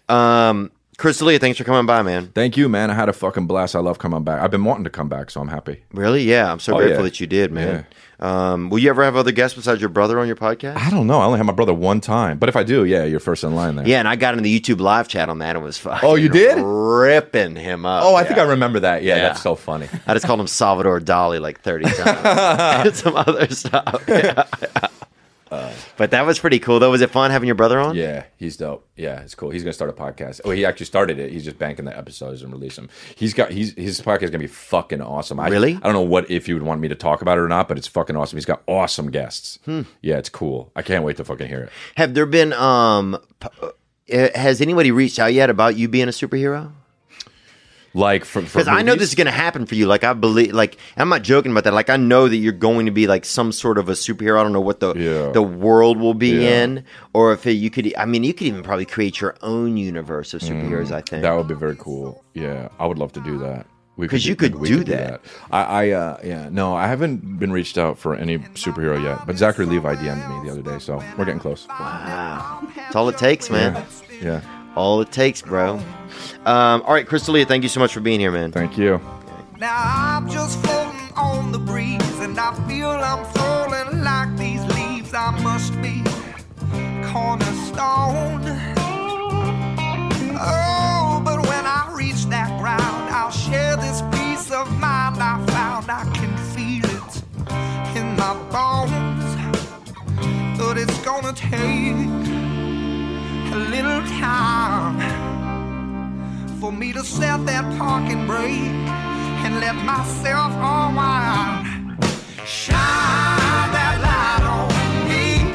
Speaker 1: Um, Chris D'Elia, thanks for coming by, man.
Speaker 2: Thank you, man. I had a fucking blast. I love coming back. I've been wanting to come back, so I'm happy.
Speaker 1: Really? Yeah, I'm so
Speaker 2: Oh,
Speaker 1: grateful
Speaker 2: yeah.
Speaker 1: that you did, man. Um, will you ever have other guests besides your brother on your podcast?
Speaker 2: I don't know. I only had my brother one time, but if I do, yeah, you're first in line there.
Speaker 1: Yeah, and I got in the YouTube live chat on that and was fucking.
Speaker 2: Oh, you did?
Speaker 1: ripping him up.
Speaker 2: Oh, I think
Speaker 1: yeah.
Speaker 2: I remember that. Yeah,
Speaker 1: Yeah.
Speaker 2: that's so funny.
Speaker 1: I just called him Salvador Dali like thirty times. and some other stuff. Yeah. but that was pretty cool, though. Was it fun having your brother on?
Speaker 2: Yeah, he's dope. Yeah, it's cool. He's gonna start a podcast. Oh, he actually started it. He's just banking the episodes and release them. He's got he's his podcast is gonna be fucking awesome. I,
Speaker 1: Really?
Speaker 2: I don't know what if you would want me to talk about it or not, but it's fucking awesome. He's got awesome guests.
Speaker 1: Hmm.
Speaker 2: Yeah, it's cool. I can't wait to fucking hear it.
Speaker 1: Have there been? Um, p- uh, has anybody reached out yet about you being a superhero?
Speaker 2: Like from
Speaker 1: Because I know this is going to happen for you. Like I believe, like I'm not joking about that. Like I know that you're going to be like some sort of a superhero. I don't know what the
Speaker 2: Yeah.
Speaker 1: the world will be
Speaker 2: Yeah.
Speaker 1: in, or if it, you could. e, I mean, you could even probably create your own universe of superheroes. I think.
Speaker 2: Mm, That would be very cool. Yeah, I would love to do that.
Speaker 1: 'Cause you could do that.
Speaker 2: I, I uh, yeah, no, I haven't been reached out for any superhero yet. But Zachary Levi DM'd me the other day, so we're getting close.
Speaker 1: wow, that's all it takes, man.
Speaker 2: Yeah, yeah.
Speaker 1: All it takes, bro. Um, all right, Crystalia, thank you so much for being here, man.
Speaker 2: Thank you.
Speaker 7: Now I'm just floating on the breeze, and I feel I'm falling like these leaves. I must be cornerstone. Oh, but when I reach that ground, I'll share this peace of mind I found. I can feel it in my bones, but it's gonna take a little time for me to set that parking brake and let myself unwind. Shine that light on me.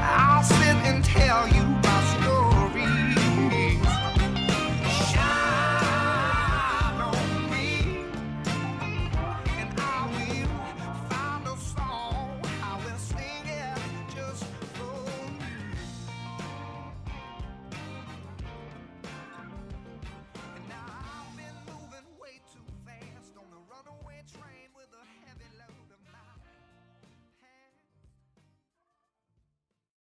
Speaker 7: I'll sit and tell you my stories. Shine on me, and I will find a song. I will sing it just for you. And now I've been moving way too fast on a runaway train with a heavy load of my.